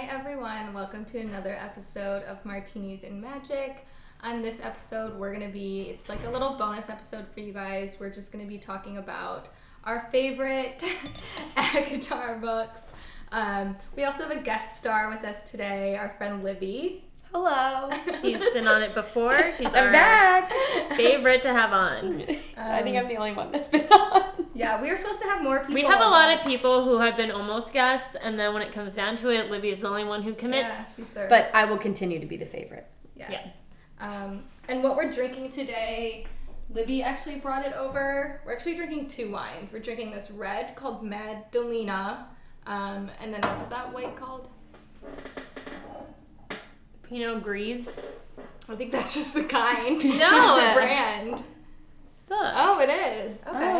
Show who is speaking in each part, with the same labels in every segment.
Speaker 1: everyone. Welcome to another episode of Martinis and Magic. On this episode, we're going to be, it's like a little bonus episode for you guys. We're just going to be talking about our favorite guitar books. Um, we also have a guest star with us today, our friend Libby.
Speaker 2: Hello.
Speaker 3: She's been on it before. She's
Speaker 2: I'm
Speaker 3: our
Speaker 2: back.
Speaker 3: favorite to have on.
Speaker 2: I think I'm the only one that's been on.
Speaker 1: Yeah, we were supposed to have more people.
Speaker 3: We have a lot of people who have been almost guests, and then when it comes down to it, Libby is the only one who commits.
Speaker 1: Yeah, she's third.
Speaker 2: But I will continue to be the favorite.
Speaker 1: Yes. Um, and what we're drinking today, Libby actually brought it over. We're actually drinking two wines. We're drinking this red called Magdalena, um, and then what's that white called?
Speaker 3: Pinot Gris.
Speaker 1: I think that's just the kind.
Speaker 3: No.
Speaker 1: not the brand.
Speaker 3: The
Speaker 1: Oh, it is. Okay.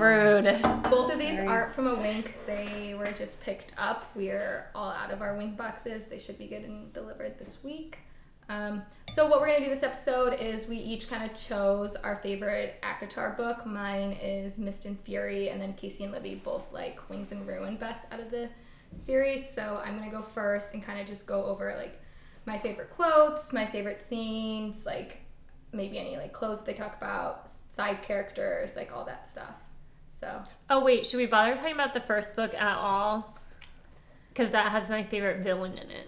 Speaker 3: rude.
Speaker 1: Both of these
Speaker 2: Sorry.
Speaker 1: aren't from a wink. They were just picked up. We're all out of our wink boxes. They should be getting delivered this week. Um, so what we're gonna do this episode is we each kind of chose our favorite ACOTAR book. Mine is Mist and Fury, and then Casey and Libby both like Wings and Ruin best out of the series. So I'm gonna go first and kind of just go over like my favorite quotes, my favorite scenes, like maybe any like clothes they talk about, side characters, like all that stuff. So
Speaker 3: Oh wait, should we bother talking about the first book at all? Because that has my favorite villain in it,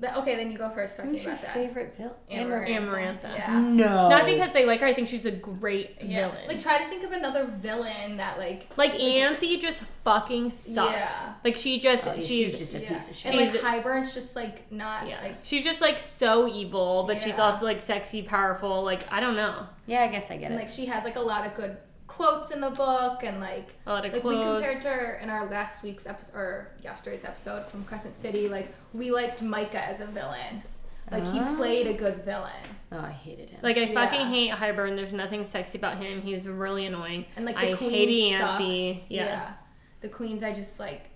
Speaker 1: Th- okay, then you go first talking
Speaker 2: Who's your
Speaker 1: about that.
Speaker 2: favorite Mm-hmm. villain?
Speaker 1: Amarantha.
Speaker 3: Amarantha.
Speaker 1: Yeah.
Speaker 2: No.
Speaker 3: Not because they like her. I think she's a great
Speaker 1: Oh. yeah.
Speaker 3: villain.
Speaker 1: Like try to think of another villain that like
Speaker 3: Like Anthe just fucking sucked.
Speaker 1: Yeah.
Speaker 3: Like she just
Speaker 2: Oh, yeah,
Speaker 3: she's,
Speaker 2: she's just a
Speaker 1: yeah.
Speaker 2: piece of shit.
Speaker 1: And like
Speaker 3: She's-
Speaker 1: Hybern's just like not
Speaker 3: yeah.
Speaker 1: like
Speaker 3: she's just like so evil, but she's
Speaker 1: Yeah.
Speaker 3: also like sexy, powerful. Like I don't know.
Speaker 2: yeah, I guess I get
Speaker 1: and,
Speaker 2: it.
Speaker 1: like she has like a lot of good quotes in the book and like
Speaker 3: A lot of
Speaker 1: like we
Speaker 3: clothes.
Speaker 1: compared to her in our last week's ep- or yesterday's episode from Crescent City like we liked Micah as a villain. Like he
Speaker 2: Ah.
Speaker 1: played a good villain.
Speaker 2: oh, I hated him.
Speaker 3: Like I fucking
Speaker 1: Yeah.
Speaker 3: hate Hybern. There's nothing sexy about him. He's really annoying.
Speaker 1: And like the
Speaker 3: I
Speaker 1: queens
Speaker 3: hate
Speaker 1: suck.
Speaker 3: Anthe. Yeah.
Speaker 1: The queens I just like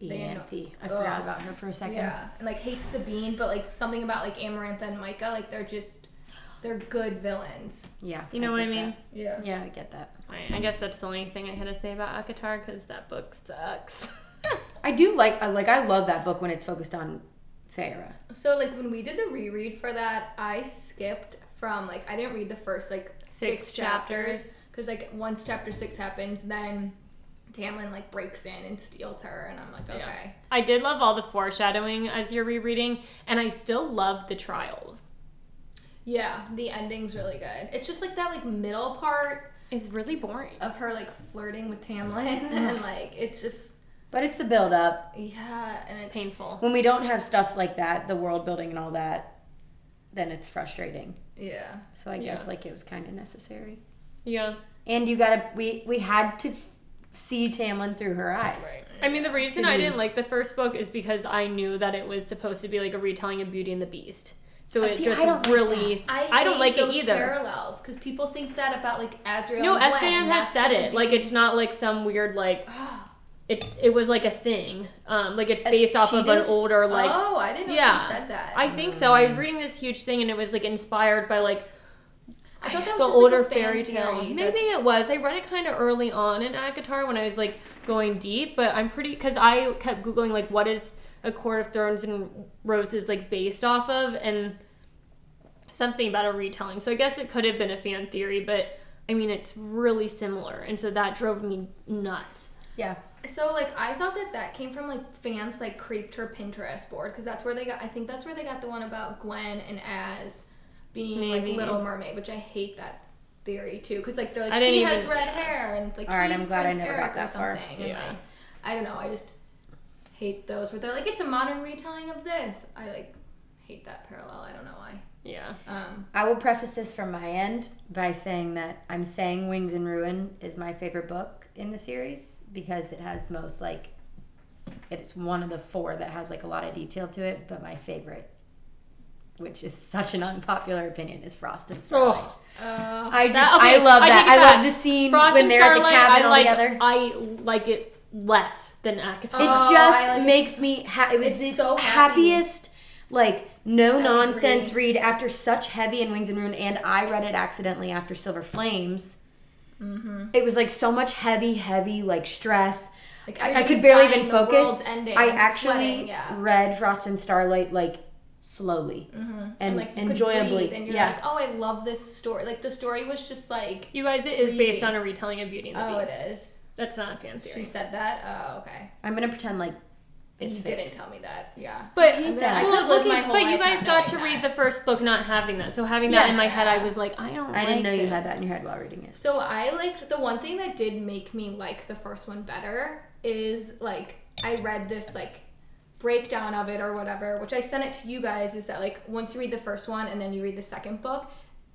Speaker 1: they-
Speaker 2: Ianthe. E I
Speaker 1: Ugh.
Speaker 2: forgot about her for a second.
Speaker 1: Yeah, and like hate Sabine, but like something about like Amarantha and Micah, like they're just they're good villains.
Speaker 2: Yeah,
Speaker 3: You know what I
Speaker 2: get
Speaker 3: mean?
Speaker 1: Yeah.
Speaker 2: that. Yeah, I get that.
Speaker 3: Alright, I guess that's the only thing I had to say about Akatar because that book sucks.
Speaker 2: I do like I like I love that book when it's focused on Feyre.
Speaker 1: So like when we did the reread for that, I skipped from like I didn't read the first like six,
Speaker 3: Six
Speaker 1: chapters
Speaker 3: chapters.
Speaker 1: because like once chapter six happens, then Tamlin like breaks in and steals her, and I'm like okay.
Speaker 3: I did love all the foreshadowing as you're rereading, and I still love the trials.
Speaker 1: Yeah, the ending's really good. It's just like that like middle part
Speaker 3: It's really boring.
Speaker 1: of her like flirting with Tamlin
Speaker 3: Mm.
Speaker 1: and like it's just
Speaker 2: But it's the build up.
Speaker 1: yeah, and it's,
Speaker 3: Painful.
Speaker 2: When we don't have stuff like that, the world building and all that, then it's frustrating.
Speaker 1: Yeah.
Speaker 2: So I
Speaker 3: Yeah.
Speaker 2: guess like it was kind of necessary.
Speaker 3: Yeah.
Speaker 2: And you gotta we we had to see Tamlin through her eyes.
Speaker 3: I mean, the reason I didn't like the first book is because I knew that it was supposed to be like a retelling of Beauty and the Beast. So
Speaker 2: Oh,
Speaker 3: it
Speaker 2: see,
Speaker 3: just
Speaker 2: I don't like
Speaker 3: really,
Speaker 1: I,
Speaker 3: I, don't
Speaker 1: hate
Speaker 3: like it
Speaker 1: those
Speaker 3: either.
Speaker 1: Parallels because people think that about like Azrael.
Speaker 3: no,
Speaker 1: and Gwen.
Speaker 3: SJM
Speaker 1: That's
Speaker 3: has said
Speaker 1: gonna
Speaker 3: it.
Speaker 1: be-
Speaker 3: Like it's not like some weird like it. It was like a thing. Um, like it's
Speaker 2: As
Speaker 3: based off
Speaker 2: she
Speaker 3: of an
Speaker 2: did?
Speaker 3: older like.
Speaker 1: oh, I didn't know
Speaker 3: yeah.
Speaker 1: she said that.
Speaker 3: I think so. I was reading this huge thing and it was like inspired by like
Speaker 1: I thought that was
Speaker 3: the
Speaker 1: just
Speaker 3: older
Speaker 1: like a fan
Speaker 3: fairy tale.
Speaker 1: theory that-
Speaker 3: Maybe it was. I read it kind of early on in Akatar when I was like going deep, but I'm pretty because I kept googling like what is a Court of Thrones and Roses like based off of and something about a retelling. So I guess it could have been a fan theory, but I mean it's really similar, and so that drove me nuts.
Speaker 2: Yeah.
Speaker 1: so like I thought that that came from like fans like creeped her Pinterest board because that's where they got. I think that's where they got the one about Gwen and Az being
Speaker 3: Maybe.
Speaker 1: like Little Mermaid, which I hate that theory too because like they're
Speaker 3: I
Speaker 1: like
Speaker 3: didn't
Speaker 1: she has
Speaker 3: even-
Speaker 1: red hair and it's like
Speaker 2: All right,
Speaker 1: he's
Speaker 2: I'm glad I
Speaker 1: Prince
Speaker 2: never got
Speaker 1: Eric or
Speaker 2: that far.
Speaker 1: something, and,
Speaker 3: Yeah.
Speaker 1: like, I don't know. I just hate those where they're like it's a modern retelling of this. I like hate that parallel. I don't know why.
Speaker 3: Yeah,
Speaker 1: Um,
Speaker 2: I will preface this from my end by saying that I'm saying Wings and Ruin is my favorite book in the series because it has the most like it's one of the four that has like a lot of detail to it, but my favorite which is such an unpopular opinion is Frost and Starlight.
Speaker 3: Ugh.
Speaker 1: uh,
Speaker 2: I just
Speaker 3: That- okay,
Speaker 2: I love
Speaker 3: I
Speaker 2: that.
Speaker 3: take
Speaker 2: I,
Speaker 3: it
Speaker 2: love
Speaker 3: back.
Speaker 2: the scene
Speaker 3: Frost
Speaker 2: when
Speaker 3: and
Speaker 2: they're
Speaker 3: Starlight,
Speaker 2: at the cabin
Speaker 3: I
Speaker 2: all
Speaker 3: like
Speaker 2: together.
Speaker 3: I like it less than Akatar.
Speaker 2: It
Speaker 1: Oh,
Speaker 2: just
Speaker 1: I like it.
Speaker 2: makes me. Ha- it was
Speaker 1: It's
Speaker 2: the
Speaker 1: so happy.
Speaker 2: happiest, like no nonsense read after such heavy and Wings and Ruin, and I read it accidentally after
Speaker 1: Mm-hmm.
Speaker 2: Silver Flames. It was like so much heavy, heavy like stress.
Speaker 1: Like
Speaker 2: I, I
Speaker 1: everybody's
Speaker 2: could barely
Speaker 1: dying,
Speaker 2: even
Speaker 1: the
Speaker 2: focus.
Speaker 1: world's ending,
Speaker 2: I
Speaker 1: I'm
Speaker 2: actually
Speaker 1: sweating, yeah.
Speaker 2: read Frost and Starlight like slowly
Speaker 1: Mhm.
Speaker 2: and
Speaker 1: like you could
Speaker 2: enjoyably.
Speaker 1: breathe and you're
Speaker 2: yeah,
Speaker 1: like, oh, I love this story. Like the story was just like,
Speaker 3: You guys, it is
Speaker 1: Breezy.
Speaker 3: based on a retelling of Beauty and the
Speaker 1: oh,
Speaker 3: Beast.
Speaker 1: it is.
Speaker 3: That's not a fan theory.
Speaker 1: She said that. Oh, okay.
Speaker 2: I'm gonna pretend like it's
Speaker 1: you
Speaker 2: fake.
Speaker 1: didn't tell me that. Yeah.
Speaker 3: But
Speaker 2: hate
Speaker 3: well,
Speaker 2: that. I
Speaker 1: could live
Speaker 3: looking-
Speaker 1: my whole
Speaker 3: but you
Speaker 1: life not
Speaker 3: guys got to
Speaker 1: knowing
Speaker 3: read
Speaker 1: that.
Speaker 3: the first book not having that. So having that in my head, I
Speaker 1: Yeah.
Speaker 3: was like, I don't.
Speaker 2: I didn't
Speaker 3: like
Speaker 2: know you had
Speaker 3: this.
Speaker 2: that in your head while reading it.
Speaker 1: So I liked the one thing that did make me like the first one better is like I read this like breakdown of it or whatever, which I sent it to you guys is that like once you read the first one and then you read the second book,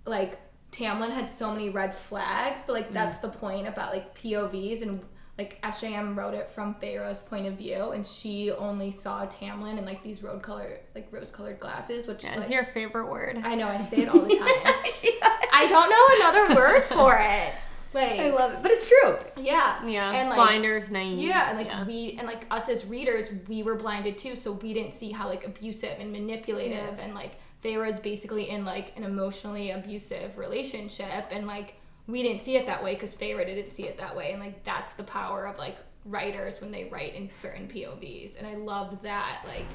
Speaker 1: like Tamlin had so many red flags, but like that's the point about like POVs and like Sham wrote it from Pharaoh's point of view and she only saw Tamlin in like these road color like rose colored glasses, which
Speaker 3: That's
Speaker 1: like,
Speaker 3: your favorite word.
Speaker 1: I know I say it all the time.
Speaker 2: She-
Speaker 1: I don't know another word for it. Like
Speaker 2: I love it, but it's true.
Speaker 1: yeah.
Speaker 3: yeah,
Speaker 1: And like
Speaker 3: blinders, naive.
Speaker 1: yeah, and like we and like us as readers, we were blinded too, so we didn't see how like abusive and manipulative and like Feyre's basically in like an emotionally abusive relationship and like we didn't see it that way because Feyre didn't see it that way and like that's the power of like writers when they write in certain POVs and I love that like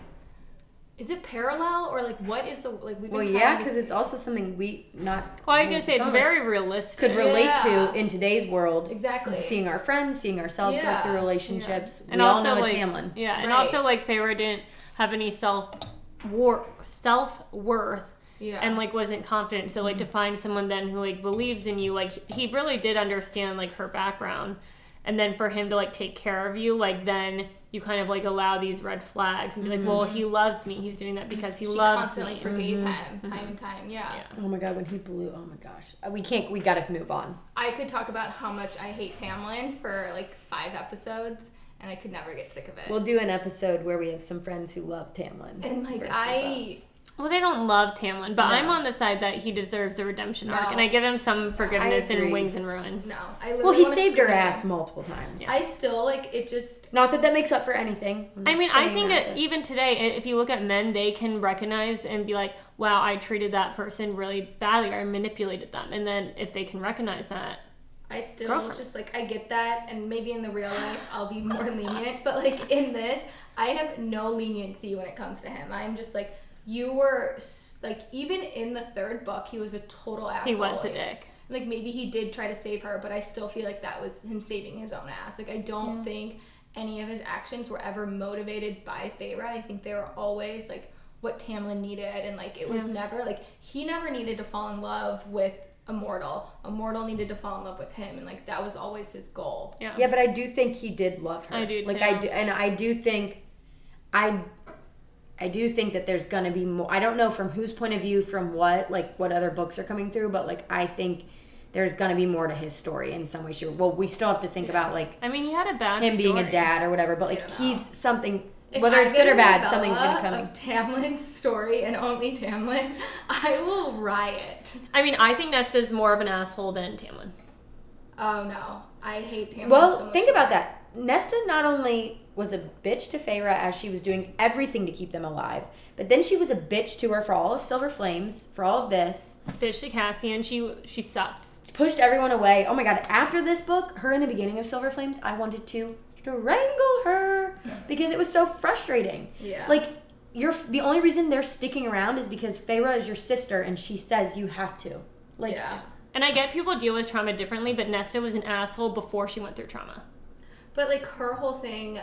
Speaker 1: is it parallel or like what is the like we've been
Speaker 2: Well,
Speaker 1: trying
Speaker 2: yeah,
Speaker 1: to-
Speaker 2: because it's also something we not.
Speaker 3: Well, I was gonna say it's
Speaker 2: some of us
Speaker 3: very realistic.
Speaker 2: could relate
Speaker 1: Yeah.
Speaker 2: to in today's world.
Speaker 1: exactly
Speaker 2: Seeing our friends, seeing ourselves
Speaker 1: Yeah.
Speaker 2: go through
Speaker 1: Yeah.
Speaker 2: relationships.
Speaker 3: And
Speaker 2: we
Speaker 3: also,
Speaker 2: all know
Speaker 3: like,
Speaker 2: a Tamlin.
Speaker 3: Yeah, and
Speaker 1: Right.
Speaker 3: also like Feyre didn't have any self war self worth.
Speaker 1: yeah
Speaker 3: And like wasn't confident, so like
Speaker 2: Mm-hmm.
Speaker 3: to find someone then who like believes in you, like he really did understand like her background, and then for him to like take care of you, like then you kind of like allow these red flags and be like, well,
Speaker 2: Mm-hmm.
Speaker 3: he loves me, he's doing that because he
Speaker 1: she
Speaker 3: loves
Speaker 1: constantly
Speaker 3: me.
Speaker 1: forgave him time and time yeah.
Speaker 3: Yeah.
Speaker 2: Oh my god, when he blew. Oh my gosh, Uh, we can't. We gotta move on.
Speaker 1: I could talk about how much I hate Tamlin for like five episodes, and I could never get sick of it.
Speaker 2: We'll do an episode where we have some friends who love Tamlin.
Speaker 1: and like
Speaker 2: versus
Speaker 1: I,
Speaker 2: us.
Speaker 3: Well, they don't love Tamlin, but I'm
Speaker 2: No.
Speaker 3: on the side that he deserves a redemption arc,
Speaker 1: No.
Speaker 3: and I give him some forgiveness in
Speaker 2: agree.
Speaker 3: Wings and Ruin.
Speaker 1: no, I. Literally
Speaker 2: Well, he
Speaker 1: wanna
Speaker 2: saved her
Speaker 1: scream.
Speaker 2: ass multiple times.
Speaker 1: I still like it. Just
Speaker 2: Not that that makes up for anything. I'm
Speaker 3: I
Speaker 2: not
Speaker 3: mean, I
Speaker 2: saying
Speaker 3: think
Speaker 2: that,
Speaker 3: that
Speaker 2: but-
Speaker 3: even today, i- if you look at men, they can recognize and be like, wow, I treated that person really badly or I manipulated them. And then if they can recognize that,
Speaker 1: I still
Speaker 3: Girlfriend.
Speaker 1: just like I get that, and maybe in the real life I'll be more lenient, but like in this, I have no leniency when it comes to him. I'm just like. You were s- like even in the third book, he was a total asshole.
Speaker 3: he was a
Speaker 1: like,
Speaker 3: dick.
Speaker 1: like maybe he did try to save her, but I still feel like that was him saving his own ass. Like I don't think any of his actions were ever motivated by Feyre. I think they were always like what Tamlin needed, and like it was never like he never needed to fall in love with a mortal. A mortal needed to fall in love with him, and like that was always his goal.
Speaker 3: Yeah.
Speaker 2: Yeah, but I do think he did love her.
Speaker 3: I do,
Speaker 2: Like
Speaker 3: too.
Speaker 2: I do, and I do think, I, I do think that there's gonna be more. I don't know from whose point of view, from what, like what other books are coming through, but like I think there's gonna be more to his story in some way. Sure. Well, we still have to think about like
Speaker 3: I mean, he had a bad
Speaker 2: him being a
Speaker 3: story.
Speaker 2: dad or whatever, but like
Speaker 1: don't know.
Speaker 2: he's something.
Speaker 1: If
Speaker 2: Whether
Speaker 1: I
Speaker 2: it's
Speaker 1: get
Speaker 2: good
Speaker 1: a
Speaker 2: or bad,
Speaker 1: novella
Speaker 2: something's gonna come.
Speaker 1: Of Tamlin's story and only Tamlin, I will riot.
Speaker 3: I mean, I think Nesta's more of an asshole than Tamlin.
Speaker 1: Oh no, I hate Tamlin.
Speaker 2: Well,
Speaker 1: so much
Speaker 2: think about that. Nesta not only was a bitch to Feyre as she was doing everything to keep them alive, but then she was a bitch to her for all of Silver Flames, for all of this.
Speaker 3: Bitch to Cassian, she, she sucked.
Speaker 2: Pushed everyone away. Oh my god, after this book, her in the beginning of Silver Flames, I wanted to strangle her because it was so frustrating.
Speaker 1: Yeah.
Speaker 2: Like, you're the only reason they're sticking around is because Feyre is your sister and she says you have to. Like,
Speaker 1: Yeah.
Speaker 3: And I get people deal with trauma differently, but Nesta was an asshole before she went through trauma.
Speaker 1: But like her whole thing,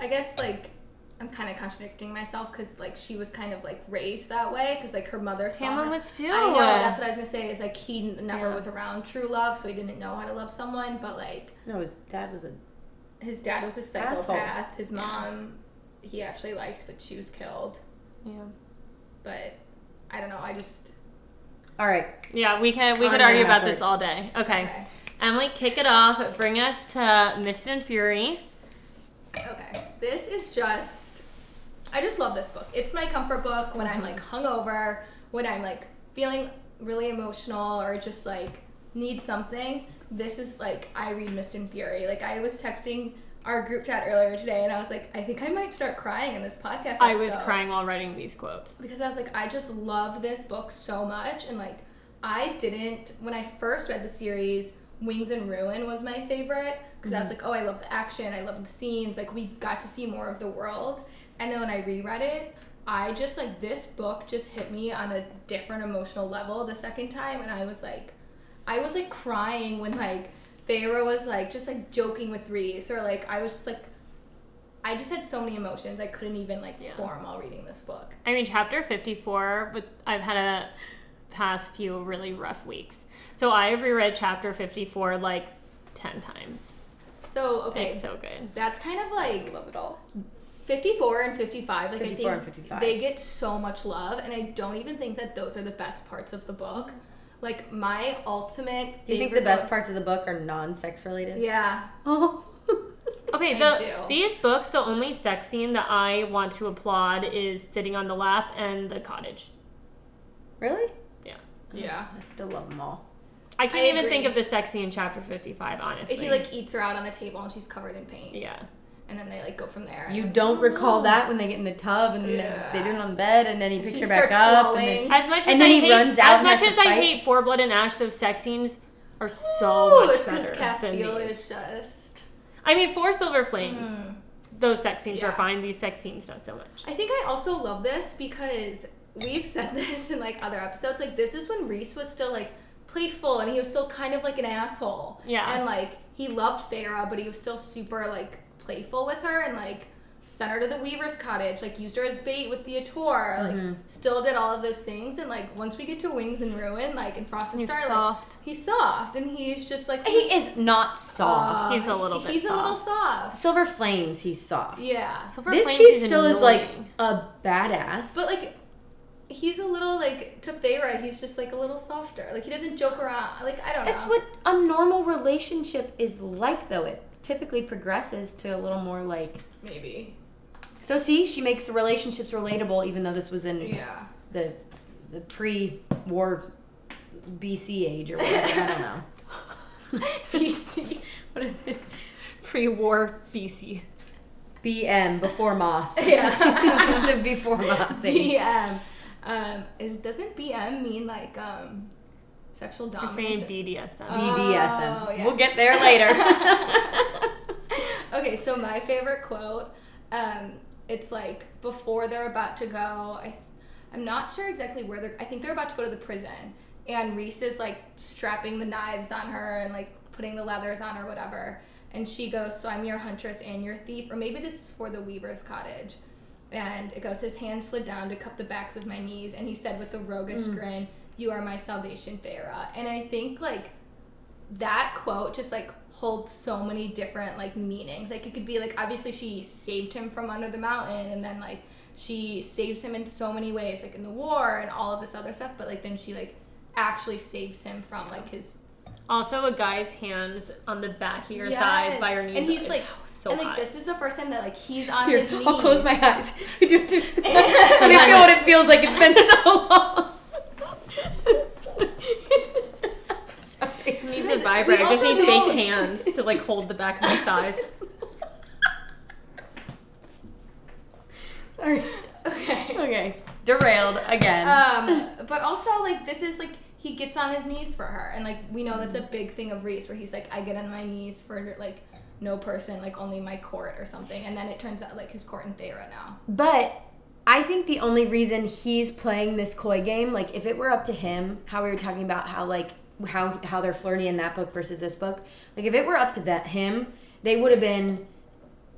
Speaker 1: I guess like I'm kind of contradicting myself because like she was kind of like raised that way because like her mother. saw
Speaker 3: Tamlin
Speaker 1: her-
Speaker 3: was too.
Speaker 1: I know that's what I was gonna say. Is like he n- never
Speaker 3: Yeah.
Speaker 1: was around true love, so he didn't know how to love someone. But like
Speaker 2: no, his dad was a.
Speaker 1: his dad was a psychopath.
Speaker 2: Asshole.
Speaker 1: His mom, he actually liked, but she was killed.
Speaker 3: yeah.
Speaker 1: But I don't know. I just
Speaker 2: All right.
Speaker 3: Yeah, we could we
Speaker 2: Onward
Speaker 3: could argue
Speaker 2: and
Speaker 3: about
Speaker 2: upward.
Speaker 3: this all day. Okay.
Speaker 1: okay.
Speaker 3: Emily, kick it off. Bring us to Mist and Fury.
Speaker 1: Okay. This is just I just love this book. It's my comfort book when I'm like hungover, when I'm like feeling really emotional or just like need something. This is like I read Mist and Fury. Like I was texting our group chat earlier today and I was like, I think I might start crying in this podcast.
Speaker 3: I was
Speaker 1: episode
Speaker 3: crying while writing these quotes.
Speaker 1: because I was like, I just love this book so much. And like, I didn't, when I first read the series, Wings and Ruin was my favorite. because I was like, oh, I love the action, I love the scenes. Like we got to see more of the world. And then when I reread it, I just like this book just hit me on a different emotional level the second time, and I was like, I was like crying when like Feyre was like just like joking with Reese, or like I was just like. I just had so many emotions I couldn't even like
Speaker 3: Yeah.
Speaker 1: form while reading this book.
Speaker 3: I mean, chapter 54, with I've had a past few really rough weeks. So I've reread chapter 54 like 10 times.
Speaker 1: So okay,
Speaker 3: It's so good.
Speaker 1: that's kind of like
Speaker 2: love it all.
Speaker 1: 54 and 55 like
Speaker 2: 54
Speaker 1: i
Speaker 2: and
Speaker 1: think
Speaker 2: 55.
Speaker 1: they get so much love and i don't even think that those are the best parts of the book like my ultimate
Speaker 2: Do you think the
Speaker 1: favorite
Speaker 2: best
Speaker 1: book-
Speaker 2: parts of the book are non-sex related?
Speaker 1: yeah
Speaker 2: Oh.
Speaker 3: Okay,
Speaker 1: I
Speaker 3: the,
Speaker 1: do.
Speaker 3: these books, the only sex scene that I want to applaud is sitting on the lap and the cottage.
Speaker 2: really?
Speaker 3: Yeah.
Speaker 1: yeah
Speaker 2: I still love them all.
Speaker 3: I can't
Speaker 1: I
Speaker 3: even think
Speaker 1: agree.
Speaker 3: of the sex scene in chapter 55, honestly.
Speaker 1: he like eats her out on the table and she's covered in paint
Speaker 3: yeah.
Speaker 1: and then they like go from there
Speaker 2: You don't recall that when they get in the tub and
Speaker 1: Yeah.
Speaker 2: they, they do it on the bed and then he picks
Speaker 1: She
Speaker 2: her back
Speaker 1: starts
Speaker 2: up. And
Speaker 1: crawling.
Speaker 2: then,
Speaker 3: As much as
Speaker 2: And
Speaker 3: I
Speaker 2: then he
Speaker 3: hate,
Speaker 2: runs out
Speaker 3: as
Speaker 2: and
Speaker 3: much
Speaker 2: has
Speaker 3: as
Speaker 2: to
Speaker 3: I
Speaker 2: fight.
Speaker 3: hate Four Blood and Ash, those sex scenes are so
Speaker 1: oh
Speaker 3: much
Speaker 1: it's because
Speaker 3: better.
Speaker 1: castile
Speaker 3: than these.
Speaker 1: is just
Speaker 3: I mean, Four Silver Flames.
Speaker 1: Mm.
Speaker 3: Those sex scenes are
Speaker 1: Yeah.
Speaker 3: fine. These sex scenes not so much.
Speaker 1: I think I also love this because we've said this in like other episodes. Like this is when Reese was still like playful and he was still kind of like an asshole.
Speaker 3: Yeah.
Speaker 1: And like he loved Farah, but he was still super like playful with her and like sent her to the Weaver's cottage, like used her as bait with the Ator, like
Speaker 3: Mm-hmm.
Speaker 1: still did all of those things. And like once we get to Wings and Ruin, like in Frost and
Speaker 3: He's
Speaker 1: Star, like,
Speaker 3: soft.
Speaker 1: he's soft and he's just like
Speaker 2: he is not soft.
Speaker 1: uh,
Speaker 3: He's a little bit
Speaker 1: He's a little soft.
Speaker 2: Silver Flames, he's soft.
Speaker 1: Yeah.
Speaker 3: Silver
Speaker 2: this
Speaker 3: Flames
Speaker 2: he still is like
Speaker 3: annoying.
Speaker 2: a badass.
Speaker 1: But like, he's a little like to Feyre, he's just like a little softer. Like he doesn't joke around. Like I don't
Speaker 2: That's
Speaker 1: know.
Speaker 2: what a normal relationship is like, though. It typically progresses to a little more like.
Speaker 1: maybe.
Speaker 2: So see, she makes the relationships relatable, even though this was in
Speaker 3: Mm.
Speaker 1: Yeah.
Speaker 2: the the pre-war BC age or whatever. I don't know.
Speaker 1: BC.
Speaker 2: What is it?
Speaker 3: pre-war BC.
Speaker 2: BM before Moss.
Speaker 1: Yeah.
Speaker 2: the before Moss age.
Speaker 1: BM. Um, is doesn't BM mean like um, sexual
Speaker 3: You're saying
Speaker 1: dominance?
Speaker 3: BDSM.
Speaker 1: Oh,
Speaker 2: BDSM.
Speaker 1: yeah.
Speaker 2: We'll get there later.
Speaker 1: okay, so my favorite quote, um, it's like before they're about to go. I, I'm not sure exactly where they're. I think they're about to go to the prison, and Reese is like strapping the knives on her and like putting the leathers on her, whatever. And she goes, "So I'm your huntress and your thief," or maybe this is for the Weaver's cottage. And it goes, his hand slid down to cup the backs of my knees, and he said with a roguish grin, "You are my salvation, Pharaoh." And I think like that quote just like holds so many different like meanings. Like it could be like obviously she saved him from under the mountain and then like she saves him in so many ways, like in the war and all of this other stuff, but like then she like actually saves him from like his
Speaker 3: Also, a guy's hands on the back of your
Speaker 1: Yes.
Speaker 3: thighs by your knees.
Speaker 1: And he's
Speaker 3: It's
Speaker 1: like
Speaker 3: so
Speaker 1: and like
Speaker 3: hot.
Speaker 1: this is the first time that like he's on
Speaker 2: Here,
Speaker 1: his knees.
Speaker 2: I'll close my eyes. You do too. I feel what it feels like. It's been so long. Sorry.
Speaker 3: It needs
Speaker 1: Because
Speaker 3: a vibrator.
Speaker 1: we
Speaker 3: I just
Speaker 1: also
Speaker 3: need fake
Speaker 1: don't-
Speaker 3: hands to like hold the back of my thighs.
Speaker 2: Sorry.
Speaker 1: okay.
Speaker 2: Okay. Derailed again.
Speaker 1: um, but also like this is like he gets on his knees for her, and like we know that's a
Speaker 2: Mm-hmm.
Speaker 1: big thing of Reese, where he's like, I get on my knees for like no person, like only my court or something, and then it turns out like his court in Feyre now.
Speaker 2: But I think the only reason he's playing this coy game, like if it were up to him, how we were talking about how like how how they're flirty in that book versus this book, like if it were up to that him, they would have been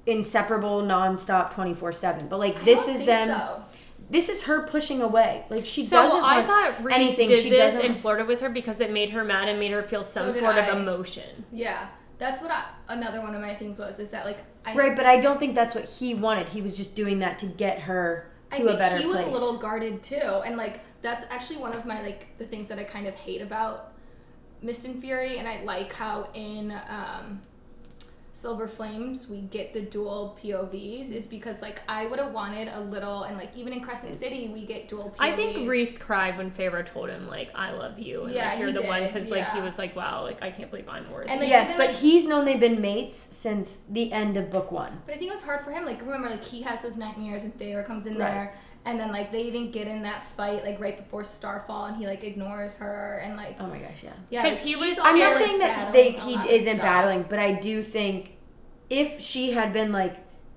Speaker 2: inseparable, nonstop, twenty four seven. But like
Speaker 1: Oh, I
Speaker 2: this
Speaker 1: don't
Speaker 2: is
Speaker 1: think
Speaker 2: them.
Speaker 1: So.
Speaker 2: This is her pushing away. Like she
Speaker 3: So
Speaker 2: doesn't
Speaker 3: I
Speaker 2: want
Speaker 3: thought Reese
Speaker 2: anything.
Speaker 3: did
Speaker 2: she
Speaker 3: this
Speaker 2: doesn't.
Speaker 3: and flirted with her because it made her mad and made her feel some
Speaker 1: So did
Speaker 3: sort
Speaker 1: I.
Speaker 3: of emotion.
Speaker 1: Yeah, that's what I, another one of my things was is that like I
Speaker 2: Right, but I don't think that's what he wanted. He was just doing that to get her to
Speaker 1: I think
Speaker 2: a better
Speaker 1: he was
Speaker 2: place.
Speaker 1: a little guarded too, and like that's actually one of my like the things that I kind of hate about Mist and Fury, and I like how in um, Silver Flames we get the dual POVs is because like I would have wanted a little, and like even in Crescent City we get dual POVs.
Speaker 3: I think Reese cried when Feyre told him like I love you and
Speaker 1: Yeah,
Speaker 3: like, you're
Speaker 1: he
Speaker 3: the one
Speaker 1: did,
Speaker 3: because like he
Speaker 1: yeah.
Speaker 3: was like wow like I can't believe I'm worthy.
Speaker 1: And, like,
Speaker 2: yes,
Speaker 1: even,
Speaker 2: but
Speaker 1: like-
Speaker 2: he's known they've been mates since the end of book one.
Speaker 1: But I think it was hard for him. Like remember, like he has those nightmares, and Feyre comes in
Speaker 2: Right.
Speaker 1: there, And then like they even get in that fight like right before Starfall, and he like ignores her and like
Speaker 2: Oh my gosh, yeah.
Speaker 1: yeah,
Speaker 3: 'Cause
Speaker 1: like,
Speaker 3: he
Speaker 1: he's
Speaker 3: was-
Speaker 2: I'm not
Speaker 1: also,
Speaker 2: saying
Speaker 1: like,
Speaker 2: that they,
Speaker 1: battling a
Speaker 2: he
Speaker 1: lot of
Speaker 2: isn't
Speaker 1: stuff.
Speaker 2: battling, but I do think if she had been like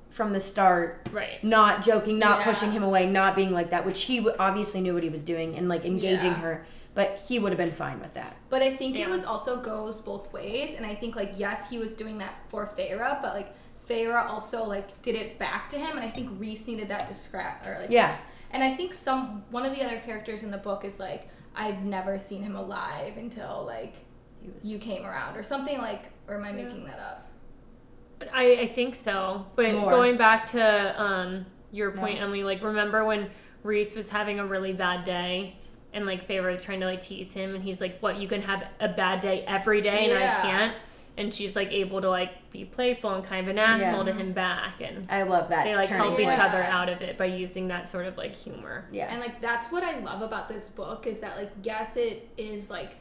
Speaker 2: from the start,
Speaker 3: Right.
Speaker 2: not joking, not
Speaker 1: Yeah.
Speaker 2: pushing him away, not being like that, which he w- obviously knew what he was doing and like engaging
Speaker 1: Yeah.
Speaker 2: her, but he would have been fine with that.
Speaker 1: But I think
Speaker 3: Yeah.
Speaker 1: it was also goes both ways, and I think like yes, he was doing that for Feyre, but like Feyre also like did it back to him, and I think Reese needed that to scrap or like
Speaker 2: Yeah.
Speaker 1: just- and I think some one of the other characters in the book is like I've never seen him alive until like
Speaker 2: He was,
Speaker 1: you came around or something like or am I
Speaker 3: Yeah.
Speaker 1: making that up?
Speaker 3: I, I think so. But
Speaker 2: More.
Speaker 3: going back to um, your point,
Speaker 2: No.
Speaker 3: Emily, like remember when Reese was having a really bad day and like Favor is trying to like tease him and he's like, What, you can have a bad day every day and
Speaker 1: Yeah.
Speaker 3: I can't and she's like able to like be playful and kind of an asshole
Speaker 2: Yeah.
Speaker 3: to him back and
Speaker 2: I love that.
Speaker 3: they like
Speaker 2: turning
Speaker 3: help each
Speaker 2: point.
Speaker 1: Yeah.
Speaker 3: other out of it by using that sort of like humor.
Speaker 2: Yeah.
Speaker 1: And like that's what I love about this book is that like yes it is like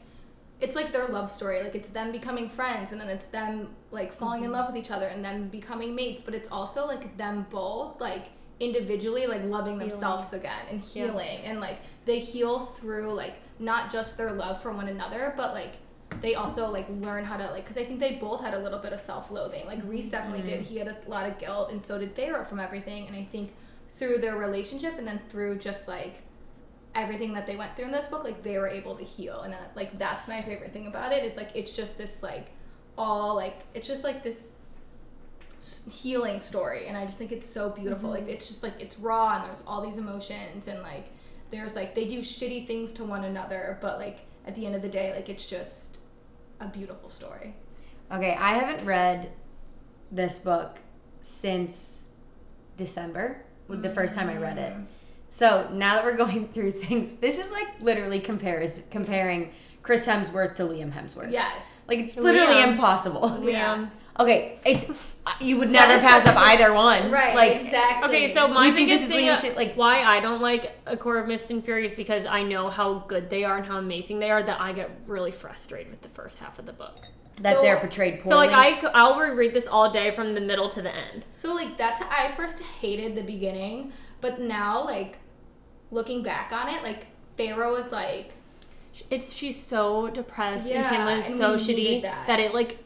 Speaker 1: it's like their love story. Like it's them becoming friends and then it's them like falling in love with each other and then becoming mates, but it's also like them both like individually like loving themselves again and
Speaker 3: Yeah.
Speaker 1: healing and like they heal through like not just their love for one another, but like they also like learn how to like because I think they both had a little bit of self-loathing. Like Reese definitely did. He had a lot of guilt, and so did Pharaoh from everything. And I think through their relationship, and then through just like everything that they went through in this book, like they were able to heal. And uh, like that's my favorite thing about it is like it's just this like all like it's just like this s- healing story and i just think it's so beautiful
Speaker 3: Mm-hmm.
Speaker 1: like it's just like it's raw and there's all these emotions and like there's like they do shitty things to one another but like at the end of the day like it's just a beautiful story
Speaker 2: Okay, I haven't read this book since December, with the first time I read it.
Speaker 1: Mm.
Speaker 2: So now that we're going through things, this is like literally compares comparing Chris Hemsworth to Liam Hemsworth.
Speaker 1: yes
Speaker 2: like it's literally
Speaker 3: Liam.
Speaker 2: impossible.
Speaker 1: Yeah.
Speaker 2: Okay, it's uh, you would never pass up either one.
Speaker 1: right
Speaker 2: like
Speaker 1: exactly
Speaker 3: Okay, so my
Speaker 2: You think this
Speaker 3: biggest
Speaker 2: is
Speaker 3: thing,
Speaker 2: Liam
Speaker 3: uh,
Speaker 2: shit, like-
Speaker 3: why I don't like A Court of Mist and Fury is because I know how good they are and how amazing they are that I get really frustrated with the first half of the book.
Speaker 2: that
Speaker 1: so-
Speaker 2: they're portrayed poorly.
Speaker 3: So like I, c- I'll reread this all day from the middle to the end.
Speaker 1: So like that's I first hated the beginning, but now like looking back on it, like Pharaoh was like
Speaker 3: Sh- It's she's so depressed
Speaker 1: Yeah,
Speaker 3: and Tamlin
Speaker 1: and
Speaker 3: is so
Speaker 1: we
Speaker 3: shitty
Speaker 1: needed
Speaker 3: that.
Speaker 1: that.
Speaker 3: it like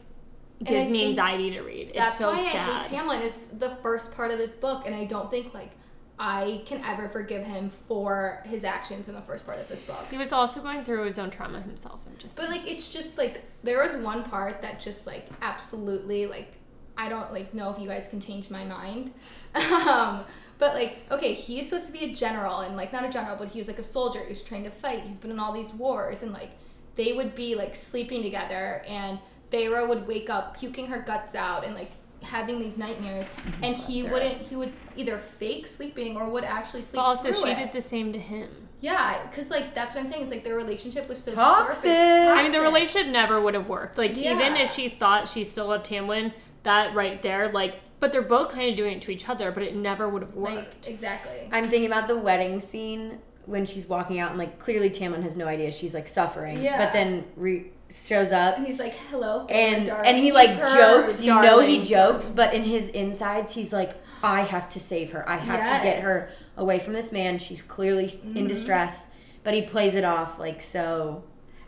Speaker 1: I
Speaker 3: gives me
Speaker 1: think
Speaker 3: anxiety to read. It's
Speaker 1: that's
Speaker 3: so
Speaker 1: why I
Speaker 3: sad.
Speaker 1: hate Tamlin is the first part of this book, and I don't think like I can ever forgive him for his actions in the first part of this book.
Speaker 3: he was also going through his own trauma himself. I'm just.
Speaker 1: But like it's just like there was one part that just like absolutely like I don't like know if you guys can change my mind. um but like okay, he's supposed to be a general and like not a general, but he was like a soldier who's trained to fight. He's been in all these wars and like they would be like sleeping together and Feyre would wake up puking her guts out and like having these nightmares
Speaker 3: Mm-hmm.
Speaker 1: and he
Speaker 3: Right.
Speaker 1: wouldn't he would either fake sleeping or would actually
Speaker 3: but
Speaker 1: sleep
Speaker 3: also,
Speaker 1: through
Speaker 3: she
Speaker 1: it.
Speaker 3: did the same to him.
Speaker 1: yeah because like that's what i'm saying is like their relationship was so
Speaker 2: Toxic.
Speaker 1: surface-
Speaker 3: I mean, the
Speaker 1: toxic.
Speaker 3: relationship never would have worked. Like, even
Speaker 1: Yeah.
Speaker 3: if she thought she still loved Tamlin, that right there, like, but they're both kind of doing it to each other, but it never would have worked.
Speaker 1: Like exactly.
Speaker 2: I'm thinking about the wedding scene when she's walking out and like clearly Tamlin has no idea she's like suffering,
Speaker 1: Yeah.
Speaker 2: but then re- shows up
Speaker 1: And he's like, "Hello." Feyre
Speaker 2: and
Speaker 1: Darcy,
Speaker 2: and he like
Speaker 1: her
Speaker 2: jokes. You know he
Speaker 3: darling.
Speaker 2: jokes, but in his insides, he's like, I have to save her. I have to get
Speaker 1: Yes. Mm-hmm.
Speaker 2: her away from this man. She's clearly in distress, but he plays it off like so.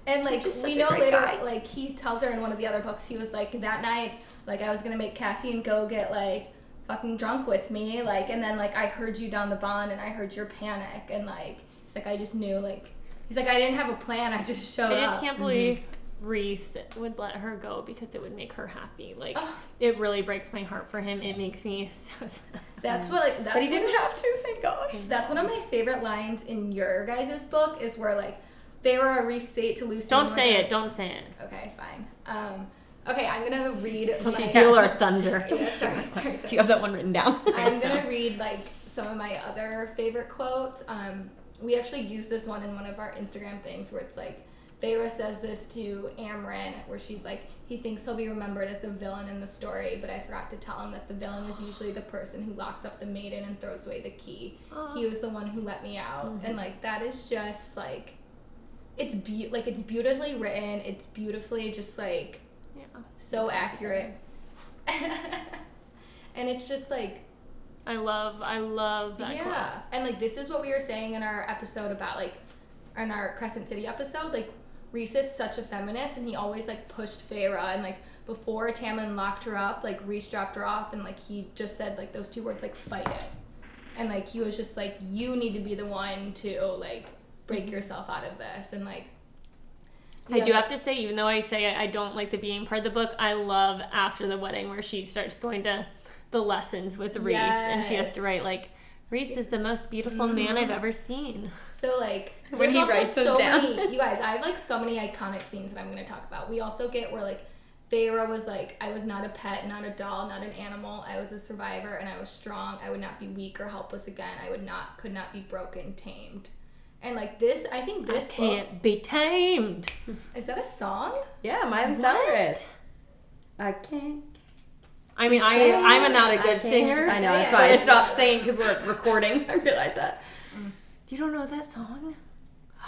Speaker 1: And like
Speaker 2: just
Speaker 1: we
Speaker 2: such a
Speaker 1: know
Speaker 2: great
Speaker 1: later,
Speaker 2: guy.
Speaker 1: like he tells her in one of the other books, he was like, "That night, like I was gonna make Cassie and go get like fucking drunk with me, like, and then like I heard you down the bond, and I heard your panic, and like he's like, I just knew, like." He's like, I didn't have a plan. I just showed
Speaker 3: I just
Speaker 1: up. Mm-hmm.
Speaker 3: can't believe Reese would let her go because it would make her happy. Like,
Speaker 1: Ugh.
Speaker 3: it really breaks my heart for him. It makes me so sad.
Speaker 1: That's what like. That's
Speaker 2: But he
Speaker 1: what-
Speaker 2: didn't have to. Thank gosh.
Speaker 1: That's one of my favorite lines in your guys' book is where like they were restate to Lucy.
Speaker 3: Don't
Speaker 1: and
Speaker 3: say
Speaker 1: we're
Speaker 3: it. Don't say it.
Speaker 1: like, Okay, fine. Um, okay, I'm gonna read. my-
Speaker 3: Steal our thunder.
Speaker 1: Yeah, sorry, sorry,
Speaker 2: Do
Speaker 1: sorry.
Speaker 2: you have that one written down?
Speaker 1: I'm gonna read like some of my other favorite quotes. Um, we actually use this one in one of our Instagram things where it's like Feyre says this to Amryn, where she's like, he thinks he'll be remembered as the villain in the story, but I forgot to tell him that the villain is usually the person who locks up the maiden and throws away the key. He was the one who let me out, and like that is just like, it's be- like it's beautifully written. It's beautifully just like
Speaker 3: Yeah.
Speaker 1: so accurate. and it's just like
Speaker 3: I love, I love that
Speaker 1: yeah.
Speaker 3: quote.
Speaker 1: And like this is what we were saying in our episode about like in our Crescent City episode, like Reese is such a feminist and he always like pushed Feyre and like before Tamlin locked her up, like Reese dropped her off and like he just said like those two words like fight it. And like he was just like you need to be the one to like break yourself out of this and like
Speaker 3: Mm-hmm. I
Speaker 1: the
Speaker 3: do
Speaker 1: other-
Speaker 3: have to say, even though I say I I don't like the being part of the book, I love after the wedding where she starts going to the lessons with Reese and she has
Speaker 1: Yes.
Speaker 3: to write like Reese is the most beautiful man I've ever seen.
Speaker 1: So like
Speaker 2: When
Speaker 1: there's
Speaker 2: he
Speaker 1: also
Speaker 2: writes those
Speaker 1: so
Speaker 2: down.
Speaker 1: many you guys, I have like so many iconic scenes that I'm gonna talk about. We also get where like Feyre was like, I was not a pet, not a doll, not an animal. I was a survivor and I was strong. I would not be weak or helpless again. I would not could not be broken, tamed. And like this, I think this book
Speaker 3: Can't be tamed.
Speaker 1: is that a song?
Speaker 2: Yeah, Miley Cyrus. I can't.
Speaker 3: I mean, I
Speaker 2: Tamed,
Speaker 3: I'm not a
Speaker 2: I
Speaker 3: good
Speaker 2: can't-
Speaker 3: singer.
Speaker 2: I know that's
Speaker 1: Yeah.
Speaker 2: why I stopped singing because we're recording. I realize that.
Speaker 3: You don't know that song?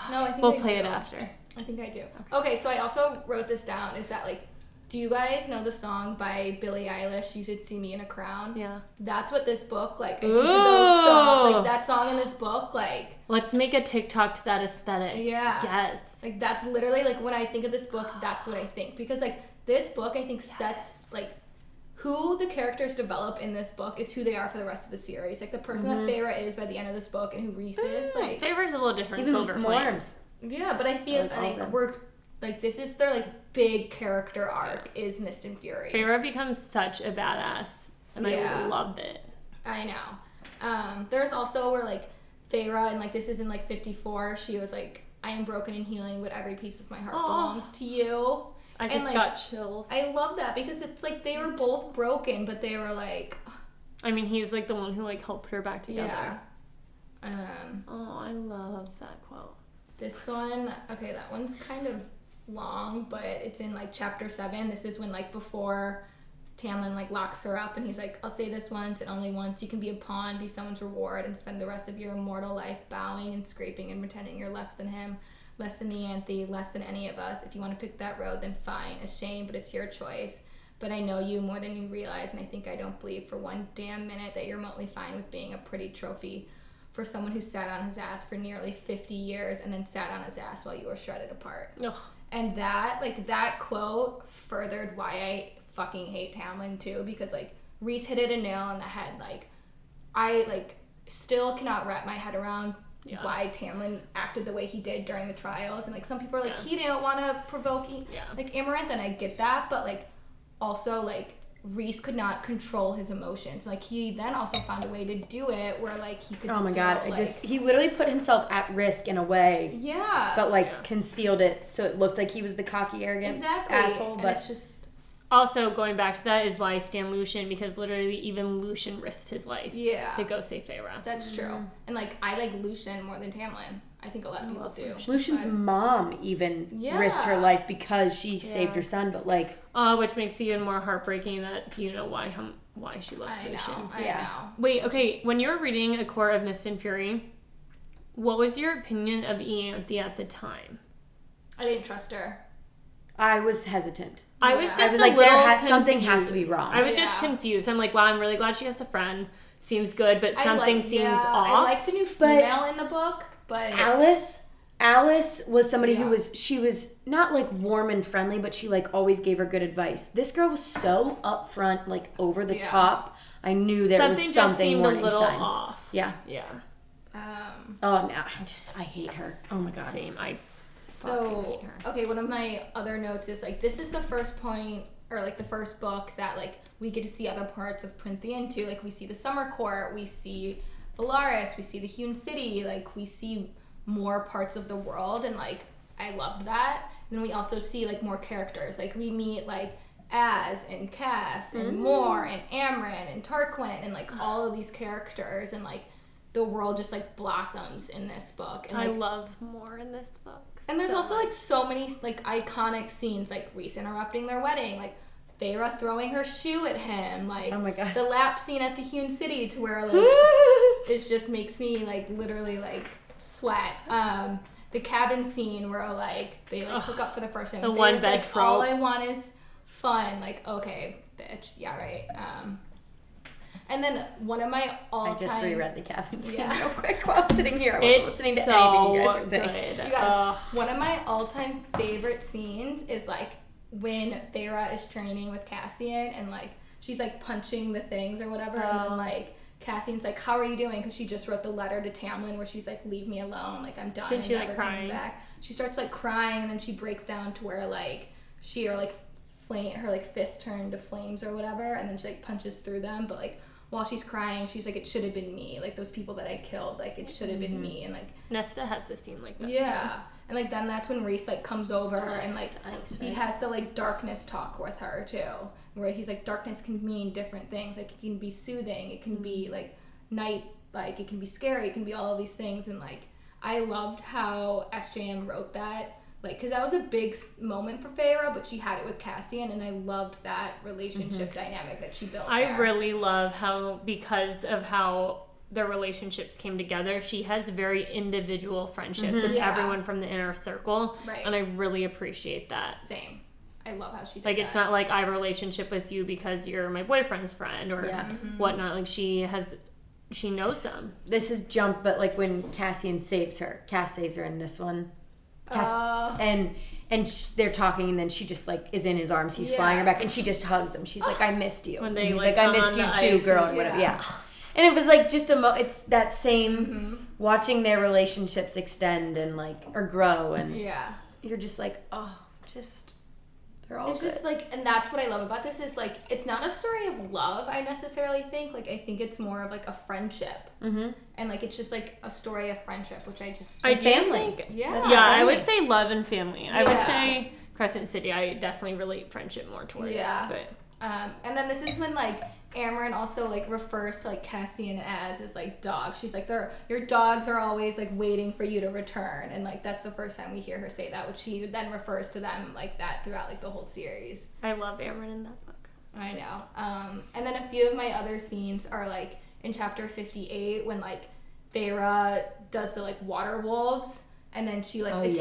Speaker 1: No, I think
Speaker 3: We'll
Speaker 1: I
Speaker 3: play it
Speaker 1: do.
Speaker 3: after.
Speaker 1: I think I do. Okay. so I also wrote this down. Is that like do you guys know the song by Billie Eilish, You Should See Me in a Crown?
Speaker 3: Yeah.
Speaker 1: That's what this book like. I think of those song,
Speaker 3: Ooh.
Speaker 1: like that song in this book, like
Speaker 3: Let's make a TikTok to that aesthetic.
Speaker 1: Yeah.
Speaker 3: Yes.
Speaker 1: like that's literally like when I think of this book, that's what I think because like this book I think sets like who the characters develop in this book is who they are for the rest of the series. Like the person that
Speaker 2: Mm-hmm.
Speaker 1: Feyre is by the end of this book and who Reese is, like
Speaker 3: Favor's a little different.
Speaker 2: Even
Speaker 3: Silver
Speaker 2: more.
Speaker 3: Flame.
Speaker 1: yeah. But I feel
Speaker 2: Like
Speaker 1: I
Speaker 2: all of
Speaker 1: think
Speaker 2: them.
Speaker 1: we're like this is their like big character arc is Mist and Fury.
Speaker 3: Feyre becomes such a badass, and I
Speaker 1: Yeah.
Speaker 3: loved it.
Speaker 1: I know. Um, there's also where like Feyre and like this is in like 54. She was like, I am broken and healing, but every piece of my heart
Speaker 3: Aw.
Speaker 1: belongs to you.
Speaker 3: I
Speaker 1: And,
Speaker 3: just
Speaker 1: like,
Speaker 3: got chills.
Speaker 1: I love that because it's like they were both broken, but they were like,
Speaker 3: I mean, he's like the one who like helped her back together.
Speaker 1: yeah. Um,
Speaker 3: Oh, I love that quote.
Speaker 1: this one, okay, that one's kind of long, but it's in like chapter seven. This is when like before Tamlin like locks her up and he's like, I'll say this once and only once. You can be a pawn, be someone's reward, and spend the rest of your immortal life bowing and scraping and pretending you're less than him, less than Neanthe, less than any of us. If you want to pick that road, then fine. A shame, but it's your choice. But I know you more than you realize, and I think I don't believe for one damn minute that you're remotely fine with being a pretty trophy for someone who sat on his ass for nearly 50 years and then sat on his ass while you were shredded apart.
Speaker 3: Ugh.
Speaker 1: And that, like, that quote furthered why I fucking hate Tamlin too, because, like, Reese hit it a nail on the head. Like, I, like, still cannot wrap my head around
Speaker 3: Yeah.
Speaker 1: why Tamlin acted the way he did during the trials. And, like, some people are like, he didn't want to provoke, e-.
Speaker 3: Yeah.
Speaker 1: like, Amaranth, and I get that, but, like, also, like, Reese could not control his emotions. Like, he then also found a way to do it where, like, he could
Speaker 2: Oh my
Speaker 1: still,
Speaker 2: god! I
Speaker 1: like-
Speaker 2: just he literally put himself at risk in a way,
Speaker 1: Yeah.
Speaker 2: but like
Speaker 3: Yeah.
Speaker 2: concealed it so it looked like he was the cocky, arrogant
Speaker 1: exactly.
Speaker 2: asshole.
Speaker 1: And
Speaker 2: But
Speaker 1: it's just
Speaker 3: Also, going back to that is why I stand Lucian because literally even Lucian risked his life
Speaker 1: yeah.
Speaker 3: to go save Feyre.
Speaker 1: That's
Speaker 3: Mm.
Speaker 1: true. And like I like Lucian more than Tamlin. I think a lot of people
Speaker 3: love
Speaker 1: do.
Speaker 2: Lucian's
Speaker 1: But-
Speaker 2: mom even
Speaker 1: Yeah.
Speaker 2: risked her life because she saved
Speaker 3: Yeah.
Speaker 2: her son. But like,
Speaker 3: Uh, which makes it even more heartbreaking that you know why hum- why she loves
Speaker 1: I
Speaker 3: Lucian.
Speaker 1: know. I
Speaker 2: Yeah.
Speaker 1: know.
Speaker 3: Wait, okay. When you were reading A Court of Mist and Fury, what was your opinion of Eanthe at the time?
Speaker 1: I didn't trust her.
Speaker 2: I was hesitant.
Speaker 3: I was
Speaker 1: Yeah.
Speaker 3: just
Speaker 1: I
Speaker 2: was
Speaker 3: a
Speaker 2: like, there
Speaker 3: little
Speaker 2: has- something has to be
Speaker 3: confused.
Speaker 2: wrong.
Speaker 3: I was just
Speaker 1: Yeah.
Speaker 3: confused. I'm like, wow, I'm really glad she has a friend. Seems good, but
Speaker 1: I
Speaker 3: something
Speaker 1: like-
Speaker 3: seems
Speaker 1: yeah, I
Speaker 3: off.
Speaker 1: liked a new female in the book, but
Speaker 2: Alice. Alice was somebody
Speaker 1: Yeah.
Speaker 2: who was she was not like warm and friendly, but she like always gave her good advice. This girl was so upfront, like over the
Speaker 1: Yeah.
Speaker 2: top. I knew there
Speaker 3: something
Speaker 2: was
Speaker 3: just
Speaker 2: something
Speaker 3: seemed a
Speaker 2: warning
Speaker 3: little
Speaker 2: signs.
Speaker 3: off.
Speaker 2: Yeah.
Speaker 3: Yeah.
Speaker 1: um
Speaker 2: Oh no, I just I hate her. Oh my god.
Speaker 3: Same. I
Speaker 1: so
Speaker 3: hate her.
Speaker 1: okay, one of my other notes is like this is the first point or like the first book that like we get to see other parts of Printhean too. Like we see the summer court, we see Valaris, we see the Hewn City, like we see more parts of the world and like I loved that. And then we also see like more characters. Like we meet like Az and Cass
Speaker 3: Mm-hmm.
Speaker 1: and Moore and Amran and Tarquin and like all of these characters and like the world just like blossoms in this book. And
Speaker 3: I
Speaker 1: like
Speaker 3: love more in this book.
Speaker 1: and there's
Speaker 3: so
Speaker 1: also like so many like iconic scenes, like Reese interrupting their wedding, like Feyre throwing her shoe at him, like
Speaker 2: Oh my God.
Speaker 1: the lap scene at the Hewn City, to where like it just makes me like literally like sweat. Um, the cabin scene where like they like hook up for the first time.
Speaker 3: the
Speaker 1: Feyre's
Speaker 3: one bed
Speaker 1: like, All
Speaker 3: trope.
Speaker 1: I want is fun. Like okay, bitch, yeah right. Um, And then one of my all
Speaker 2: I just
Speaker 1: time
Speaker 2: reread the cabin scene
Speaker 1: Yeah.
Speaker 2: real quick while sitting here. I wasn't
Speaker 3: It's
Speaker 2: listening to
Speaker 3: so
Speaker 2: anything you guys were saying.
Speaker 3: good.
Speaker 1: You guys,
Speaker 3: Ugh.
Speaker 1: one of my all-time favorite scenes is like when Feyre is training with Cassian and like she's like punching the things or whatever, and
Speaker 3: Oh.
Speaker 1: then like Cassian's like, "How are you doing?" Because she just wrote the letter to Tamlin where she's like, "Leave me alone, like I'm done."
Speaker 3: Isn't
Speaker 1: I'm
Speaker 3: she, like,
Speaker 1: never coming
Speaker 3: crying?
Speaker 1: Back. She starts like crying, and then she breaks down to where like she or like flame her like fist turned to flames or whatever, and then she like punches through them, but like. While she's crying, she's like, "It should have been me. Like those people that I killed. Like it should have
Speaker 3: Mm-hmm.
Speaker 1: been me." And like
Speaker 3: Nesta has to seem like that. too.
Speaker 1: yeah. And like then that's when Reese like comes over and like
Speaker 2: Ice,
Speaker 1: he
Speaker 2: right?
Speaker 1: has the like darkness talk with her too. Where he's like darkness can mean different things. Like it can be soothing, it can be
Speaker 3: Mm-hmm.
Speaker 1: like night like it can be scary, it can be all of these things and like I loved how SJM wrote that. Like, cause that was a big s- moment for Feyre, but she had it with Cassian, and I loved that relationship dynamic that she built.
Speaker 3: Mm-hmm. I
Speaker 1: there.
Speaker 3: really love how because of how their relationships came together, she has very individual friendships with
Speaker 1: Yeah.
Speaker 3: everyone from the inner circle,
Speaker 1: Right.
Speaker 3: and I really appreciate that.
Speaker 1: same. I love how she did
Speaker 3: Like
Speaker 1: that.
Speaker 3: it's not like I have a relationship with you because you're my boyfriend's friend or
Speaker 2: Yeah.
Speaker 3: whatnot. Like she has, she knows them.
Speaker 2: This is jump, but like when Cassian saves her, Cass saves her in this one. Cass,
Speaker 1: Oh.
Speaker 2: and and sh- they're talking, and then she just like is in his arms. He's flying her
Speaker 1: Yeah.
Speaker 2: back, and she just hugs him. She's like, "I missed you."
Speaker 3: When
Speaker 2: And
Speaker 3: they,
Speaker 2: he's
Speaker 3: like,
Speaker 2: "I
Speaker 3: on
Speaker 2: missed
Speaker 3: the
Speaker 2: you
Speaker 3: ice
Speaker 2: too,
Speaker 3: and-
Speaker 2: girl," and whatever.
Speaker 1: Yeah. Mm-hmm.
Speaker 2: Yeah. And it was like just a mo. It's that same watching their relationships extend and like or grow, and
Speaker 1: yeah.
Speaker 2: you're just like, oh, just they're all
Speaker 1: it's
Speaker 2: good.
Speaker 1: just like and that's what i love about this is like it's not a story of love i necessarily think like i think it's more of like a friendship mm-hmm. and like it's just like a story of friendship which i just
Speaker 3: I do
Speaker 2: family.
Speaker 3: think-
Speaker 1: Yeah.
Speaker 2: That's
Speaker 1: Oh,
Speaker 3: yeah,
Speaker 2: our
Speaker 3: I would
Speaker 2: family.
Speaker 3: say love and family. I
Speaker 1: Yeah.
Speaker 3: would say Crescent City. I definitely relate friendship more towards.
Speaker 1: Yeah.
Speaker 3: but
Speaker 1: um and then this is when like Amarin also like refers to like Cassian as is like dog. She's like they're your dogs are always like waiting for you to return and like that's the first time we hear her say that, which she then refers to them like that throughout like the whole series.
Speaker 3: I love Amron in that book.
Speaker 1: I know. Um, and then a few of my other scenes are like in chapter 58 when like Feyre does the like water wolves and then she like
Speaker 2: Oh,
Speaker 1: attacks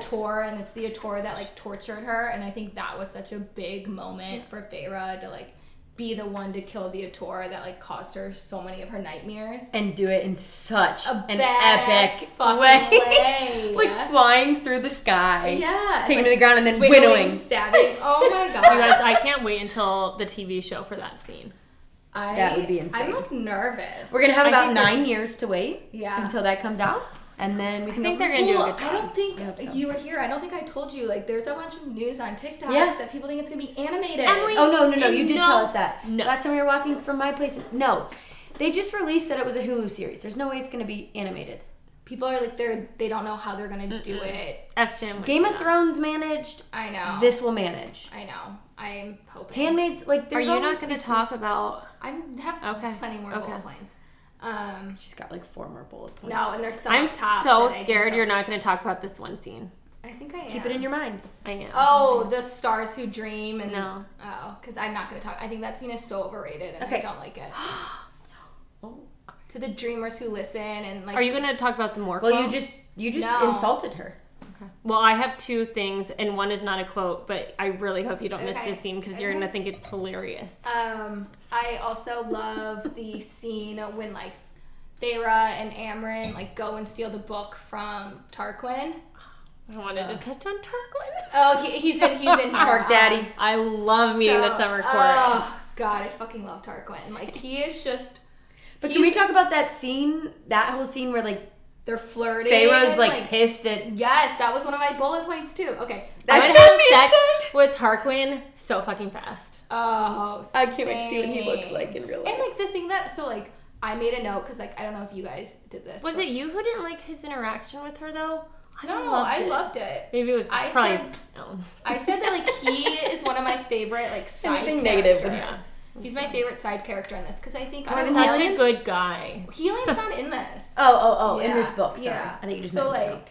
Speaker 2: yes.
Speaker 1: the Ator and it's the Ator that like tortured her and I think that was such a big moment for Feyre to like be the one to kill the Ator that like caused her so many of her nightmares.
Speaker 2: and do it in such
Speaker 1: A
Speaker 2: an
Speaker 1: badass
Speaker 2: epic
Speaker 1: fucking way.
Speaker 2: like flying through the sky,
Speaker 1: Yeah.
Speaker 2: taking
Speaker 1: like,
Speaker 2: to the ground, and then
Speaker 1: wiggling,
Speaker 2: winnowing.
Speaker 1: stabbing. Oh my god.
Speaker 3: You guys, I can't wait until the TV show for that scene.
Speaker 1: I,
Speaker 2: That would be
Speaker 1: I'm
Speaker 2: insane.
Speaker 1: like nervous.
Speaker 2: We're gonna have
Speaker 3: I
Speaker 2: about
Speaker 3: think they're-
Speaker 2: nine years to wait
Speaker 1: Yeah.
Speaker 2: until that comes out, and then we can.
Speaker 3: think
Speaker 2: go
Speaker 3: they're
Speaker 2: from-
Speaker 3: gonna do a
Speaker 1: Well,
Speaker 3: good
Speaker 1: I don't think
Speaker 2: I hope so.
Speaker 1: you were here. I don't think I told you. Like, there's a bunch of news on TikTok
Speaker 2: Yeah.
Speaker 1: that people think it's gonna be animated.
Speaker 3: Emily-
Speaker 2: Oh no, no, no! You did
Speaker 3: No.
Speaker 2: tell us that
Speaker 3: No.
Speaker 2: last time we were walking from my place. No, they just released that it was a Hulu series. There's no way it's gonna be animated.
Speaker 1: people are like, they're they don't know how they're gonna do it.
Speaker 3: SJM. went
Speaker 2: Game
Speaker 3: to
Speaker 2: of
Speaker 3: that.
Speaker 2: Thrones managed.
Speaker 1: I know.
Speaker 2: This will manage.
Speaker 1: I know. I'm hoping.
Speaker 2: Handmaids, like
Speaker 3: Are
Speaker 2: there's
Speaker 3: you
Speaker 2: always-
Speaker 3: not going to talk about?
Speaker 1: I have
Speaker 3: Okay.
Speaker 1: plenty more bullet
Speaker 3: Okay.
Speaker 1: points. Um,
Speaker 2: She's got like four more bullet points.
Speaker 1: no, and there's some
Speaker 3: I'm
Speaker 1: up top
Speaker 3: so
Speaker 1: that I
Speaker 3: scared
Speaker 1: didn't
Speaker 3: you're
Speaker 1: go-
Speaker 3: not going to talk about this one scene.
Speaker 1: I think I am.
Speaker 2: keep it in your mind.
Speaker 3: I am.
Speaker 1: Oh, the stars who dream and
Speaker 3: No.
Speaker 1: Oh, because I'm not gonna talk. I think that scene is so overrated, and I
Speaker 2: Okay.
Speaker 1: don't like it.
Speaker 2: Oh.
Speaker 1: to the dreamers who listen and like.
Speaker 3: Are you going to talk about the Morclo?
Speaker 2: Well, you just you just
Speaker 1: No.
Speaker 2: insulted her.
Speaker 3: Well, I have two things, and one is not a quote, but I really hope you don't miss
Speaker 1: Okay.
Speaker 3: this scene because you're
Speaker 1: Okay.
Speaker 3: going to think it's hilarious.
Speaker 1: Um, I also love the scene when like Thera and Amryn like go and steal the book from Tarquin.
Speaker 3: I wanted to touch on Tarquin.
Speaker 1: Oh, he, he's in. He's in. here. Ah,
Speaker 2: Park Daddy.
Speaker 3: I love meeting the
Speaker 1: So-
Speaker 3: summer court.
Speaker 1: Oh God, I fucking love Tarquin. Like he is just.
Speaker 2: But can we talk about that scene? That whole scene where like
Speaker 1: They're flirting.
Speaker 2: Pharaoh's like, pissed at.
Speaker 1: yes, that was one of my bullet points too. Okay.
Speaker 3: I
Speaker 2: That
Speaker 3: would
Speaker 2: could
Speaker 3: have
Speaker 2: be
Speaker 3: sex
Speaker 2: insane.
Speaker 3: with Tarquin so fucking fast.
Speaker 1: Oh,
Speaker 2: I can't wait to see what he looks
Speaker 1: same.
Speaker 2: like in real life.
Speaker 1: And like the thing that so like I made a note because like I don't know if you guys did this.
Speaker 3: Was
Speaker 1: but-
Speaker 3: it you who didn't like his interaction with her though? I
Speaker 1: No,
Speaker 3: loved
Speaker 1: I
Speaker 3: it.
Speaker 1: loved it.
Speaker 3: Maybe it was
Speaker 1: I
Speaker 3: probably
Speaker 1: said-
Speaker 3: Ellen.
Speaker 1: I said that like he is one of my favorite like side
Speaker 2: Anything
Speaker 1: characters.
Speaker 2: negative would be-
Speaker 1: He's my favorite side character in this because I think
Speaker 2: More
Speaker 1: I
Speaker 2: than
Speaker 1: love
Speaker 3: such
Speaker 2: Helion?
Speaker 3: a good guy.
Speaker 1: Helian's not in this.
Speaker 2: Oh, oh, oh! In
Speaker 1: Yeah,
Speaker 2: this book, sorry.
Speaker 1: yeah.
Speaker 2: I think you just
Speaker 1: so
Speaker 2: meant-
Speaker 1: like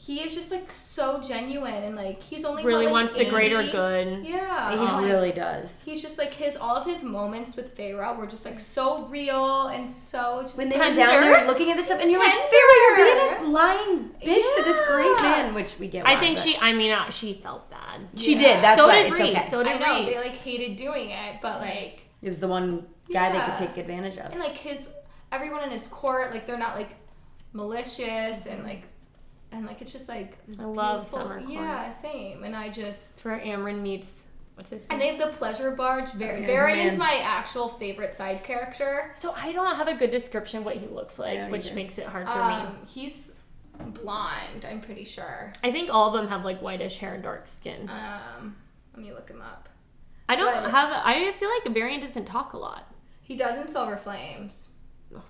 Speaker 1: he is just like so genuine and like he's only what,
Speaker 3: Really
Speaker 1: like,
Speaker 3: wants the greater
Speaker 1: 80?
Speaker 3: good.
Speaker 1: Yeah,
Speaker 2: he
Speaker 1: like,
Speaker 2: really does.
Speaker 1: He's just like his all of his moments with Feyre were just like so real and so just
Speaker 2: When they
Speaker 1: like,
Speaker 2: were down
Speaker 3: Tender.
Speaker 2: there looking at this stuff, and you're like,
Speaker 1: Tender.
Speaker 2: Pharaoh, you're being a lying bitch to this great
Speaker 1: Yeah.
Speaker 2: man, which we get.
Speaker 3: I
Speaker 2: why,
Speaker 3: think
Speaker 2: but-
Speaker 3: she. I mean, uh, she felt bad.
Speaker 2: She
Speaker 1: Yeah.
Speaker 2: did. That's
Speaker 3: so
Speaker 2: why
Speaker 3: did
Speaker 2: it's
Speaker 3: Reese.
Speaker 2: okay.
Speaker 3: So did
Speaker 1: I know
Speaker 3: Reese.
Speaker 1: they like hated doing it, but like
Speaker 2: It was the one guy they
Speaker 1: Yeah.
Speaker 2: could take advantage of.
Speaker 1: and like his everyone in his court like they're not like malicious and like and like it's just like this
Speaker 3: I love
Speaker 1: beautiful-
Speaker 3: summer court.
Speaker 1: yeah same and i just
Speaker 3: It's where Amryn meets what's his
Speaker 1: and
Speaker 3: name.
Speaker 1: they have the pleasure barge Var-
Speaker 2: Okay,
Speaker 1: varian's
Speaker 2: man.
Speaker 1: my actual favorite side character
Speaker 3: so I don't have a good description of what he looks
Speaker 2: I
Speaker 3: like,
Speaker 2: don't
Speaker 3: which
Speaker 2: either.
Speaker 3: makes it hard for me.
Speaker 1: um he's blonde i'm pretty sure
Speaker 3: I think all of them have like whitish hair and dark skin.
Speaker 1: um let me look him up
Speaker 3: I don't
Speaker 1: but-
Speaker 3: have. I feel like Varian doesn't talk a lot.
Speaker 1: he does in silver flames
Speaker 3: Oh.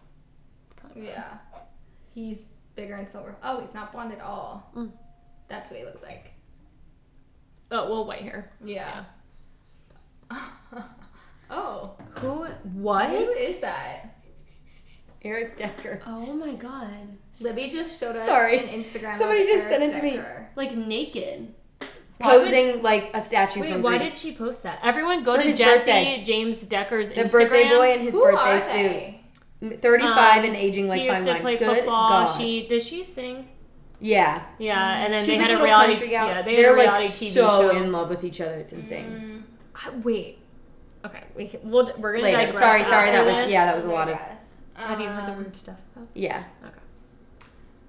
Speaker 1: yeah he's bigger in silver oh he's not blonde at all
Speaker 3: Mm.
Speaker 1: that's what he looks like
Speaker 3: Oh well, white hair.
Speaker 1: Yeah. oh,
Speaker 2: who? What?
Speaker 1: who is that?
Speaker 2: Eric Decker.
Speaker 3: Oh my god.
Speaker 1: Libby just showed us
Speaker 2: Sorry.
Speaker 1: an Instagram. of
Speaker 2: Somebody just
Speaker 1: Eric
Speaker 2: sent it to me.
Speaker 1: Decker.
Speaker 3: Like naked. Why would-
Speaker 2: Posing like a statue
Speaker 3: Wait,
Speaker 2: from
Speaker 3: why
Speaker 2: Greece.
Speaker 3: did she post that? Everyone go
Speaker 2: For
Speaker 3: to
Speaker 2: his
Speaker 3: Jesse
Speaker 2: birthday.
Speaker 3: James Decker's
Speaker 2: the
Speaker 3: Instagram.
Speaker 2: birthday boy in his
Speaker 1: Who
Speaker 2: birthday
Speaker 1: are
Speaker 2: suit.
Speaker 1: they?
Speaker 2: M- 35
Speaker 3: Um,
Speaker 2: and aging like
Speaker 3: he used
Speaker 2: fine
Speaker 3: to
Speaker 2: wine.
Speaker 3: play
Speaker 2: Good
Speaker 3: football.
Speaker 2: God.
Speaker 3: She did she sing?
Speaker 2: yeah.
Speaker 3: Yeah, and then
Speaker 2: She's
Speaker 3: they
Speaker 2: like
Speaker 3: had
Speaker 2: a
Speaker 3: a
Speaker 2: little
Speaker 3: reality.
Speaker 2: country gal.
Speaker 3: Yeah, they had
Speaker 2: They're
Speaker 3: a reality
Speaker 2: like
Speaker 3: TV
Speaker 2: so
Speaker 3: show. Mm,
Speaker 2: in love with each other. It's insane.
Speaker 1: Mm,
Speaker 3: I- Wait. Okay, we can, we'll, we're gonna
Speaker 2: Later.
Speaker 3: digress
Speaker 2: Sorry, sorry.
Speaker 3: after
Speaker 2: That was
Speaker 3: this.
Speaker 2: yeah. That was a lot of
Speaker 1: Yes.
Speaker 3: Have you heard the
Speaker 1: Um,
Speaker 3: weird stuff? about-
Speaker 2: yeah.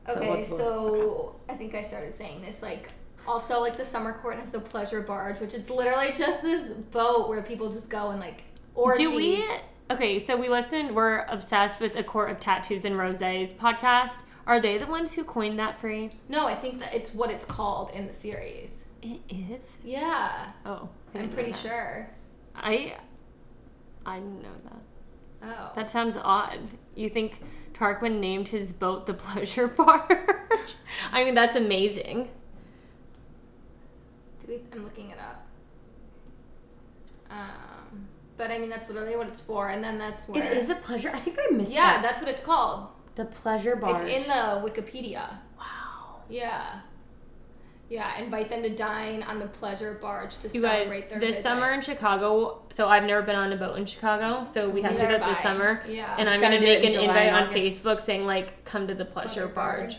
Speaker 1: Okay,
Speaker 2: what's the-
Speaker 1: so I think I started saying this like. Also, like the summer court has the pleasure barge, which it's literally just this boat where people just go and like orgies.
Speaker 3: Do we? Okay, so we listen. We're obsessed with a court of tattoos and roses podcast. Are they the ones who coined that phrase?
Speaker 1: No, I think that it's what it's called in the series.
Speaker 3: It is.
Speaker 1: Yeah,
Speaker 3: Oh, I
Speaker 1: I'm
Speaker 3: didn't know
Speaker 1: pretty
Speaker 3: that.
Speaker 1: sure.
Speaker 3: I, I didn't know that.
Speaker 1: Oh,
Speaker 3: That sounds odd. You think Tarquin named his boat the Pleasure Barge? I mean, that's amazing.
Speaker 1: Do we, I'm looking it up. Um, but I mean, that's literally what it's for, and then that's where.
Speaker 2: It is a pleasure. I think I missed
Speaker 1: yeah,
Speaker 2: that.
Speaker 1: that's what it's called.
Speaker 2: the pleasure barge.
Speaker 1: It's in the Wikipedia.
Speaker 3: Wow.
Speaker 1: Yeah. Yeah, invite them to dine on the pleasure barge to
Speaker 3: You guys,
Speaker 1: celebrate their
Speaker 3: this
Speaker 1: visit.
Speaker 3: summer in Chicago. So I've never been on a boat in Chicago. So we have to do that this
Speaker 1: Thereby.
Speaker 3: summer.
Speaker 1: Yeah.
Speaker 3: And
Speaker 2: Just
Speaker 3: I'm
Speaker 2: gotta do
Speaker 3: gonna
Speaker 2: it
Speaker 3: make
Speaker 2: in
Speaker 3: an
Speaker 2: July
Speaker 3: invite
Speaker 2: and
Speaker 3: on
Speaker 2: August.
Speaker 3: Facebook saying like, "Come to the Pleasure, Barge."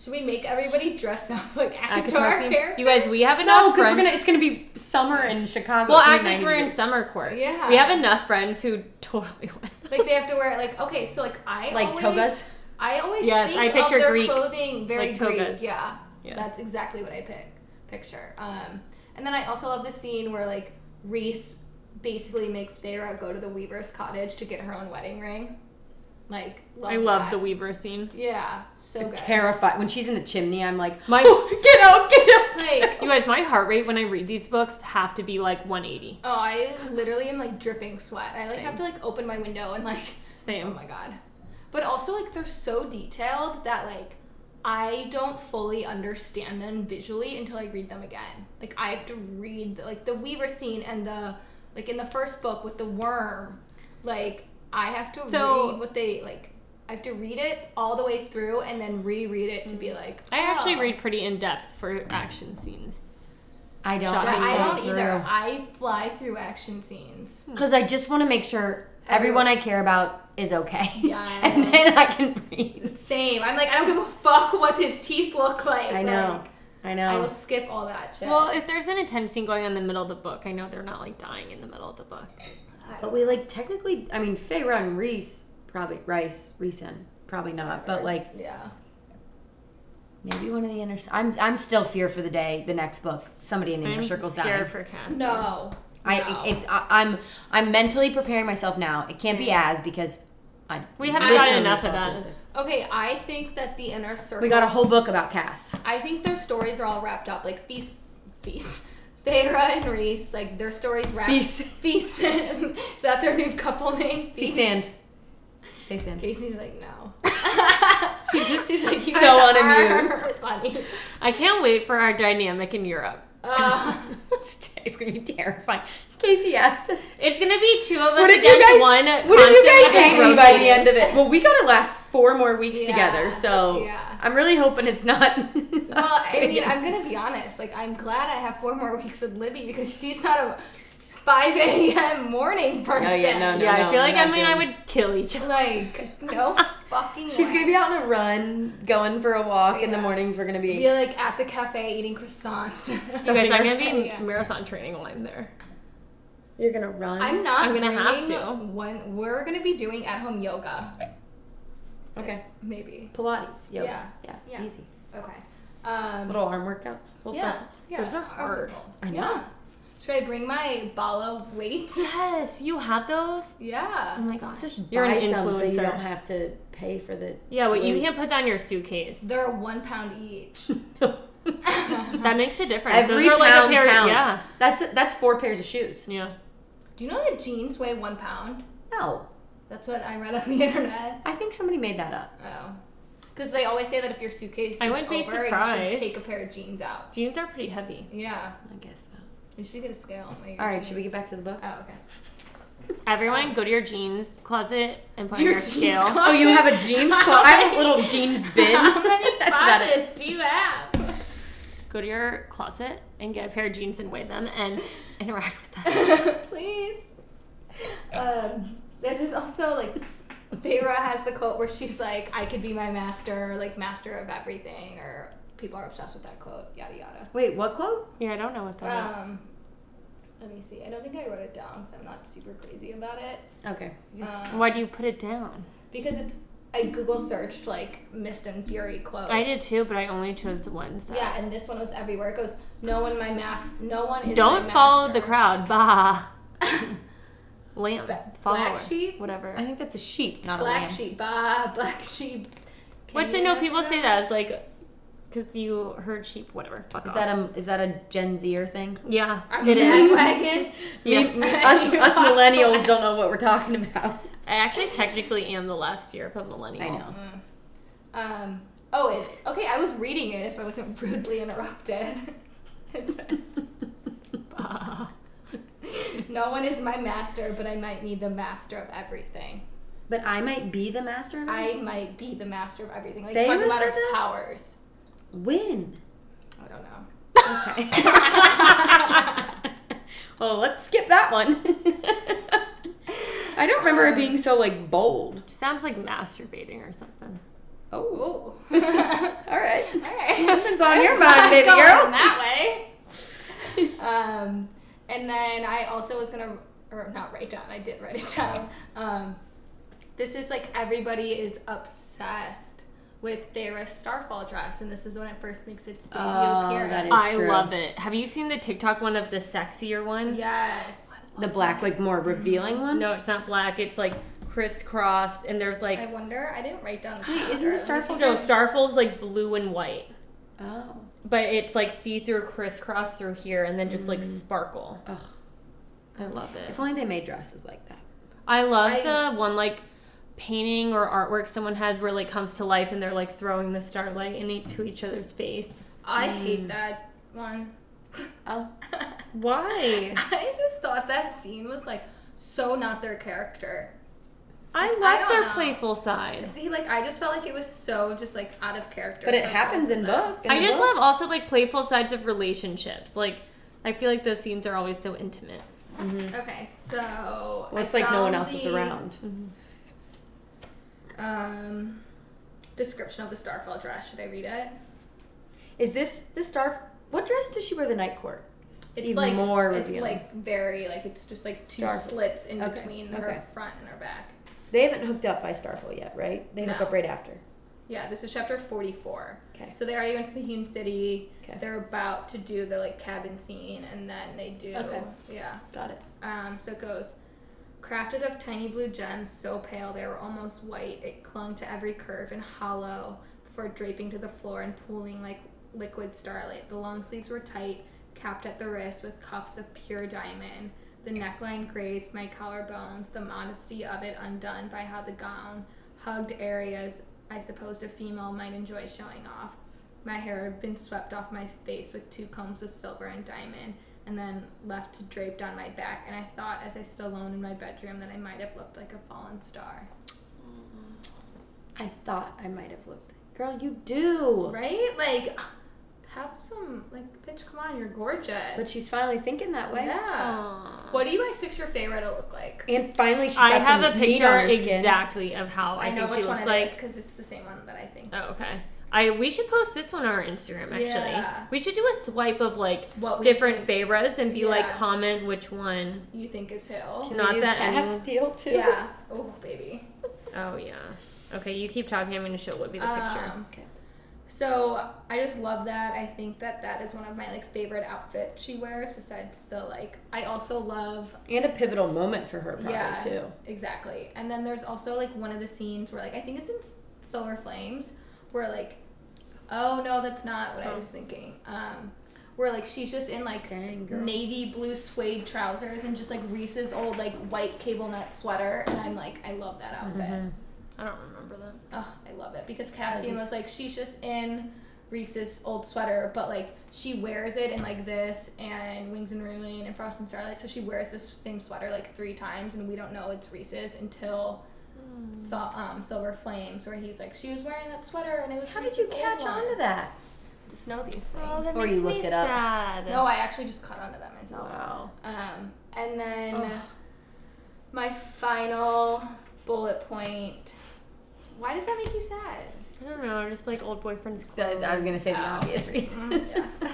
Speaker 1: Should we make everybody dress up like Akatar
Speaker 3: Akatar theme.
Speaker 1: characters?
Speaker 3: You guys, we have
Speaker 2: no,
Speaker 3: enough
Speaker 2: because we're
Speaker 3: friends.
Speaker 2: gonna. It's gonna be summer in Chicago.
Speaker 3: Well,
Speaker 2: It's gonna
Speaker 3: act
Speaker 2: be
Speaker 3: like
Speaker 2: 90
Speaker 3: we're in
Speaker 2: degrees.
Speaker 3: summer court.
Speaker 1: Yeah.
Speaker 3: We have enough friends who totally went.
Speaker 1: like they have to wear like okay, so like I
Speaker 2: like
Speaker 1: always,
Speaker 2: togas.
Speaker 1: I always
Speaker 3: Yes,
Speaker 1: think
Speaker 3: I picture
Speaker 1: of their
Speaker 3: Greek,
Speaker 1: clothing very
Speaker 3: like
Speaker 1: Greek.
Speaker 3: togas.
Speaker 1: Yeah,
Speaker 3: Yeah.
Speaker 1: that's exactly what I pick picture. Um, and then I also love the scene where like Reese basically makes Feyre go to the Weaver's cottage to get her own wedding ring. Like love
Speaker 3: I love
Speaker 1: that.
Speaker 3: the Weaver scene.
Speaker 1: yeah so good.
Speaker 2: Terrified when she's in the chimney. I'm like,
Speaker 3: My-
Speaker 2: "Oh, get out, get out.
Speaker 1: like
Speaker 3: You guys, my heart rate when I read these books have to be like 180.
Speaker 1: oh I literally am like dripping sweat. I like have to like open my window and like oh
Speaker 3: Same.
Speaker 1: my god. But also like they're so detailed that like I don't fully understand them visually until I read them again. Like I have to read like the Weaver scene and the like in the first book with the worm. Like I have to
Speaker 3: So-
Speaker 1: read what they like. I have to read it all the way through and then reread it to be like.
Speaker 3: Mm. I actually
Speaker 1: oh.
Speaker 3: read pretty in depth for action scenes.
Speaker 2: I don't.
Speaker 3: Shocking.
Speaker 1: But I
Speaker 3: all
Speaker 1: don't either. I fly through action scenes.
Speaker 2: Because I just want to make sure everyone I care about is okay.
Speaker 1: Yes.
Speaker 2: and then I can breathe.
Speaker 1: Same. I'm like I don't give a fuck what his teeth look like.
Speaker 2: I know.
Speaker 1: Like,
Speaker 2: I
Speaker 1: I will
Speaker 2: know.
Speaker 1: skip all that shit.
Speaker 3: Well, if there's an intense scene going on in the middle of the book, I know they're not like dying in the middle of the book.
Speaker 2: But we like technically. I mean, Fey Run Reese probably Rice Reese and probably not. But like
Speaker 1: yeah.
Speaker 2: maybe one of the inner. I'm I'm still fear for the day. The next book, somebody in the
Speaker 3: I'm
Speaker 2: inner circle's
Speaker 3: scared
Speaker 2: dying.
Speaker 3: for Cass.
Speaker 1: No. No.
Speaker 2: I it's I, I'm I'm mentally preparing myself now. It can't be as because I
Speaker 3: We haven't
Speaker 2: literally
Speaker 3: gotten enough of
Speaker 2: felt
Speaker 3: that.
Speaker 2: this way.
Speaker 1: Okay, I think that the inner circle.
Speaker 2: We got a whole book about Cass.
Speaker 1: I think their stories are all wrapped up. Like feast, feast. Feyre and Reese, like their stories wrapped.
Speaker 2: Feast.
Speaker 1: Feast. Is that their new couple name?
Speaker 2: Face and face and
Speaker 1: Casey's like no. She's like you
Speaker 2: So
Speaker 1: guys
Speaker 2: unamused.
Speaker 1: Are funny.
Speaker 3: I can't wait for our dynamic in Europe.
Speaker 1: Uh,
Speaker 2: it's gonna be terrifying. Casey asked us.
Speaker 3: It's gonna be two of us
Speaker 2: What if you
Speaker 3: against
Speaker 2: guys?
Speaker 3: one.
Speaker 2: what if you guys
Speaker 3: constant
Speaker 2: hang me by the
Speaker 3: rotating.
Speaker 2: end of it? Well, we gotta last four more weeks
Speaker 1: Yeah,
Speaker 2: together, so
Speaker 1: yeah.
Speaker 2: I'm really hoping it's not.
Speaker 1: Well, I mean, I'm gonna be honest. Like, I'm glad I have four more weeks with Libby because she's not a 5 a.m. morning person.
Speaker 2: Oh yeah, no, no. no,
Speaker 3: Yeah, I feel
Speaker 2: we're
Speaker 3: like
Speaker 2: not
Speaker 3: I mean
Speaker 2: doing-
Speaker 3: I would kill each other.
Speaker 1: Like, no fucking.
Speaker 2: She's
Speaker 1: way.
Speaker 2: gonna be out on a run, going for a walk in the
Speaker 1: Yeah.
Speaker 2: mornings. We're gonna
Speaker 1: be like at the cafe eating croissants.
Speaker 3: You guys, I'm gonna
Speaker 2: Stuffing
Speaker 3: be
Speaker 1: our-
Speaker 3: marathon training while I'm there.
Speaker 2: You're gonna run.
Speaker 1: I'm not.
Speaker 3: I'm gonna have
Speaker 1: bringing
Speaker 3: to.
Speaker 1: One, we're gonna be doing at home yoga.
Speaker 2: okay.
Speaker 1: Maybe.
Speaker 2: Pilates. Yoga. Yeah.
Speaker 1: Yeah.
Speaker 2: Yeah.
Speaker 1: Yeah.
Speaker 2: Easy.
Speaker 1: Okay. Um,
Speaker 2: Little arm workouts. Little
Speaker 1: yeah,
Speaker 2: circles.
Speaker 1: yeah.
Speaker 2: Those are
Speaker 1: arm
Speaker 2: hard.
Speaker 1: circles.
Speaker 2: I know.
Speaker 1: Yeah. Should I bring my Bala weight?
Speaker 3: Yes, you have those.
Speaker 1: Yeah.
Speaker 3: Oh my gosh,
Speaker 2: Just
Speaker 3: you're
Speaker 2: buy
Speaker 3: an
Speaker 2: some so you
Speaker 3: influencer.
Speaker 2: don't have to pay for the.
Speaker 3: yeah, but you
Speaker 2: weight.
Speaker 3: can't put that in your suitcase.
Speaker 1: They're one pound each.
Speaker 3: That makes a difference.
Speaker 2: Every
Speaker 3: Those are
Speaker 2: pound
Speaker 3: like a pair,
Speaker 2: counts.
Speaker 3: Yeah,
Speaker 2: That's that's four pairs of shoes.
Speaker 3: yeah.
Speaker 1: Do you know that jeans weigh one pound?
Speaker 2: No,
Speaker 1: That's what I read on the internet.
Speaker 2: I think somebody made that up.
Speaker 1: Oh. Because they always say that if your suitcase is
Speaker 3: I wouldn't be
Speaker 1: over, you should
Speaker 3: surprised.
Speaker 1: take a pair of jeans out.
Speaker 3: Jeans are pretty heavy.
Speaker 1: Yeah.
Speaker 2: I guess so.
Speaker 1: You should get a scale.
Speaker 2: All right, should we get back to the book?
Speaker 1: Oh, okay.
Speaker 3: Everyone, go to your jeans closet and put
Speaker 1: Do
Speaker 3: on
Speaker 1: your
Speaker 3: your
Speaker 1: jeans
Speaker 3: scale.
Speaker 1: closet?
Speaker 2: Oh, you have a jeans closet. I have a little jeans bin.
Speaker 1: How many
Speaker 2: That's about it.
Speaker 1: pockets do you have?
Speaker 3: go to your closet and get a pair of jeans and weigh them and interact with them.
Speaker 1: Please. Um, this is also like Beira has the quote where she's like, I could be my master, like master of everything, or people are obsessed with that quote, yada yada.
Speaker 2: Wait, what quote?
Speaker 3: yeah, I don't know what that is.
Speaker 1: Um, let me see. I don't think I wrote it down because I'm not super crazy about it.
Speaker 2: Okay.
Speaker 1: Um,
Speaker 3: Why do you put it down?
Speaker 1: Because it's, I Google searched like Mist and Fury quotes.
Speaker 3: I did too, but I only chose the ones that.
Speaker 1: Yeah, and this one was everywhere. It goes, no one my mask, no one is
Speaker 3: Don't
Speaker 1: my
Speaker 3: follow the
Speaker 1: master."
Speaker 3: crowd. Bah. Lamb.
Speaker 1: Ba-
Speaker 3: follower.
Speaker 1: black sheep?
Speaker 3: Whatever.
Speaker 2: I think that's a sheep, not a
Speaker 1: Black
Speaker 2: lamb.
Speaker 1: sheep, bah, black sheep. Can
Speaker 3: Which they
Speaker 1: you
Speaker 3: know
Speaker 1: imagine
Speaker 3: people say that as like, because you heard sheep, whatever. Fuck
Speaker 2: Is
Speaker 3: off.
Speaker 2: that a is that a Gen Zer thing?
Speaker 3: yeah,
Speaker 1: I'm
Speaker 3: it
Speaker 1: a
Speaker 3: is.
Speaker 1: bandwagon.
Speaker 3: Yeah.
Speaker 2: Me- me- us, us millennials don't know what we're talking about.
Speaker 3: I actually technically am the last year of a millennial.
Speaker 2: I know.
Speaker 1: Um, oh, it, okay, I was reading it if I wasn't rudely interrupted.
Speaker 3: Bah.
Speaker 1: no one is my master, but I might be the master of everything.
Speaker 2: But I might be the master. of
Speaker 1: I
Speaker 2: it?
Speaker 1: might be the master of everything. Like,
Speaker 2: They
Speaker 1: talking about
Speaker 2: said
Speaker 1: our
Speaker 2: that?
Speaker 1: powers.
Speaker 2: win.
Speaker 1: I don't know.
Speaker 2: Okay. well, let's skip that one. I don't remember it being so like bold.
Speaker 3: Sounds like masturbating or something.
Speaker 2: Oh,
Speaker 1: Ooh. All
Speaker 3: Oh.
Speaker 1: right.
Speaker 2: all right.
Speaker 1: Something's
Speaker 2: on your mind, baby girl.
Speaker 1: That way. Um, and then I also was gonna, or not write down. I did write it down. Um, this is like everybody is obsessed with Feyre's Starfall dress, and this is when it first makes its debut
Speaker 2: Oh,
Speaker 1: appearance.
Speaker 2: that is- It's
Speaker 3: I
Speaker 2: true.
Speaker 3: love it. Have you seen the TikTok one of the sexier one?
Speaker 1: Yes.
Speaker 2: The black, like more revealing one.
Speaker 3: No, it's not black. It's like crisscrossed, and there's like
Speaker 1: I wonder. I didn't write down. The
Speaker 2: Wait, isn't
Speaker 1: chapter.
Speaker 2: the Starfall
Speaker 3: no
Speaker 2: dress?
Speaker 3: Starfall's like blue and white,
Speaker 2: Oh,
Speaker 3: but it's like see through, crisscross through here, and then just like sparkle.
Speaker 2: Ugh.
Speaker 3: I love it.
Speaker 2: If only they made dresses like that.
Speaker 3: I love
Speaker 1: I-
Speaker 3: the one like painting or artwork someone has where it like comes to life and they're like throwing the starlight into each other's face.
Speaker 1: I hate that one.
Speaker 2: Oh,
Speaker 3: Why?
Speaker 1: I just thought that scene was like so not their character.
Speaker 3: I love
Speaker 1: I don't
Speaker 3: their
Speaker 1: know.
Speaker 3: playful side.
Speaker 1: See, like I just felt like it was so just like out of character.
Speaker 2: but it
Speaker 1: for
Speaker 2: happens
Speaker 1: both
Speaker 2: in
Speaker 1: of them.
Speaker 2: book. in
Speaker 3: I
Speaker 2: the
Speaker 3: just
Speaker 2: book.
Speaker 3: love also like playful sides of relationships. Like I feel like those scenes are always so intimate.
Speaker 1: Okay, so
Speaker 2: Mm-hmm. Well,
Speaker 1: I
Speaker 2: it's like no one
Speaker 1: found
Speaker 2: else is
Speaker 1: the,
Speaker 2: around.
Speaker 1: Mm-hmm. Um, description of the Starfall dress. Should I read it?
Speaker 2: Is this the star? What dress does she wear the night court?
Speaker 1: It's
Speaker 2: Even
Speaker 1: like
Speaker 2: more
Speaker 1: It's
Speaker 2: revealing.
Speaker 1: like very like it's just like two
Speaker 2: Starfall.
Speaker 1: slits in
Speaker 2: Okay,
Speaker 1: between
Speaker 2: okay.
Speaker 1: her front and her back.
Speaker 2: They haven't hooked up by Starfall yet, right? They hook
Speaker 1: No.
Speaker 2: up right after.
Speaker 1: Yeah, this is chapter forty-four.
Speaker 2: Okay.
Speaker 1: So they already went to the Hewn City.
Speaker 2: Okay.
Speaker 1: They're about to do the like cabin scene, and then they do.
Speaker 2: Okay.
Speaker 1: Yeah.
Speaker 2: Got it.
Speaker 1: Um, so it goes, crafted of tiny blue gems, so pale they were almost white. It clung to every curve and hollow before draping to the floor and pooling like liquid starlight. The long sleeves were tight, capped at the wrist with cuffs of pure diamond. The neckline grazed my collarbones, the modesty of it undone by how the gown hugged areas I supposed a female might enjoy showing off. My hair had been swept off my face with two combs of silver and diamond, and then left to draped on my back. And I thought, as I stood alone in my bedroom, that I might have looked like a fallen star.
Speaker 2: I thought I might have looked. Girl, you do.
Speaker 1: Right? Like, have some, like, bitch, come on, you're gorgeous.
Speaker 2: But she's finally thinking that way.
Speaker 1: yeah.
Speaker 3: Aw.
Speaker 1: What do you guys picture Feyre to look like?
Speaker 2: And finally, she's
Speaker 3: I
Speaker 2: got
Speaker 3: have
Speaker 2: some
Speaker 3: a
Speaker 2: meat on
Speaker 3: picture
Speaker 2: her skin.
Speaker 3: exactly of how I,
Speaker 1: I, know
Speaker 3: think she
Speaker 1: which one
Speaker 3: looks
Speaker 1: it
Speaker 3: like.
Speaker 1: because it's the same one that I think.
Speaker 3: Oh, okay. I we should post this one on our Instagram actually.
Speaker 1: Yeah.
Speaker 3: We should do a swipe of like
Speaker 1: What we
Speaker 3: different
Speaker 1: think-
Speaker 3: favorites and be like
Speaker 1: Yeah.
Speaker 3: comment which one.
Speaker 1: You think is hill?
Speaker 2: Can
Speaker 3: Not
Speaker 2: we do
Speaker 3: that
Speaker 2: Castile too.
Speaker 1: Yeah. Oh baby.
Speaker 3: Oh yeah. Okay, you keep talking. I'm going to show Libby the picture.
Speaker 1: Um,
Speaker 2: Okay.
Speaker 1: So I just love that. I think that that is one of my like favorite outfits she wears. Besides the like, I also love
Speaker 2: And a pivotal moment for her probably
Speaker 1: Yeah.
Speaker 2: too.
Speaker 1: exactly. And then there's also like one of the scenes where like I think it's in S- Silver Flames where like, oh no, that's not what I
Speaker 3: Oh.
Speaker 1: was thinking. Um, where like she's just in like
Speaker 2: Dang girl.
Speaker 1: navy blue suede trousers and just like Reese's old like white cable nut sweater, and I'm like I love that
Speaker 2: Mm-hmm.
Speaker 1: outfit.
Speaker 3: I don't remember that.
Speaker 1: Oh, I love it because Cassian
Speaker 2: he's-
Speaker 1: was like, she's just in Reese's old sweater, but like she wears it in like this and Wings and Ruin and Frost and Starlight. So she wears this same sweater like three times, and we don't know it's Reese's until
Speaker 2: Hmm.
Speaker 1: saw um, Silver Flames, where he's like, she was wearing that sweater and it was.
Speaker 2: How did
Speaker 1: Reese's
Speaker 2: you catch
Speaker 1: old one."
Speaker 2: on to Oh, that?
Speaker 1: Just know these things.
Speaker 2: that Or you makes me looked it up.
Speaker 3: Sad.
Speaker 1: no, I actually just caught on to that myself.
Speaker 2: Wow.
Speaker 1: Um, and then
Speaker 2: Ugh.
Speaker 1: my final bullet point. Why does that make you sad?
Speaker 3: I don't know. Just like old boyfriend's
Speaker 2: I,
Speaker 3: clothes.
Speaker 2: was gonna say the
Speaker 1: Oh.
Speaker 2: obvious reason.
Speaker 1: Mm,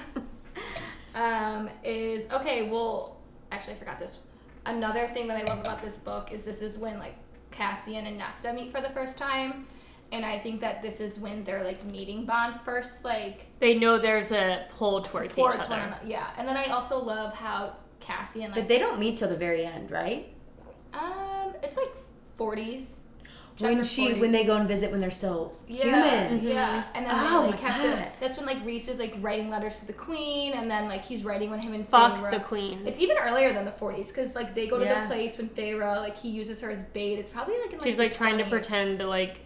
Speaker 1: um, is okay. Well, actually, I forgot this. Another thing that I love about this book is this is when like Cassian and Nesta meet for the first time, and I think that this is when they're like meeting bond first, like
Speaker 3: They know there's a pull towards,
Speaker 1: towards
Speaker 3: each
Speaker 1: one
Speaker 3: other.
Speaker 1: another. Yeah, and then I also love how Cassian like
Speaker 2: But they don't meet till the very end, right?
Speaker 1: um, it's like forties.
Speaker 2: when she when they go and visit when they're still
Speaker 1: Yeah,
Speaker 2: humans.
Speaker 1: yeah, and then
Speaker 2: Oh
Speaker 1: they, like
Speaker 2: my
Speaker 1: have to-
Speaker 2: God.
Speaker 1: that's when like Reese is like writing letters to the queen, and then like he's writing when him and Faye
Speaker 3: Fuck
Speaker 1: were-
Speaker 3: the queen.
Speaker 1: It's even earlier than the 40s because like they go to
Speaker 2: Yeah.
Speaker 1: the place when Feyre like he uses her as bait. It's probably like in, like
Speaker 3: She's
Speaker 1: the
Speaker 3: like trying to
Speaker 1: 20s.
Speaker 3: pretend to like.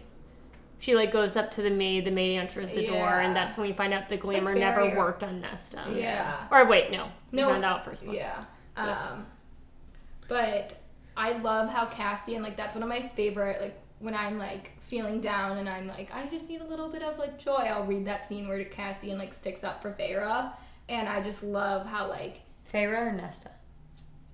Speaker 3: She like goes up to the maid. The maid answers the door,
Speaker 1: Yeah.
Speaker 3: and that's when we find out the glamour
Speaker 1: very-
Speaker 3: never worked on Nesta.
Speaker 1: Yeah.
Speaker 3: Or wait, no. We
Speaker 1: No,
Speaker 3: found out first. One.
Speaker 1: Yeah. Um, but I love how Cassian like that's one of my favorite like when I'm like feeling down and I'm like I just need a little bit of like joy. I'll read that scene where Cassian like sticks up for Feyre, and I just love how like
Speaker 2: Feyre or Nesta?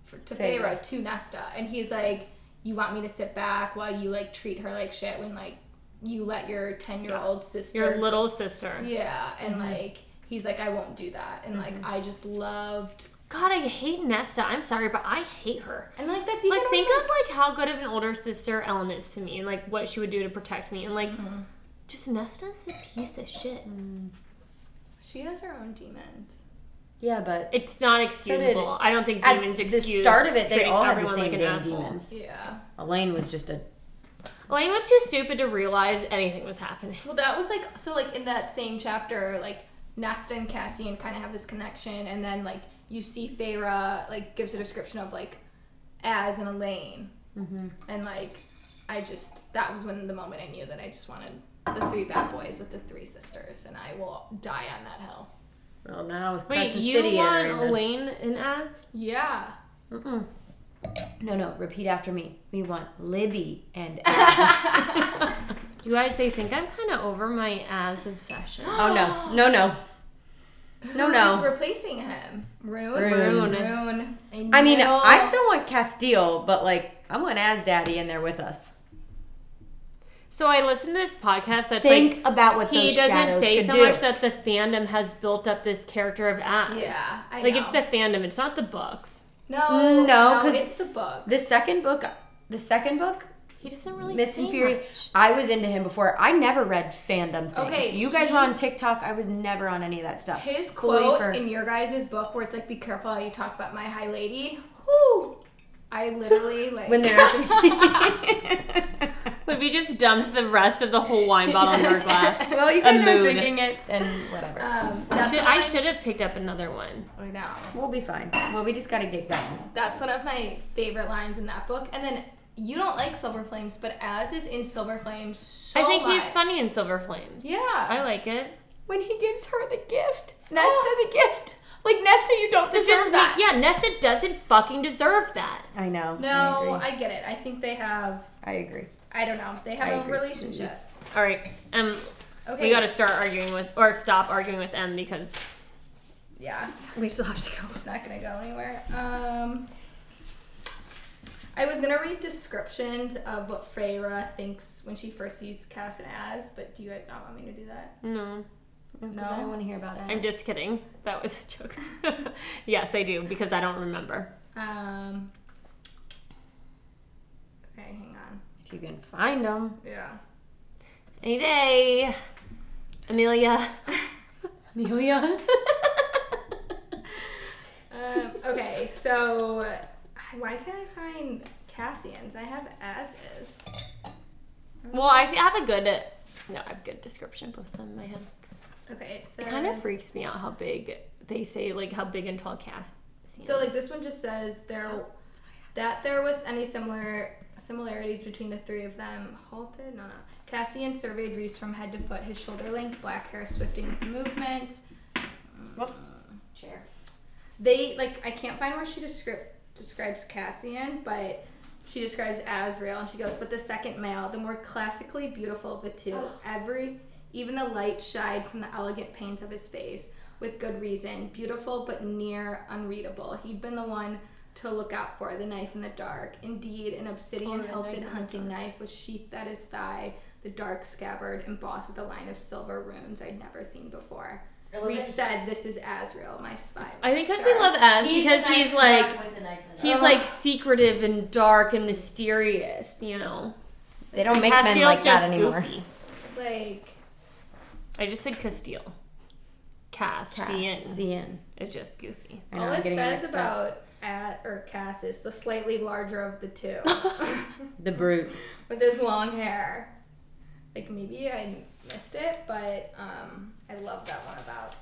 Speaker 1: for, to
Speaker 2: Feyre.
Speaker 1: Feyre to Nesta, and he's like, "You want me to sit back while you like treat her like shit when like you let your ten year old sister
Speaker 3: Your little sister.
Speaker 1: Yeah, and like he's like, I won't do that, and like I just loved,
Speaker 3: God, I hate Nesta. I'm sorry, but I hate her.
Speaker 1: and like that's even when,
Speaker 3: Like, think of like how good of an older sister Ellen is to me, and like what she would do to protect me, and like,
Speaker 2: Mm-hmm.
Speaker 3: just Nesta's a piece of shit.
Speaker 1: she has her own demons.
Speaker 2: Yeah, but
Speaker 3: It's not excusable. I don't think
Speaker 2: at
Speaker 3: demons
Speaker 2: the
Speaker 3: excuse.
Speaker 2: start of it, they
Speaker 3: treating
Speaker 2: all had the
Speaker 3: everyone
Speaker 2: same
Speaker 3: like an
Speaker 2: damn
Speaker 3: asshole.
Speaker 2: demons.
Speaker 1: Yeah.
Speaker 2: Elaine was just a
Speaker 3: Elaine was too stupid to realize anything was happening.
Speaker 1: Well, that was like so like in that same chapter, like Nasta and Cassian kind of have this connection, and then like you see Feyre like gives a description of like as and Elaine, and like I just that was when the moment I knew that I just wanted the three bad boys with the three sisters, and I will die on that hill.
Speaker 2: well now with
Speaker 3: Wait,
Speaker 2: Crescent
Speaker 3: you
Speaker 2: City
Speaker 3: want
Speaker 2: entering the-
Speaker 3: Elaine in as?
Speaker 1: Yeah.
Speaker 2: Mm-mm. No, no, repeat after me. We want Libby and Ash.
Speaker 3: You guys, they think I'm kind of over my as obsession.
Speaker 2: oh no, no, no. No, no.
Speaker 1: Who's replacing him? Rune.
Speaker 2: Rune.
Speaker 1: Rune.
Speaker 2: I mean,
Speaker 1: know.
Speaker 2: I still want Castile, but like I want As Daddy in there with us.
Speaker 3: So I listened to this podcast that's
Speaker 2: Think
Speaker 3: like
Speaker 2: about what
Speaker 3: he
Speaker 2: those
Speaker 3: doesn't
Speaker 2: shadows
Speaker 3: say
Speaker 2: could
Speaker 3: so
Speaker 2: do.
Speaker 3: much that the fandom has built up this character of as.
Speaker 1: Yeah, I
Speaker 3: like
Speaker 1: know.
Speaker 3: it's the fandom, it's not the books.
Speaker 1: no,
Speaker 2: Mm, no, 'cause-
Speaker 1: it's the book.
Speaker 2: the second book, the second book,
Speaker 3: He doesn't really.
Speaker 2: Mist and
Speaker 3: say
Speaker 2: Fury.
Speaker 3: much.
Speaker 2: I was into him before. I never read fandom things.
Speaker 1: Okay,
Speaker 2: you guys
Speaker 1: he-
Speaker 2: were on TikTok. I was never on any of that stuff.
Speaker 1: His
Speaker 2: Fully
Speaker 1: quote
Speaker 2: for-
Speaker 1: in your guys' book where it's like, "Be careful how you talk about my high lady." Whoo! I literally like
Speaker 2: when they're
Speaker 3: Like we just dumped the rest of the whole wine bottle in our glass.
Speaker 2: well, you
Speaker 3: A
Speaker 2: guys are
Speaker 3: moon.
Speaker 2: drinking it and whatever.
Speaker 1: Um,
Speaker 3: I
Speaker 1: that's
Speaker 3: should,
Speaker 1: one of
Speaker 3: I
Speaker 1: my-
Speaker 3: should have picked up another one.
Speaker 1: I know.
Speaker 2: We'll be fine. Well, we just gotta get that one.
Speaker 1: That's one of my favorite lines in that book. And then you don't like Silver Flames, but as is in Silver Flames so
Speaker 3: I think he's
Speaker 1: much.
Speaker 3: funny in Silver Flames.
Speaker 1: Yeah.
Speaker 3: I like it.
Speaker 1: when he gives her the gift, Oh. Nesta the gift. Like Nesta, you don't
Speaker 3: It's
Speaker 1: deserve
Speaker 3: just
Speaker 1: that.
Speaker 3: yeah, Nesta doesn't fucking deserve that.
Speaker 2: I know.
Speaker 1: No,
Speaker 2: I agree.
Speaker 1: I get it. I think they have.
Speaker 2: I agree.
Speaker 1: I don't know. They have
Speaker 2: I
Speaker 1: a
Speaker 2: agree.
Speaker 1: relationship.
Speaker 3: All right, um,
Speaker 1: Okay.
Speaker 3: we gotta start arguing with or stop arguing with M because
Speaker 1: Yeah,
Speaker 3: we still have to go.
Speaker 1: it's not gonna go anywhere. Um. I was gonna read descriptions of what Freyra thinks when she first sees Cass and Az, but do you guys not want me to do that?
Speaker 3: No,
Speaker 2: No, 'cause I
Speaker 1: No.
Speaker 2: want to hear about it.
Speaker 3: I'm just kidding. That was a joke. yes, I do because I don't remember.
Speaker 1: Um. Okay, hang on.
Speaker 2: If you can find them,
Speaker 1: Yeah.
Speaker 3: Any day, Amelia.
Speaker 2: Amelia.
Speaker 1: Um, okay, so why can't I find Cassian's? I have Az's.
Speaker 3: well, I have a good. No, I have a good description of both of them in my head.
Speaker 1: Okay, it says.
Speaker 3: It kind of freaks me out how big they say, like how big and tall Cass. seems.
Speaker 1: So like this one just says there that there was any similar similarities between the three of them. Halted? No, no. Cassian surveyed Reese from head to foot, his shoulder length, black hair swifting the movement.
Speaker 2: Whoops. Chair.
Speaker 1: They like I can't find where she descri- describes Cassian, but she describes Azrael and she goes, "But the second male, the more classically beautiful of the two, every even the light shied from the elegant paint of his face with good reason, beautiful but near unreadable. He'd been the one to look out for, the knife in the dark. Indeed, an obsidian hilted hunting knife was sheathed at his thigh, the dark scabbard embossed with a line of silver runes I'd never seen before." Reese said, "This is Azrael, my spy."
Speaker 3: I think because
Speaker 1: star."
Speaker 3: we love Az because he's like he's
Speaker 1: Ugh.
Speaker 3: like secretive and dark and mysterious. You know,
Speaker 2: They don't make men
Speaker 3: Castiel's
Speaker 2: like that
Speaker 3: just
Speaker 2: anymore.
Speaker 3: goofy.
Speaker 1: like
Speaker 3: I just said Castile. Cassian
Speaker 2: Cassian.
Speaker 3: is just goofy.
Speaker 2: I know,
Speaker 1: all
Speaker 2: I'm
Speaker 1: it
Speaker 2: getting
Speaker 1: says
Speaker 2: mixed up.
Speaker 1: about at or Cass is the slightly larger of the two,
Speaker 2: the brute.
Speaker 1: with his long hair. Like maybe I missed it, but um, I love that one about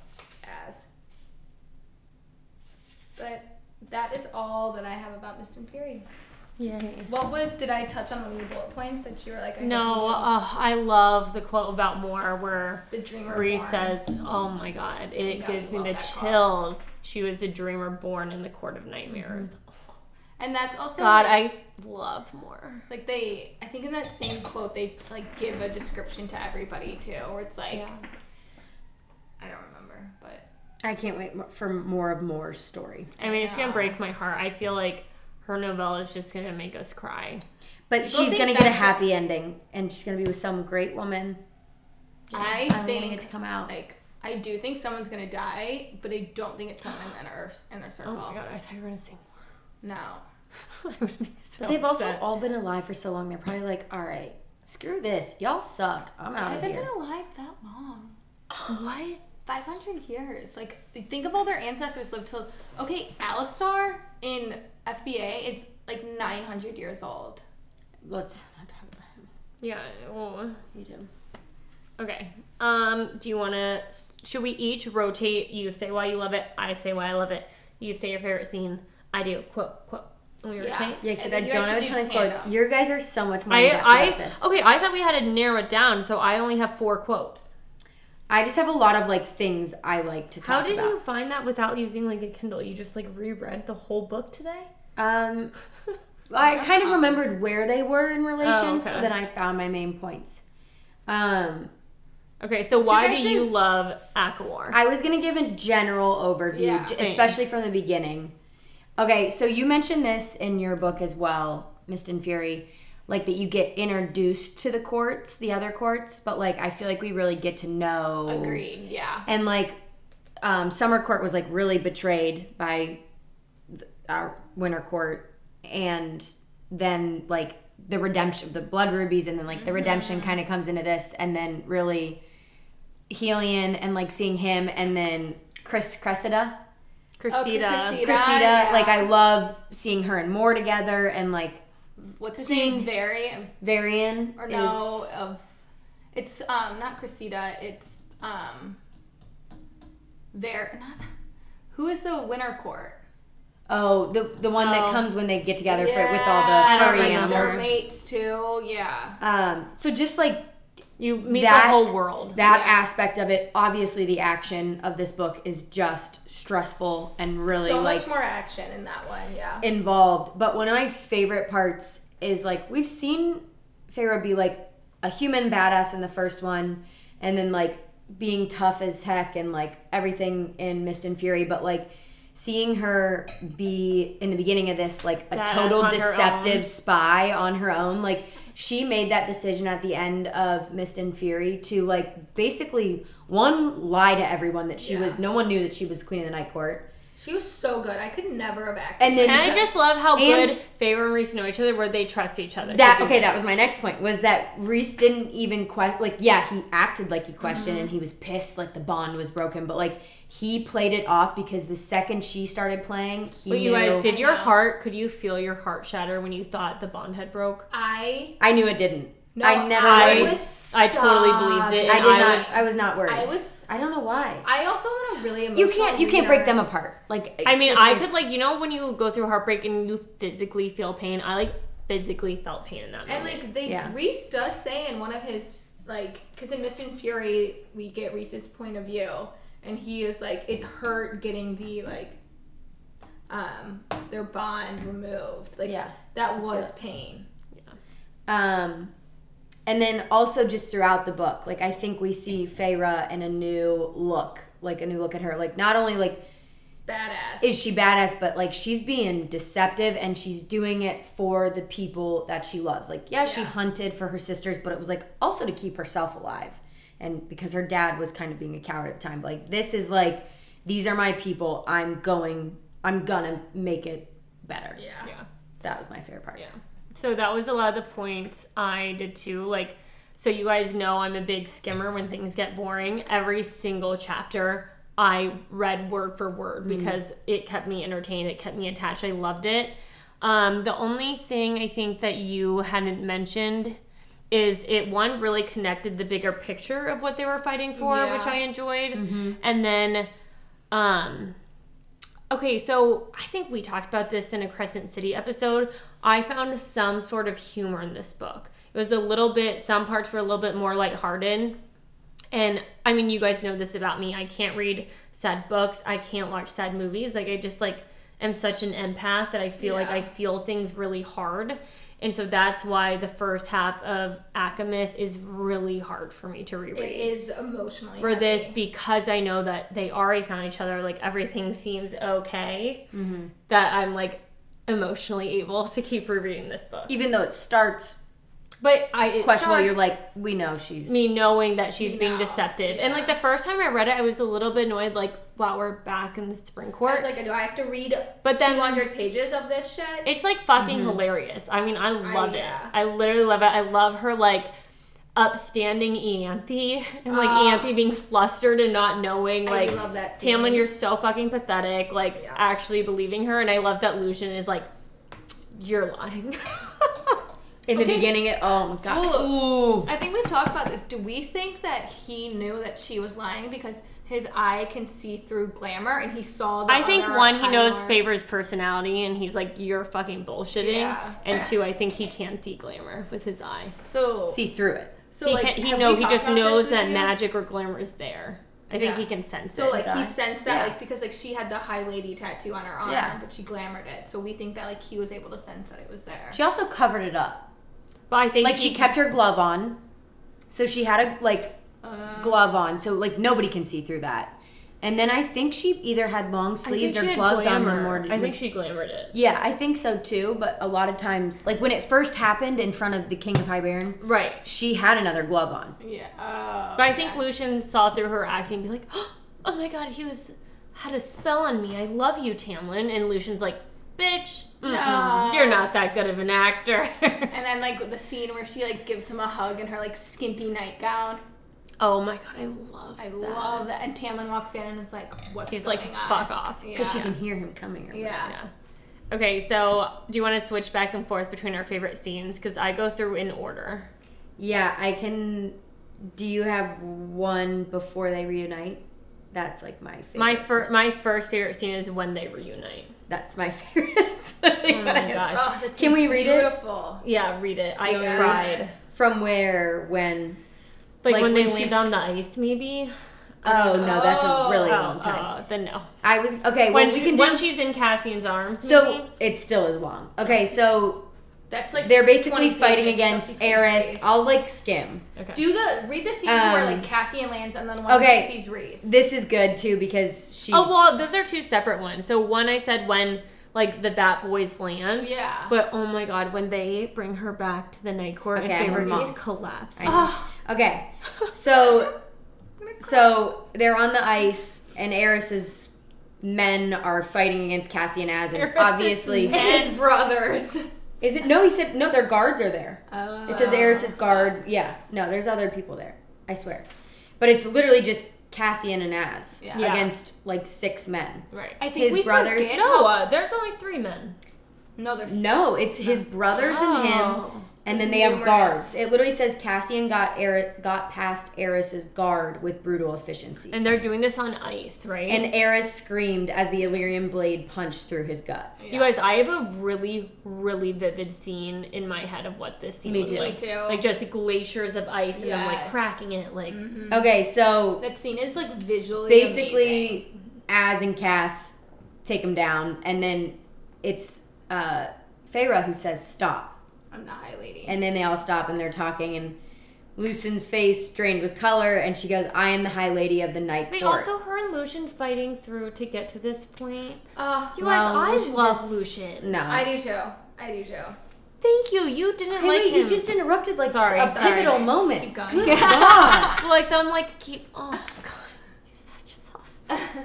Speaker 1: As. But that is all that I have about Mr. Fury.
Speaker 3: Yay.
Speaker 1: What was did I touch on one of your bullet points that you were like? I hope
Speaker 3: No, uh, I love the quote about Moore where
Speaker 1: you- the dreamer
Speaker 3: Bree
Speaker 1: born.
Speaker 3: says, "Oh my God, it
Speaker 1: Yeah,
Speaker 3: gives
Speaker 1: I
Speaker 3: me
Speaker 1: love
Speaker 3: the
Speaker 1: that quote.
Speaker 3: chills." She was a dreamer born in the court of nightmares.
Speaker 1: Mm-hmm.
Speaker 3: Oh
Speaker 1: and that's also
Speaker 3: God,
Speaker 1: like,
Speaker 3: I love Moore.
Speaker 1: like they. I think in that same quote they like give a description to everybody too, where it's like.
Speaker 3: Yeah.
Speaker 1: I don't remember, but
Speaker 2: I can't wait mo- for more of Moore's story.
Speaker 3: I mean, it's gonna
Speaker 1: Yeah.
Speaker 3: break my heart. I feel like her novella is just gonna make us cry.
Speaker 2: But
Speaker 1: People
Speaker 2: she's
Speaker 1: think
Speaker 2: gonna get a
Speaker 1: that's what-
Speaker 2: happy ending, and she's gonna be with some great woman.
Speaker 1: I
Speaker 2: finally gonna
Speaker 1: think
Speaker 2: get to come out.
Speaker 1: like I do think someone's gonna die, but I don't think it's someone in our inner circle.
Speaker 3: Oh my God, I thought you were gonna say
Speaker 1: No,
Speaker 3: Moore. I would be so
Speaker 2: They've also
Speaker 3: upset.
Speaker 2: all been alive for so long. They're probably like, all right, screw this. Y'all suck. I'm
Speaker 1: I
Speaker 3: Oh,
Speaker 2: out of
Speaker 1: haven't
Speaker 2: here.
Speaker 1: been alive that long.
Speaker 3: what?
Speaker 1: Five hundred years. Like think of all their ancestors lived till okay, Alistar in FBA, it's like nine hundred years old.
Speaker 2: Let's not talk about him.
Speaker 3: Yeah. Well,
Speaker 2: You do.
Speaker 3: okay. Um. Do you wanna? Should we each rotate? You say why you love it. I say why I love it. You say your favorite scene. I do. Quote. Quote. And we
Speaker 1: Yeah.
Speaker 3: rotate.
Speaker 2: Yeah, because
Speaker 1: And
Speaker 2: I,
Speaker 1: you
Speaker 2: don't
Speaker 1: guys
Speaker 2: have a
Speaker 1: should
Speaker 2: ton
Speaker 1: do
Speaker 2: of quotes.
Speaker 1: tandem.
Speaker 2: Your guys are so much more in depth about
Speaker 3: I, oh.
Speaker 2: this.
Speaker 3: I okay. I thought we had to narrow it down, so I only have four quotes.
Speaker 2: I just have a lot of like things I like to talk
Speaker 3: How did
Speaker 2: about.
Speaker 3: you find that without using like a Kindle? You just like reread the whole book today?
Speaker 2: Um, well, I kind of remembered where they were in relation, so
Speaker 3: okay.
Speaker 2: then I found my main points. Um,
Speaker 3: Okay, so why
Speaker 1: guys
Speaker 3: do you
Speaker 1: is-
Speaker 3: love Akawar?
Speaker 2: I was gonna give a general overview,
Speaker 1: Yeah.
Speaker 2: j-
Speaker 3: Same.
Speaker 2: especially from the beginning. Okay, so you mentioned this in your book as well, Mist and Fury, like that you get introduced to the courts, the other courts, but like I feel like we really get to know.
Speaker 1: Agreed. Yeah.
Speaker 2: and like um, summer court was like really betrayed by th- our winter court and then like the redemption the blood rubies and then like
Speaker 1: Mm-hmm.
Speaker 2: the redemption kind of comes into this and then really helion and like seeing him and then chris cressida
Speaker 3: Cressida.
Speaker 1: Cressida.
Speaker 2: cressida
Speaker 1: Oh, yeah.
Speaker 2: like i love seeing her and more together and like
Speaker 1: What's his
Speaker 2: Seeing-
Speaker 1: name? Very
Speaker 2: varian
Speaker 1: or no of it's um not Cressida, it's um Ver not who is the winner court?
Speaker 2: is oh the the one that
Speaker 3: Oh.
Speaker 2: comes when they get together for, with
Speaker 1: Yeah,
Speaker 2: all the furry
Speaker 3: remember.
Speaker 1: They're
Speaker 2: animals
Speaker 1: mates too. Yeah.
Speaker 2: um so just like
Speaker 3: You meet
Speaker 2: That-
Speaker 3: the whole world.
Speaker 2: that
Speaker 1: Yeah.
Speaker 2: aspect of it obviously the action of this book is just stressful and really
Speaker 1: so
Speaker 2: like
Speaker 1: much more action in that one. Yeah.
Speaker 2: involved but one of my favorite parts is like we've seen Pharaoh be like a human badass in the first one and then like being tough as heck and like everything in Mist and Fury but like seeing her be in the beginning of this like a
Speaker 3: Badass
Speaker 2: total
Speaker 3: on her own.
Speaker 2: deceptive spy on her own like she made that decision at the end of Mist and Fury to like basically one lie to everyone that she
Speaker 1: Yeah.
Speaker 2: was no one knew that she was queen of the night court
Speaker 1: She was so good. I could never have acted.
Speaker 2: and then
Speaker 3: And I just love how
Speaker 2: And-
Speaker 3: good Feyre and Reese know each other, where they trust each other. to
Speaker 2: that
Speaker 3: do
Speaker 2: okay
Speaker 3: this.
Speaker 2: that was my next point was that Reese didn't even question like yeah he acted like he questioned
Speaker 3: Mm-hmm.
Speaker 2: and he was pissed like the bond was broken but like he played it off because the second she started playing he
Speaker 3: But you
Speaker 2: knew-
Speaker 3: guys, did
Speaker 1: I
Speaker 3: your
Speaker 1: know.
Speaker 3: heart? Could you feel your heart shatter when you thought the bond had broke?
Speaker 1: I
Speaker 2: I knew it didn't
Speaker 1: no,
Speaker 2: I never
Speaker 3: I-
Speaker 1: was
Speaker 3: I totally believed
Speaker 1: sobbing.
Speaker 3: it.
Speaker 2: I
Speaker 3: and
Speaker 2: did
Speaker 3: I
Speaker 2: not
Speaker 3: was-
Speaker 2: I was not worried
Speaker 1: I was.
Speaker 2: I don't know why
Speaker 1: I also want a really emotional.
Speaker 2: you can't you can't break them apart like
Speaker 3: I mean,
Speaker 2: it just
Speaker 3: I
Speaker 2: was-
Speaker 3: could like you know when you go through heartbreak and you physically feel pain. I like physically felt pain in that
Speaker 1: And
Speaker 3: moment.
Speaker 1: like they
Speaker 2: Yeah.
Speaker 1: Reese does say in one of his like because in Mist and Fury we get Reese's point of view and he is like it hurt getting the like um their bond removed like
Speaker 2: Yeah.
Speaker 1: that was pain
Speaker 2: Um, and then also just throughout the book, like I think we see Feyre in a new look, like a new look at her. Like not only like
Speaker 1: badass
Speaker 2: is she badass, but like she's being deceptive and she's doing it for the people that she loves. Like yeah, she
Speaker 1: Yeah.
Speaker 2: hunted for her sisters, but it was like also to keep herself alive, and because her dad was kind of being a coward at the time. But, like this is like these are my people. I'm going. I'm gonna make it better.
Speaker 1: yeah.
Speaker 3: yeah.
Speaker 2: That was my favorite part.
Speaker 3: Yeah. So that was a lot of the points I did too. Like, so you guys know I'm a big skimmer when things get boring. Every single chapter I read word for word because it kept me entertained, it kept me attached. I loved it. Um, the only thing I think that you hadn't mentioned is it one really connected the bigger picture of what they were fighting for, which
Speaker 1: Yeah.
Speaker 3: I enjoyed, and then. Um, Okay, so I think we talked about this in a Crescent City episode. I found some sort of humor in this book. It was a little bit, some parts were a little bit more lighthearted. And I mean, you guys know this about me. I can't read sad books, I can't watch sad movies. Like, I just, like, am such an empath that I feel like
Speaker 1: Yeah.
Speaker 3: I feel things really hard. And so that's why the first half of Akamith is really hard for me to reread
Speaker 1: it is emotionally
Speaker 3: for this
Speaker 1: heavy.
Speaker 3: because I know that they already found each other. Like everything seems okay.
Speaker 1: Mm-hmm.
Speaker 3: That I'm like emotionally able to keep rereading this book.
Speaker 2: Even though it starts
Speaker 3: But I it
Speaker 2: questionable.
Speaker 3: shocked
Speaker 2: You're like, we know she's
Speaker 3: me knowing that she's being
Speaker 1: No,
Speaker 3: deceptive. And like
Speaker 1: yeah.
Speaker 3: the first time I read it, I was a little bit annoyed. Like wow, we're back in the spring
Speaker 1: I
Speaker 3: court.
Speaker 1: was like do I have to read
Speaker 3: but then
Speaker 1: 200 pages of this shit
Speaker 3: It's like fucking hilarious. I mean, I love
Speaker 1: Mm-hmm. yeah.
Speaker 3: it. I literally love it. I love her like upstanding Eanthe and like
Speaker 1: Ah.
Speaker 3: Eanthe being flustered and not knowing
Speaker 1: I
Speaker 3: like
Speaker 1: love that scene.
Speaker 3: Tamlin, you're so fucking pathetic. Like
Speaker 1: Yeah.
Speaker 3: actually believing her, and I love that Lucian is like, you're lying.
Speaker 2: in the
Speaker 1: Okay.
Speaker 2: beginning. It, oh my god. Ooh.
Speaker 1: I think we've talked about this. Do we think that he knew that she was lying because his eye can see through glamour and he saw the
Speaker 3: I think
Speaker 1: other
Speaker 3: one, he
Speaker 1: High
Speaker 3: knows
Speaker 1: Lord?
Speaker 3: Favor's personality, and he's like, you're fucking bullshitting.
Speaker 1: Yeah.
Speaker 3: And two, I think he can see glamour with his eye.
Speaker 1: So,
Speaker 2: See through it.
Speaker 1: so
Speaker 3: He
Speaker 1: like
Speaker 3: can, he
Speaker 1: have
Speaker 3: know
Speaker 1: we
Speaker 3: he
Speaker 1: talked
Speaker 3: just
Speaker 1: about this
Speaker 3: knows
Speaker 1: with
Speaker 3: that
Speaker 1: you?
Speaker 3: magic or glamour is there. I think
Speaker 1: Yeah.
Speaker 3: he can sense
Speaker 1: So
Speaker 3: it.
Speaker 1: like he
Speaker 2: eye.
Speaker 1: sensed that
Speaker 2: Yeah.
Speaker 1: like because like she had the high lady tattoo on her arm,
Speaker 2: Yeah.
Speaker 1: but she glamored it. So we think that like he was able to sense that it was there.
Speaker 2: She also covered it up.
Speaker 3: But I think
Speaker 2: Like she kept her glove on, so she had a like
Speaker 1: Uh,
Speaker 2: glove on, so like nobody can see through that. And then I think she either had long
Speaker 3: I think
Speaker 2: sleeves
Speaker 3: she
Speaker 2: or
Speaker 3: had
Speaker 2: gloves on the
Speaker 3: glamour.
Speaker 2: morning.
Speaker 3: I think she glamored it.
Speaker 2: yeah, I think so too. But a lot of times, like when it first happened in front of the King of Highbaron,
Speaker 3: Right.
Speaker 2: she had another glove on.
Speaker 1: yeah. Oh,
Speaker 3: But I think
Speaker 1: yeah.
Speaker 3: Lucian saw through her acting, and be like, "Oh my God, he was had a spell on me. I love you, Tamlin." And Lucian's like, "Bitch, mm-mm,
Speaker 1: No.
Speaker 3: you're not that good of an actor."
Speaker 1: And then like the scene where she like gives him a hug in her like skimpy nightgown.
Speaker 3: oh my God, I love.
Speaker 1: I
Speaker 3: that.
Speaker 1: love that. And Tamlin walks in and is like, "What's
Speaker 3: He's
Speaker 1: going
Speaker 3: like,
Speaker 1: on?"
Speaker 3: "Fuck off."
Speaker 1: Yeah.
Speaker 2: Because she can hear him coming. or
Speaker 1: yeah.
Speaker 3: Yeah. Okay, so do you want to switch back and forth between our favorite scenes? Because I go through in order.
Speaker 2: Yeah, I can. Do you have one before they reunite? That's like my favorite.
Speaker 3: My first, my first favorite scene is when they reunite.
Speaker 2: That's my favorite. oh
Speaker 3: Oh my gosh.
Speaker 1: Oh, that
Speaker 2: Can we
Speaker 1: seems
Speaker 2: read it?
Speaker 1: Beautiful.
Speaker 3: Yeah, read it. I
Speaker 2: Yeah.
Speaker 3: cried.
Speaker 2: From where? When?
Speaker 3: Like,
Speaker 2: Like,
Speaker 3: when they
Speaker 2: when
Speaker 3: land
Speaker 2: she's-
Speaker 3: on the ice, maybe.
Speaker 2: Oh no, that's a really
Speaker 1: Oh,
Speaker 2: long time.
Speaker 3: Oh, then no.
Speaker 2: I was okay. well,
Speaker 3: When,
Speaker 2: we
Speaker 3: she-
Speaker 2: can do.
Speaker 3: when she's in Cassian's arms.
Speaker 2: so
Speaker 3: maybe?
Speaker 2: it still is long. Okay, so
Speaker 1: That's like
Speaker 2: They're basically
Speaker 1: 20
Speaker 2: fighting
Speaker 1: pages,
Speaker 2: against
Speaker 1: 56
Speaker 2: Eris.
Speaker 1: pages.
Speaker 2: I'll like skim.
Speaker 3: Okay.
Speaker 1: Do the read the scenes where
Speaker 2: Um,
Speaker 1: like Cassian lands and then one
Speaker 2: okay.
Speaker 1: she sees Reese.
Speaker 2: This is good too because she.
Speaker 3: oh well, those are two separate ones. So one I said when like the Bat Boys land.
Speaker 1: yeah.
Speaker 3: But oh my god, when they bring her back to the night court
Speaker 2: Okay,
Speaker 3: and
Speaker 2: her
Speaker 3: Favor just
Speaker 2: mom.
Speaker 3: collapsed.
Speaker 2: I know.
Speaker 1: oh,
Speaker 2: Okay, so so they're on the ice and Eris's men are fighting against Cassian as and
Speaker 3: Eris's
Speaker 2: obviously
Speaker 1: and his brothers.
Speaker 2: is it no he said no their guards are there.
Speaker 1: Oh.
Speaker 2: It says Eris's guard. Yeah. No, there's other people there. I swear. But it's literally just Cassian and Az
Speaker 1: Yeah.
Speaker 3: Yeah.
Speaker 2: against like six men.
Speaker 3: Right.
Speaker 1: I think
Speaker 2: his
Speaker 1: we
Speaker 2: brothers-
Speaker 1: forget
Speaker 3: no,
Speaker 1: how-
Speaker 3: uh, there's only three men.
Speaker 1: no, there's
Speaker 2: No, it's his brothers and him,
Speaker 3: Oh.
Speaker 2: and then
Speaker 1: It's
Speaker 2: they have
Speaker 1: numerous.
Speaker 2: guards. It literally says Cassian got Eri- got past Eris's guard with brutal efficiency.
Speaker 3: And they're doing this on ice, right?
Speaker 2: And Eris screamed as the Illyrian blade punched through his gut.
Speaker 1: Yeah.
Speaker 3: You guys, I have a really, really vivid scene in my head of what this scene
Speaker 2: Me
Speaker 3: was
Speaker 2: too.
Speaker 1: Me
Speaker 3: like.
Speaker 1: too.
Speaker 3: Like just glaciers of ice and them like
Speaker 1: Yes.
Speaker 3: cracking it, like
Speaker 2: Okay, so
Speaker 1: that scene is like visually amazing.
Speaker 2: basically, Az and Cass take him down, and then it's uh, Feyre who says stop.
Speaker 1: I'm the high lady.
Speaker 2: And then they all stop and they're talking, and Lucian's face drained with color, and she goes, "I am the High Lady of the Night
Speaker 3: Wait,
Speaker 2: Court."
Speaker 3: also her and Lucian fighting through to get to this point.
Speaker 1: oh,
Speaker 3: You guys, I
Speaker 2: Lucian
Speaker 3: love
Speaker 2: just-
Speaker 3: Lucian.
Speaker 2: No,
Speaker 1: I do too. I do too.
Speaker 3: Thank you. You didn't
Speaker 2: Hey,
Speaker 3: like
Speaker 2: wait,
Speaker 3: him.
Speaker 2: you just interrupted like
Speaker 3: Sorry,
Speaker 2: a
Speaker 3: sorry.
Speaker 2: pivotal
Speaker 1: Keep
Speaker 2: moment.
Speaker 1: going.
Speaker 2: Good
Speaker 1: Yeah.
Speaker 2: God.
Speaker 3: But, like them, like keep. Oh God, he's such a soft.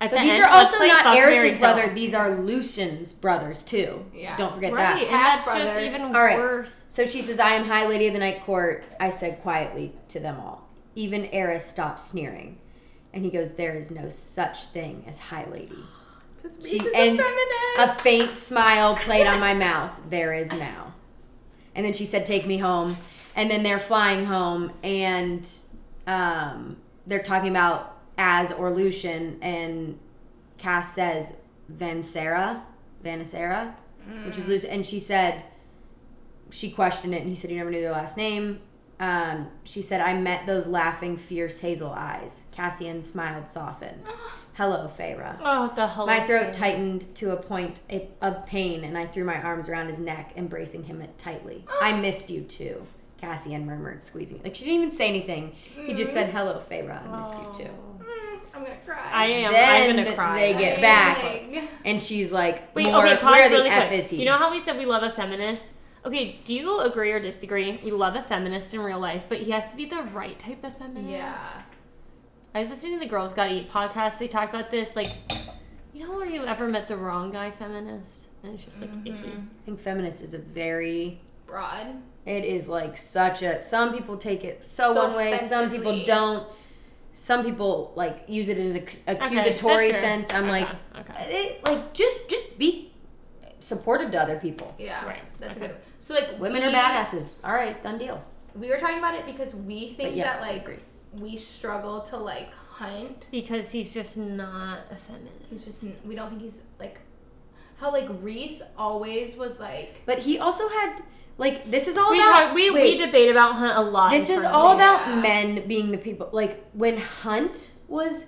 Speaker 3: At
Speaker 2: So
Speaker 3: the
Speaker 2: these
Speaker 3: end,
Speaker 2: are
Speaker 3: let's
Speaker 2: also
Speaker 3: play
Speaker 2: not
Speaker 3: Fuck, Marry,
Speaker 2: Eris's
Speaker 3: Kill.
Speaker 2: brother; these are Lucian's brothers too.
Speaker 1: Yeah.
Speaker 2: Don't forget
Speaker 3: Right,
Speaker 2: that.
Speaker 3: and that's
Speaker 1: Half-brothers.
Speaker 3: just even
Speaker 2: All right.
Speaker 3: worse.
Speaker 2: So she says, "I am High Lady of the Night Court." I said quietly to them all. Even Eris stopped sneering, and he goes, "There is no such thing as High Lady."
Speaker 1: Because
Speaker 2: She-
Speaker 1: Reese is a
Speaker 2: and A
Speaker 1: feminist.
Speaker 2: faint smile played on my mouth. There is now. And then she said, Take me home. And then they're flying home and um, they're talking about Az or Lucian. And Cass says, Vansera, Vanisera, which is Lucian. And she said, She questioned it and he said, You never knew their last name. Um, she said, I met those laughing, fierce hazel eyes. Cassian smiled, softened. Hello, Feyre.
Speaker 3: Oh, the whole.
Speaker 2: My throat
Speaker 3: thing.
Speaker 2: tightened to a point a- of pain, and I threw my arms around his neck, embracing him tightly. I missed you too, Cassian murmured, squeezing. Like she didn't even say anything. He just said, "Hello, Feyre. I missed you too."
Speaker 3: Mm-hmm. Oh.
Speaker 1: Mm-hmm. Mm, I'm gonna cry.
Speaker 3: I am. I'm
Speaker 2: Then
Speaker 3: gonna cry.
Speaker 2: they
Speaker 1: Dang.
Speaker 2: get back, and she's like,
Speaker 3: Wait,
Speaker 2: "More-
Speaker 3: okay, pause
Speaker 2: where
Speaker 3: really
Speaker 2: the f
Speaker 3: quick.
Speaker 2: is he?"
Speaker 3: You know how we said we love a feminist? Okay, do you agree or disagree? We love a feminist in real life, but he has to be the right type of feminist.
Speaker 1: Yeah.
Speaker 3: I was listening to the Girls Gotta Eat podcast. They talked about this. Like, you know where you ever met the wrong guy feminist? And it's just like
Speaker 2: Mm-hmm.
Speaker 3: icky.
Speaker 2: I think feminist is a very.
Speaker 1: Broad.
Speaker 2: It is like such a. Some people take it so,
Speaker 1: So
Speaker 2: one way. Some people
Speaker 1: offensively.
Speaker 2: don't. Some people like use it in an ac-
Speaker 3: Okay,
Speaker 2: accusatory
Speaker 3: that's fair.
Speaker 2: sense. I'm
Speaker 3: Okay,
Speaker 2: like,
Speaker 3: okay.
Speaker 2: it, like just just be supportive to other people.
Speaker 1: Yeah.
Speaker 3: Right,
Speaker 1: That's
Speaker 3: okay.
Speaker 1: a good. So like
Speaker 2: Women
Speaker 1: we,
Speaker 2: are badasses. All right, done deal.
Speaker 1: We were talking about it because we think
Speaker 2: But yes,
Speaker 1: that
Speaker 2: I
Speaker 1: like
Speaker 2: agree.
Speaker 1: we struggle to like hunt.
Speaker 3: Because he's just not a feminist.
Speaker 1: He's just we don't think he's like how like Reese always was like
Speaker 2: But he also had like this is all
Speaker 3: We,
Speaker 2: about
Speaker 3: talk, we,
Speaker 2: wait,
Speaker 3: we debate about Hunt a lot.
Speaker 2: this is
Speaker 3: internally.
Speaker 2: all
Speaker 1: Yeah.
Speaker 2: about men being the people. Like when Hunt was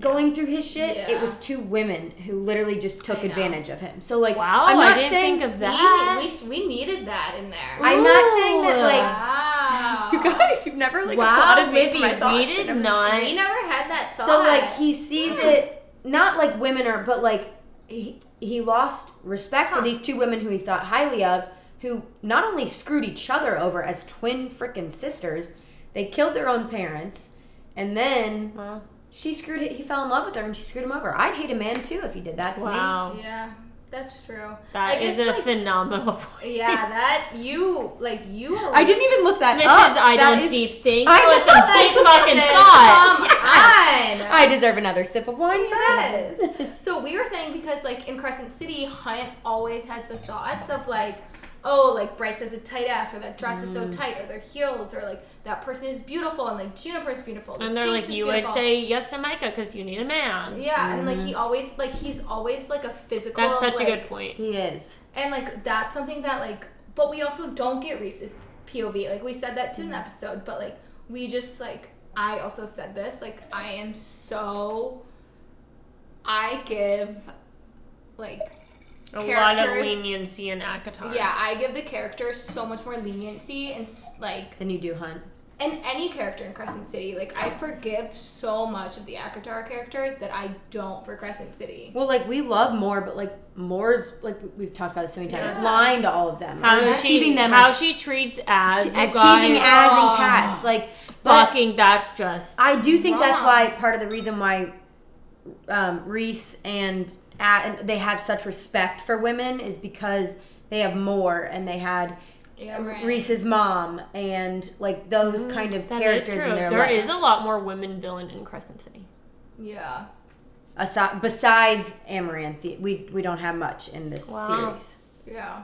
Speaker 2: going through his shit,
Speaker 1: Yeah.
Speaker 2: it was two women who literally just took
Speaker 1: I know.
Speaker 2: advantage of him. So like
Speaker 3: Wow,
Speaker 2: I'm
Speaker 3: I
Speaker 2: not
Speaker 3: didn't
Speaker 2: saying
Speaker 3: think of
Speaker 1: we,
Speaker 3: that.
Speaker 1: we we needed that in there.
Speaker 2: I'm not saying that
Speaker 3: Ooh.
Speaker 2: like
Speaker 1: wow.
Speaker 2: you guys you've never like
Speaker 3: wow,
Speaker 2: applauded me for
Speaker 3: Libby,
Speaker 2: my thoughts
Speaker 3: we
Speaker 2: and
Speaker 3: did
Speaker 2: everything.
Speaker 3: not.
Speaker 1: we never had that thought.
Speaker 2: So like he sees it not like women are, but like he he lost respect for these two women who he thought highly of, who not only screwed each other over as twin frickin' sisters, they killed their own parents, and then
Speaker 3: Wow.
Speaker 2: she screwed it. He fell in love with her, and she screwed him over. I'd hate a man too if he did that to me.
Speaker 3: Wow.
Speaker 1: Yeah, that's true.
Speaker 3: That
Speaker 1: I
Speaker 3: is
Speaker 1: guess,
Speaker 3: a
Speaker 1: like-
Speaker 3: phenomenal point.
Speaker 1: Yeah, that you like you are
Speaker 2: I didn't even look that
Speaker 3: Mrs.
Speaker 2: up.
Speaker 3: I
Speaker 2: Oh, That
Speaker 3: don't
Speaker 2: is-
Speaker 3: deep think.
Speaker 2: I
Speaker 3: I was
Speaker 2: know
Speaker 3: some
Speaker 2: that
Speaker 3: deep
Speaker 1: Like,
Speaker 3: fucking
Speaker 1: listen,
Speaker 3: thought.
Speaker 1: Come on.
Speaker 2: I deserve another sip of wine.
Speaker 1: Yes.
Speaker 2: for that.
Speaker 1: So we were saying because like in Crescent City, Hunt always has the thoughts of like, oh, like Bryce has a tight ass, or that dress is so
Speaker 3: Mm.
Speaker 1: tight, or their heels, or like that person is beautiful, and like Juniper's beautiful. this
Speaker 3: And they're
Speaker 1: Sphinx
Speaker 3: like,
Speaker 1: is
Speaker 3: you would
Speaker 1: beautiful."
Speaker 3: say yes to Micah because you need a man.
Speaker 1: Yeah, and like he always like he's always like a physical.
Speaker 3: That's such a
Speaker 1: like-
Speaker 3: good point.
Speaker 2: he is.
Speaker 1: And like that's something that like, but we also don't get Reese's POV. Like we said that too in the
Speaker 3: Mm-hmm.
Speaker 1: episode, but like we just like I also said this. Like I am so, I give, like
Speaker 3: A lot of
Speaker 1: Characters.
Speaker 3: leniency in Akatar.
Speaker 1: Yeah, I give the characters so much more leniency and s- like
Speaker 2: Then you do hunt.
Speaker 1: and any character in Crescent City. Like I forgive so much of the Akatar characters that I don't for Crescent City.
Speaker 2: Well, like we love Moore, but like Moore's like we've talked about this so many times,
Speaker 1: Yeah.
Speaker 2: lying to all of them,
Speaker 3: How
Speaker 2: Like,
Speaker 3: she
Speaker 2: deceiving them,
Speaker 3: how
Speaker 2: like,
Speaker 3: she treats as
Speaker 2: t-
Speaker 3: you
Speaker 2: as teasing as
Speaker 3: guys,
Speaker 1: Oh.
Speaker 2: and Cass. Like, but
Speaker 3: fucking that's just
Speaker 2: I do think that's
Speaker 1: Wrong.
Speaker 2: why part of the reason why um, Reese and uh, they have such respect for women is because they have Moore and they had
Speaker 1: Yeah, right.
Speaker 2: Reese's mom and like those kind of
Speaker 3: Mm-hmm. that is
Speaker 2: characters
Speaker 3: true.
Speaker 2: in their
Speaker 3: There
Speaker 2: life.
Speaker 3: is a lot more women villain in Crescent City.
Speaker 1: Yeah.
Speaker 2: Asi- besides Amaranth, the- we we don't have much in this
Speaker 3: Wow.
Speaker 2: series.
Speaker 1: Yeah.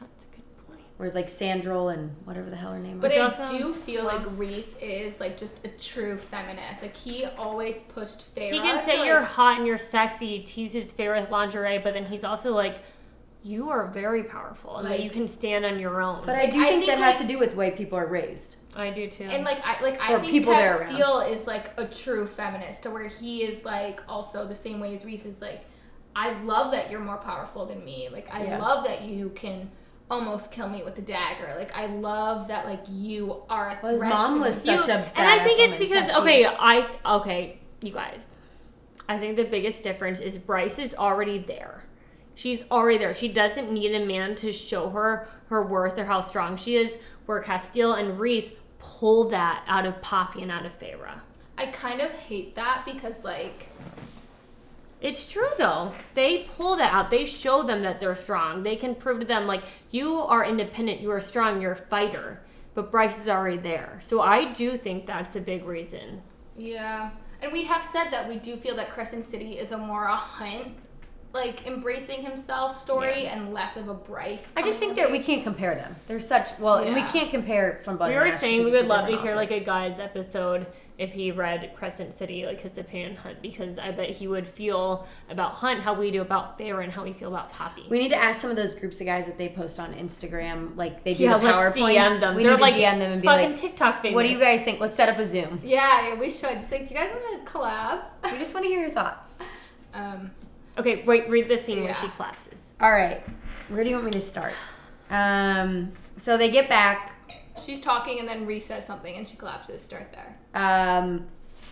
Speaker 3: That's a good point.
Speaker 2: Whereas like Sandril and whatever the hell her name
Speaker 1: But
Speaker 2: was.
Speaker 1: I
Speaker 3: Which also-
Speaker 1: do feel like Reese is like just a true feminist. Like he always pushed Feyre.
Speaker 3: He can
Speaker 1: to,
Speaker 3: say
Speaker 1: like-
Speaker 3: you're hot and you're sexy, teases Fair with lingerie, but then he's also like, you are very powerful and that
Speaker 1: Like-
Speaker 3: you can stand on your own.
Speaker 2: But I do
Speaker 1: I
Speaker 2: think,
Speaker 1: think,
Speaker 2: that has to do with the way people are raised.
Speaker 3: I do too.
Speaker 1: and like I like I
Speaker 2: Or
Speaker 1: think
Speaker 2: people they're
Speaker 1: Cass
Speaker 2: around.
Speaker 1: Steele is like a true feminist to where he is like also the same way as Reese is like I love that you're more powerful than me. Like I
Speaker 2: Yeah.
Speaker 1: love that you can almost kill me with a dagger. Like I love that like you are a
Speaker 2: Well, his
Speaker 1: threat
Speaker 2: mom
Speaker 1: to me.
Speaker 2: was such a
Speaker 3: and I
Speaker 2: badass
Speaker 3: think it's
Speaker 2: woman.
Speaker 3: because
Speaker 2: That's
Speaker 3: okay,
Speaker 2: huge.
Speaker 3: I okay, you guys. I think the biggest difference is Bryce is already there. She's already there. She doesn't need a man to show her her worth or how strong she is. Where Castile and Reese pull that out of Poppy and out of Feyre.
Speaker 1: I kind of hate that because like
Speaker 3: It's true though. They pull that out. They show them that they're strong. They can prove to them like you are independent, you are strong, you're a fighter. But Bryce is already there. So I do think that's a big reason.
Speaker 1: Yeah. And we have said that we do feel that Crescent City is a more a Hunt, like embracing himself story and less of a Bryce.
Speaker 2: I just think that we can't compare them. They're such well, and we
Speaker 1: Yeah.
Speaker 2: can't compare from Blood.
Speaker 3: We
Speaker 2: and
Speaker 3: were
Speaker 2: Ash
Speaker 3: saying
Speaker 2: because
Speaker 3: we
Speaker 2: it's
Speaker 3: would
Speaker 2: a
Speaker 3: love to
Speaker 2: different
Speaker 3: hear
Speaker 2: author.
Speaker 3: like a guy's episode if he read Crescent City, like his opinion on Hunt, because I bet he would feel about Hunt how we do about Farron, how we feel about Poppy.
Speaker 2: We need to ask some of those groups of guys that they post on Instagram, like they do
Speaker 3: yeah,
Speaker 2: the
Speaker 3: let's DM
Speaker 2: PowerPoints.
Speaker 3: them.
Speaker 2: We
Speaker 3: They're
Speaker 2: need to
Speaker 3: like
Speaker 2: DM them and be
Speaker 3: fucking
Speaker 2: like,
Speaker 3: TikTok famous.
Speaker 2: "What do you guys think? Let's set up a Zoom.
Speaker 1: Yeah, yeah, we should. Just like, do you guys want to collab?
Speaker 2: We just want to hear your thouts."
Speaker 1: Um,
Speaker 3: Okay, wait, read the scene where
Speaker 1: Yeah.
Speaker 3: she collapses.
Speaker 2: All right, where do you want me to start? Um, so they get back.
Speaker 1: she's talking and then Reese says something and she collapses. Start there.
Speaker 2: Um,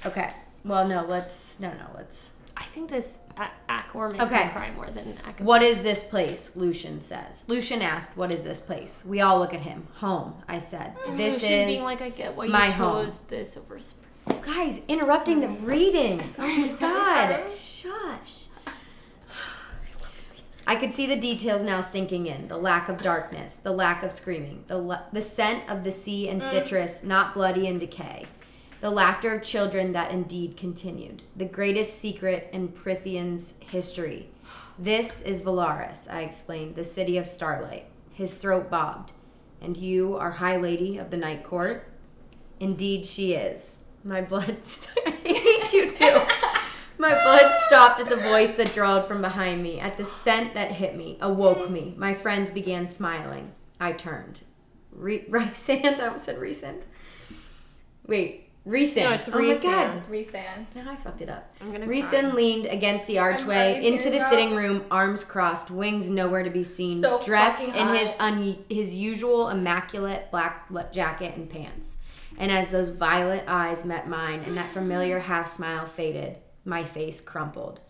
Speaker 2: okay. Well, no, let's no, no, let's.
Speaker 3: I think this A- Acor makes
Speaker 2: Okay.
Speaker 3: me cry more than Acor.
Speaker 2: What is this place? Lucian says. Lucian asked, "What is this place?" We all look at him. Home, I said. This
Speaker 3: Hmm, Lucian
Speaker 2: is
Speaker 3: being like, I get why you
Speaker 2: my
Speaker 3: chose
Speaker 2: home.
Speaker 3: this over. Spring.
Speaker 2: guys interrupting the
Speaker 3: Hmm.
Speaker 2: readings. Oh my
Speaker 1: Sorry, sorry,
Speaker 2: god, shush. I could see the details now sinking in: the lack of darkness, the lack of screaming, the la- the scent of the sea
Speaker 3: Hmm.
Speaker 2: and citrus, not bloody and decay, the laughter of children that indeed continued, the greatest secret in Prithian's history. This is Valaris, I explained, the city of starlight. His throat bobbed. And you are High Lady of the Night Court? Indeed, she is. My blood. St- I hate you too. My blood stopped at the voice that drawled from behind me, at the scent that hit me, awoke me. My friends began smiling. I turned. Re- Rysand? I almost said recent. Wait, recent.
Speaker 3: No, it's
Speaker 2: oh my god.
Speaker 3: Rhysand.
Speaker 1: Reese Ann.
Speaker 2: Now I fucked it up.
Speaker 3: I'm gonna
Speaker 2: Reeson leaned against the archway
Speaker 1: already
Speaker 2: into the
Speaker 1: tearing up.
Speaker 2: sitting room, arms crossed, wings nowhere to be seen,
Speaker 1: So
Speaker 2: dressed in
Speaker 1: fucking hot.
Speaker 2: his un- his usual immaculate black le- jacket and pants. And as those violet eyes met mine and that familiar half smile faded, my face crumpled.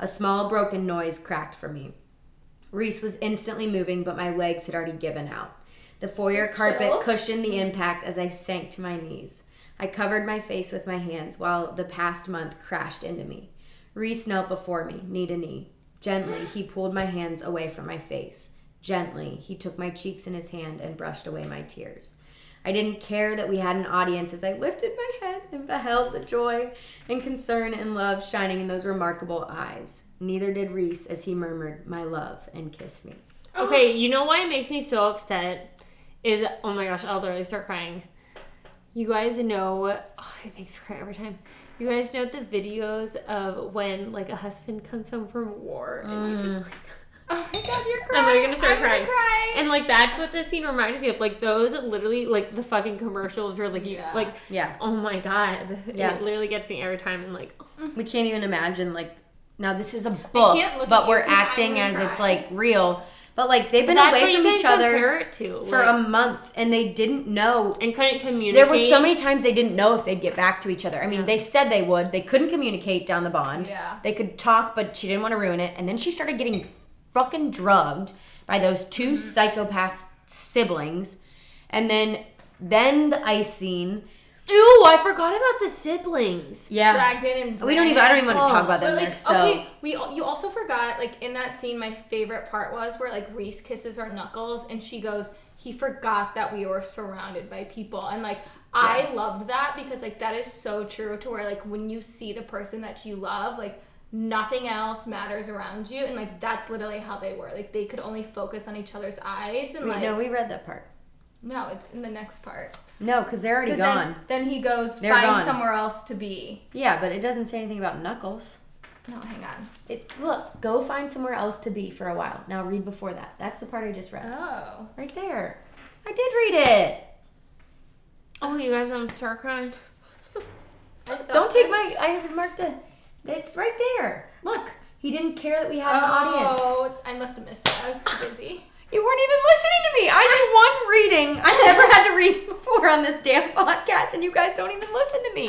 Speaker 2: A small broken noise cracked for me. Reese was instantly moving, but my legs had already given out. The foyer carpet
Speaker 1: Chills.
Speaker 2: cushioned the impact as I sank to my knees. I covered my face with my hands while the past month crashed into me. Reese knelt before me, knee to knee. Gently, he pulled my hands away from my face. Gently, he took my cheeks in his hand and brushed away my tears. I didn't care that we had an audience as I lifted my head and beheld the joy and concern and love shining in those remarkable eyes. Neither did Reese as he murmured, My love, and kissed me. Oh.
Speaker 3: Okay, you know why it makes me so upset is oh my gosh, I'll literally start crying. You guys know oh, it makes me cry every time. You guys know the videos of when like a husband comes home from war and you just like
Speaker 2: Mm.
Speaker 1: Oh my god, you're
Speaker 3: I'm
Speaker 1: crying.
Speaker 3: literally gonna start
Speaker 1: I'm
Speaker 3: crying.
Speaker 1: cry.
Speaker 3: And like that's what this scene reminds me of. Like those literally like the fucking commercials were like you
Speaker 1: Yeah.
Speaker 3: like
Speaker 2: Yeah.
Speaker 3: oh my god.
Speaker 2: Yeah. Mm-hmm.
Speaker 3: It literally gets me every time and like
Speaker 2: We can't even imagine like Now this is a book,
Speaker 1: can't look at
Speaker 2: but
Speaker 1: you
Speaker 2: we're
Speaker 1: 'cause I'm
Speaker 2: acting
Speaker 1: gonna
Speaker 2: as it's
Speaker 1: cry.
Speaker 2: like real. But like they've been
Speaker 3: That's what
Speaker 2: away
Speaker 3: you
Speaker 2: from
Speaker 3: can
Speaker 2: each other
Speaker 3: compare it to,
Speaker 2: for
Speaker 3: like,
Speaker 2: a month, and they didn't know.
Speaker 3: and couldn't communicate.
Speaker 2: There were so many times they didn't know if they'd get back to each other. I mean,
Speaker 3: Yeah.
Speaker 2: they said they would. They couldn't communicate down the bond.
Speaker 1: Yeah.
Speaker 2: They could talk, but she didn't want to ruin it. And then she started getting fucking drugged by those 2
Speaker 1: Mm-hmm.
Speaker 2: psychopath siblings. And then, then the ice scene.
Speaker 3: Ooh, I forgot about the siblings.
Speaker 2: Yeah.
Speaker 1: dragged in and
Speaker 2: We don't even. I don't even want to talk about them.
Speaker 1: Oh, But
Speaker 2: They're
Speaker 1: like,
Speaker 2: so.
Speaker 1: okay, we al- you also forgot like in that scene, my favorite part was where like Reese kisses her knuckles, and she goes, "He forgot that we were surrounded by people," and like. I loved that because like that is so true to where like when you see the person that you love like nothing else matters around you and like that's literally how they were like they could only focus on each other's eyes and
Speaker 2: Wait,
Speaker 1: like
Speaker 2: no, we read that part.
Speaker 1: no it's in the next part
Speaker 2: No, because they're already
Speaker 1: 'Cause
Speaker 2: gone.
Speaker 1: then, then he goes
Speaker 2: They're
Speaker 1: find
Speaker 2: gone.
Speaker 1: somewhere else to be
Speaker 2: yeah, but it doesn't say anything about Knuckles.
Speaker 1: no hang on
Speaker 2: It look, go find somewhere else to be for a while. Now read before that. That's the part I just read.
Speaker 1: oh
Speaker 2: Right there. I did read it.
Speaker 3: Oh, you guys, I'm star crying.
Speaker 1: I
Speaker 2: Don't
Speaker 1: thought
Speaker 2: take
Speaker 1: I-
Speaker 2: my. I have marked the. It's right there. Look, he didn't care that we had an audience.
Speaker 1: Oh, I must have missed it. I was too busy.
Speaker 2: You weren't even listening to me. I did one reading. I never had to read before on this damn podcast, and you guys don't even listen to me.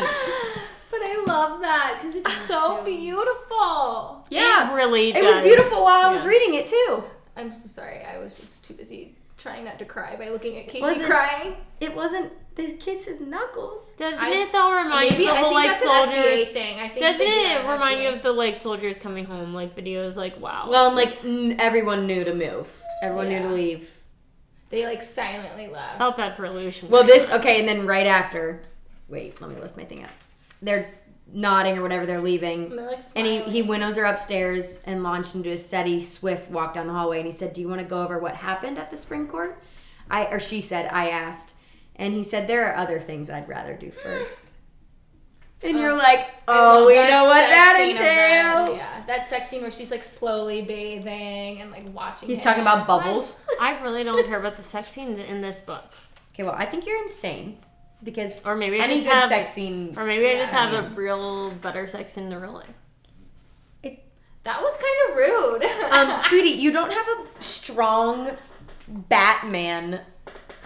Speaker 1: But I love that because it's
Speaker 3: Oh,
Speaker 1: so beautiful.
Speaker 3: it really
Speaker 2: It was beautiful while I was
Speaker 3: Yeah.
Speaker 2: reading it too.
Speaker 1: I'm so sorry. I was just too busy trying not to cry by looking at Casey
Speaker 2: Was it-
Speaker 1: crying.
Speaker 2: It wasn't the kisses knuckles.
Speaker 3: Doesn't
Speaker 1: I-
Speaker 3: it though remind you of the like soldiers?
Speaker 1: thing. I think
Speaker 3: Doesn't
Speaker 1: they do that
Speaker 3: it
Speaker 1: in
Speaker 3: remind you
Speaker 1: FBA.
Speaker 3: of the like soldiers coming home like videos? Like wow.
Speaker 2: Well, and like n- everyone knew to move. Everyone
Speaker 1: Yeah.
Speaker 2: knew to leave.
Speaker 1: They like silently left.
Speaker 3: felt bad for Lucian.
Speaker 2: Well, this okay, and then right after, wait, let me lift my thing up. They're nodding or whatever. They're leaving,
Speaker 1: And they're, like,
Speaker 2: and he
Speaker 1: smiling.
Speaker 2: he winnows her upstairs and launched into his SETI. Swift walked down the hallway, and he said, "Do you want to go over what happened at the spring court?" I or she said, "I asked," and he said, "There are other things I'd rather do first. And you're like,
Speaker 1: love
Speaker 2: "Oh, we
Speaker 1: that
Speaker 2: know what
Speaker 1: sex
Speaker 2: that
Speaker 1: scene of them.
Speaker 2: entails."
Speaker 1: Yeah, that sex scene where she's like slowly bathing and like watching.
Speaker 2: He's
Speaker 1: him.
Speaker 2: talking about bubbles.
Speaker 3: I really don't care about the sex scenes in this book.
Speaker 2: Okay, well, I think you're insane because
Speaker 3: Or maybe I
Speaker 2: any
Speaker 3: just
Speaker 2: good
Speaker 3: have,
Speaker 2: sex scene.
Speaker 3: or maybe I just
Speaker 1: Yeah,
Speaker 2: I
Speaker 3: have a real better sex in the real life.
Speaker 1: That was kind of rude.
Speaker 2: Um, sweetie, you don't have a strong Batman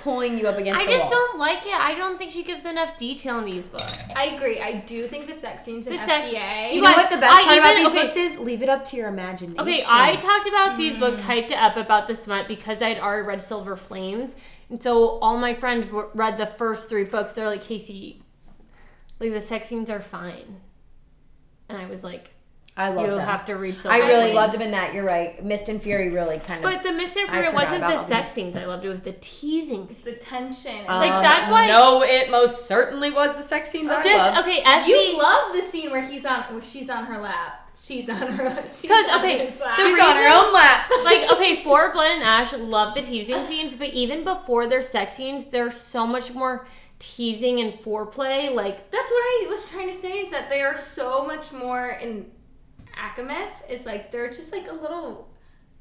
Speaker 2: pulling you up against.
Speaker 3: I
Speaker 2: the
Speaker 3: just
Speaker 2: wall.
Speaker 3: don't like it. I don't think she gives enough detail in these books.
Speaker 1: I agree. I do think the sex scenes in
Speaker 3: The
Speaker 1: FBA.
Speaker 3: sex-
Speaker 2: You
Speaker 3: guys-
Speaker 2: know what the best
Speaker 3: I
Speaker 2: part about
Speaker 3: even-
Speaker 2: these
Speaker 3: okay.
Speaker 2: books is? Leave it up to your imagination.
Speaker 3: Okay, I talked about these
Speaker 2: Mm.
Speaker 3: books hyped up about the smut because I'd already read Silver Flames, and so all my friends w- read the first three books. They're like, Casey, like the sex scenes are fine, and I was like,
Speaker 2: I
Speaker 3: you
Speaker 2: love them.
Speaker 3: have to read. Silver
Speaker 2: I really
Speaker 3: Flames.
Speaker 2: loved them in that. You're right. Mist and Fury really kind of.
Speaker 3: But the Mist and
Speaker 2: I
Speaker 3: Fury
Speaker 2: forgot
Speaker 3: wasn't
Speaker 2: about
Speaker 3: the
Speaker 2: them.
Speaker 3: sex scenes I loved. It was the teasing.
Speaker 1: It's the tension.
Speaker 2: Uh,
Speaker 1: and
Speaker 2: um,
Speaker 3: like, that's why-
Speaker 2: No, it most certainly was the sex scenes I loved.
Speaker 3: Just okay, FB.
Speaker 1: You love the scene where he's on, where she's on her lap. She's on her. She's
Speaker 3: 'Cause,
Speaker 1: on
Speaker 3: okay,
Speaker 1: his lap.
Speaker 2: She's on her own lap.
Speaker 3: like okay, for Blood and Ash love the teasing scenes, but even before their sex scenes, there's so much more teasing and foreplay. Like
Speaker 1: That's what I was trying to say is that they are so much more in Akameth. Is like they're just like a little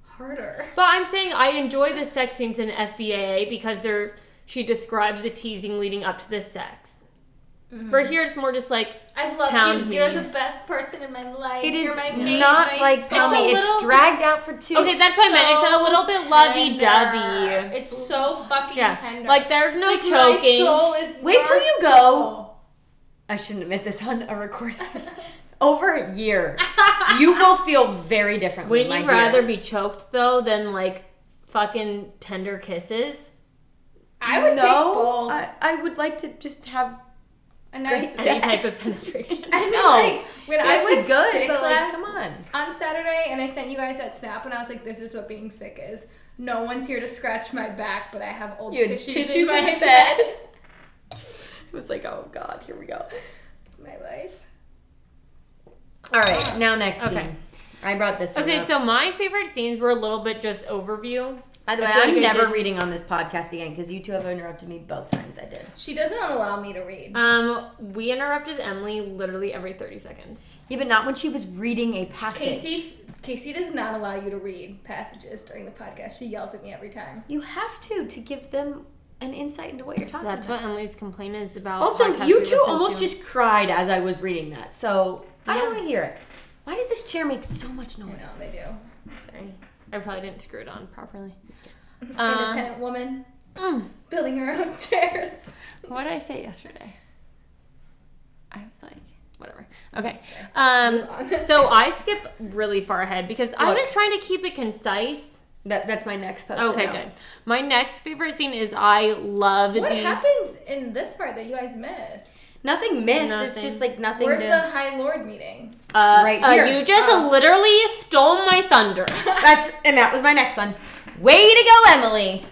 Speaker 1: harder.
Speaker 3: But I'm saying I enjoy the sex scenes in FBA because they're she describes the teasing leading up to the sex. For here, it's more just like
Speaker 1: I love you.
Speaker 3: Pound
Speaker 1: You're
Speaker 3: me.
Speaker 1: the best person in my life.
Speaker 2: It is
Speaker 1: You're my mate,
Speaker 2: not
Speaker 1: my
Speaker 2: like
Speaker 1: soul.
Speaker 2: Tommy. It's,
Speaker 3: little-
Speaker 2: dragged out for two.
Speaker 3: okay, that's what I meant. It's a little bit lovey
Speaker 1: Tender.
Speaker 3: dovey.
Speaker 1: It's so fucking
Speaker 3: Yeah,
Speaker 1: tender.
Speaker 3: like there's no
Speaker 1: Like,
Speaker 3: choking.
Speaker 1: My soul is
Speaker 2: Wait till
Speaker 1: your
Speaker 2: you go.
Speaker 1: soul.
Speaker 2: I shouldn't admit this on a recording. Over a year, you will feel very differently.
Speaker 3: Would
Speaker 2: my
Speaker 3: you
Speaker 2: dear.
Speaker 3: rather be choked though than like fucking tender kisses?
Speaker 1: I would
Speaker 2: no,
Speaker 1: take both.
Speaker 2: I, I would like to just have.
Speaker 1: a nice
Speaker 3: Any type of
Speaker 2: Sex.
Speaker 3: penetration.
Speaker 1: I mean,
Speaker 2: No.
Speaker 1: like when
Speaker 2: Yes,
Speaker 1: I was
Speaker 2: be good,
Speaker 1: sick
Speaker 2: but like,
Speaker 1: last
Speaker 2: come on.
Speaker 1: on Saturday, and I sent you guys that snap, and I was like, "This is what being sick is. No one's here to scratch my back, but I have old
Speaker 2: You had
Speaker 1: tissues, in
Speaker 2: tissues in
Speaker 1: my
Speaker 2: your
Speaker 1: bed.
Speaker 2: bed. It was like, oh god, here we go.
Speaker 1: It's my life.
Speaker 2: All right, now next
Speaker 3: Okay.
Speaker 2: scene. I brought this one.
Speaker 3: Okay,
Speaker 2: up.
Speaker 3: so my favorite scenes were a little bit just overview.
Speaker 2: by the
Speaker 3: I
Speaker 2: way,
Speaker 3: feel
Speaker 2: I'm
Speaker 3: like I
Speaker 2: never
Speaker 3: did-
Speaker 2: reading on this podcast again because you two have interrupted me both times. I did.
Speaker 1: She doesn't allow me to
Speaker 2: Mm-hmm.
Speaker 1: read.
Speaker 3: Um, we interrupted Emily literally every thirty seconds.
Speaker 2: Yeah, but not when she was reading a passage.
Speaker 1: Casey, Casey does not allow you to read passages during the podcast. She yells at me every time.
Speaker 2: you have to to give them an insight into what you're talking
Speaker 3: That's
Speaker 2: about.
Speaker 3: what Emily's complaint is about.
Speaker 2: Also,
Speaker 3: podcasts we
Speaker 2: you two
Speaker 3: listen
Speaker 2: almost
Speaker 3: to.
Speaker 2: just cried as I was reading that, so I
Speaker 3: Yeah.
Speaker 2: don't want to hear it. Why does this chair make so much
Speaker 1: I
Speaker 2: noise?
Speaker 1: know they do.
Speaker 3: Sorry. I probably didn't screw it on properly.
Speaker 2: Uh,
Speaker 1: Independent woman
Speaker 2: mm.
Speaker 3: Um,
Speaker 1: building her own chairs.
Speaker 3: what did I say yesterday? I was like, whatever.
Speaker 2: Oh,
Speaker 3: Okay. Um, so I skip really far ahead because I
Speaker 2: Look.
Speaker 3: was trying to keep it concise.
Speaker 2: That, that's my next post.
Speaker 3: Okay, good. My next favorite scene is I love
Speaker 1: What
Speaker 3: the.
Speaker 1: happens in this part that you guys miss?
Speaker 2: Nothing missed. It's
Speaker 3: Nothing.
Speaker 2: just like nothing.
Speaker 1: Where's
Speaker 2: to,
Speaker 1: the High Lord meeting?
Speaker 3: Uh,
Speaker 2: Right
Speaker 3: uh,
Speaker 2: here.
Speaker 3: you just
Speaker 1: Oh.
Speaker 3: literally stole my thunder.
Speaker 2: That's and that was my next one. Way to go, Emily.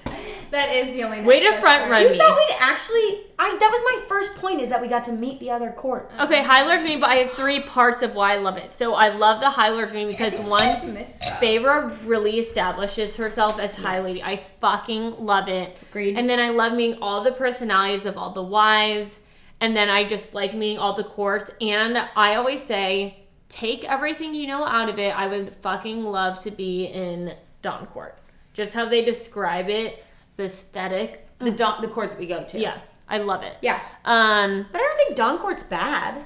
Speaker 1: That is the only.
Speaker 3: Way
Speaker 1: next
Speaker 3: to
Speaker 1: best
Speaker 3: front
Speaker 1: part.
Speaker 3: run me.
Speaker 2: we'd actually. I that was my first point is that we got to meet the other courts.
Speaker 3: Okay, High Lord Me, but I have three parts of why I love it. So I love the High Lord Me because one,
Speaker 1: Just miss stuff.
Speaker 3: Feyre really establishes herself as High
Speaker 2: Yes.
Speaker 3: Lady. I fucking love it.
Speaker 2: Agreed.
Speaker 3: And then I love meeting all the personalities of all the wives. And then I just like meeting all the courts. And I always say, take everything you know out of it. I would fucking love to be in Dawn Court. Just how they describe it, the aesthetic.
Speaker 2: the don- the court that we go to.
Speaker 3: Yeah, I love it.
Speaker 2: Yeah.
Speaker 3: Um,
Speaker 2: But I don't think Don Court's bad.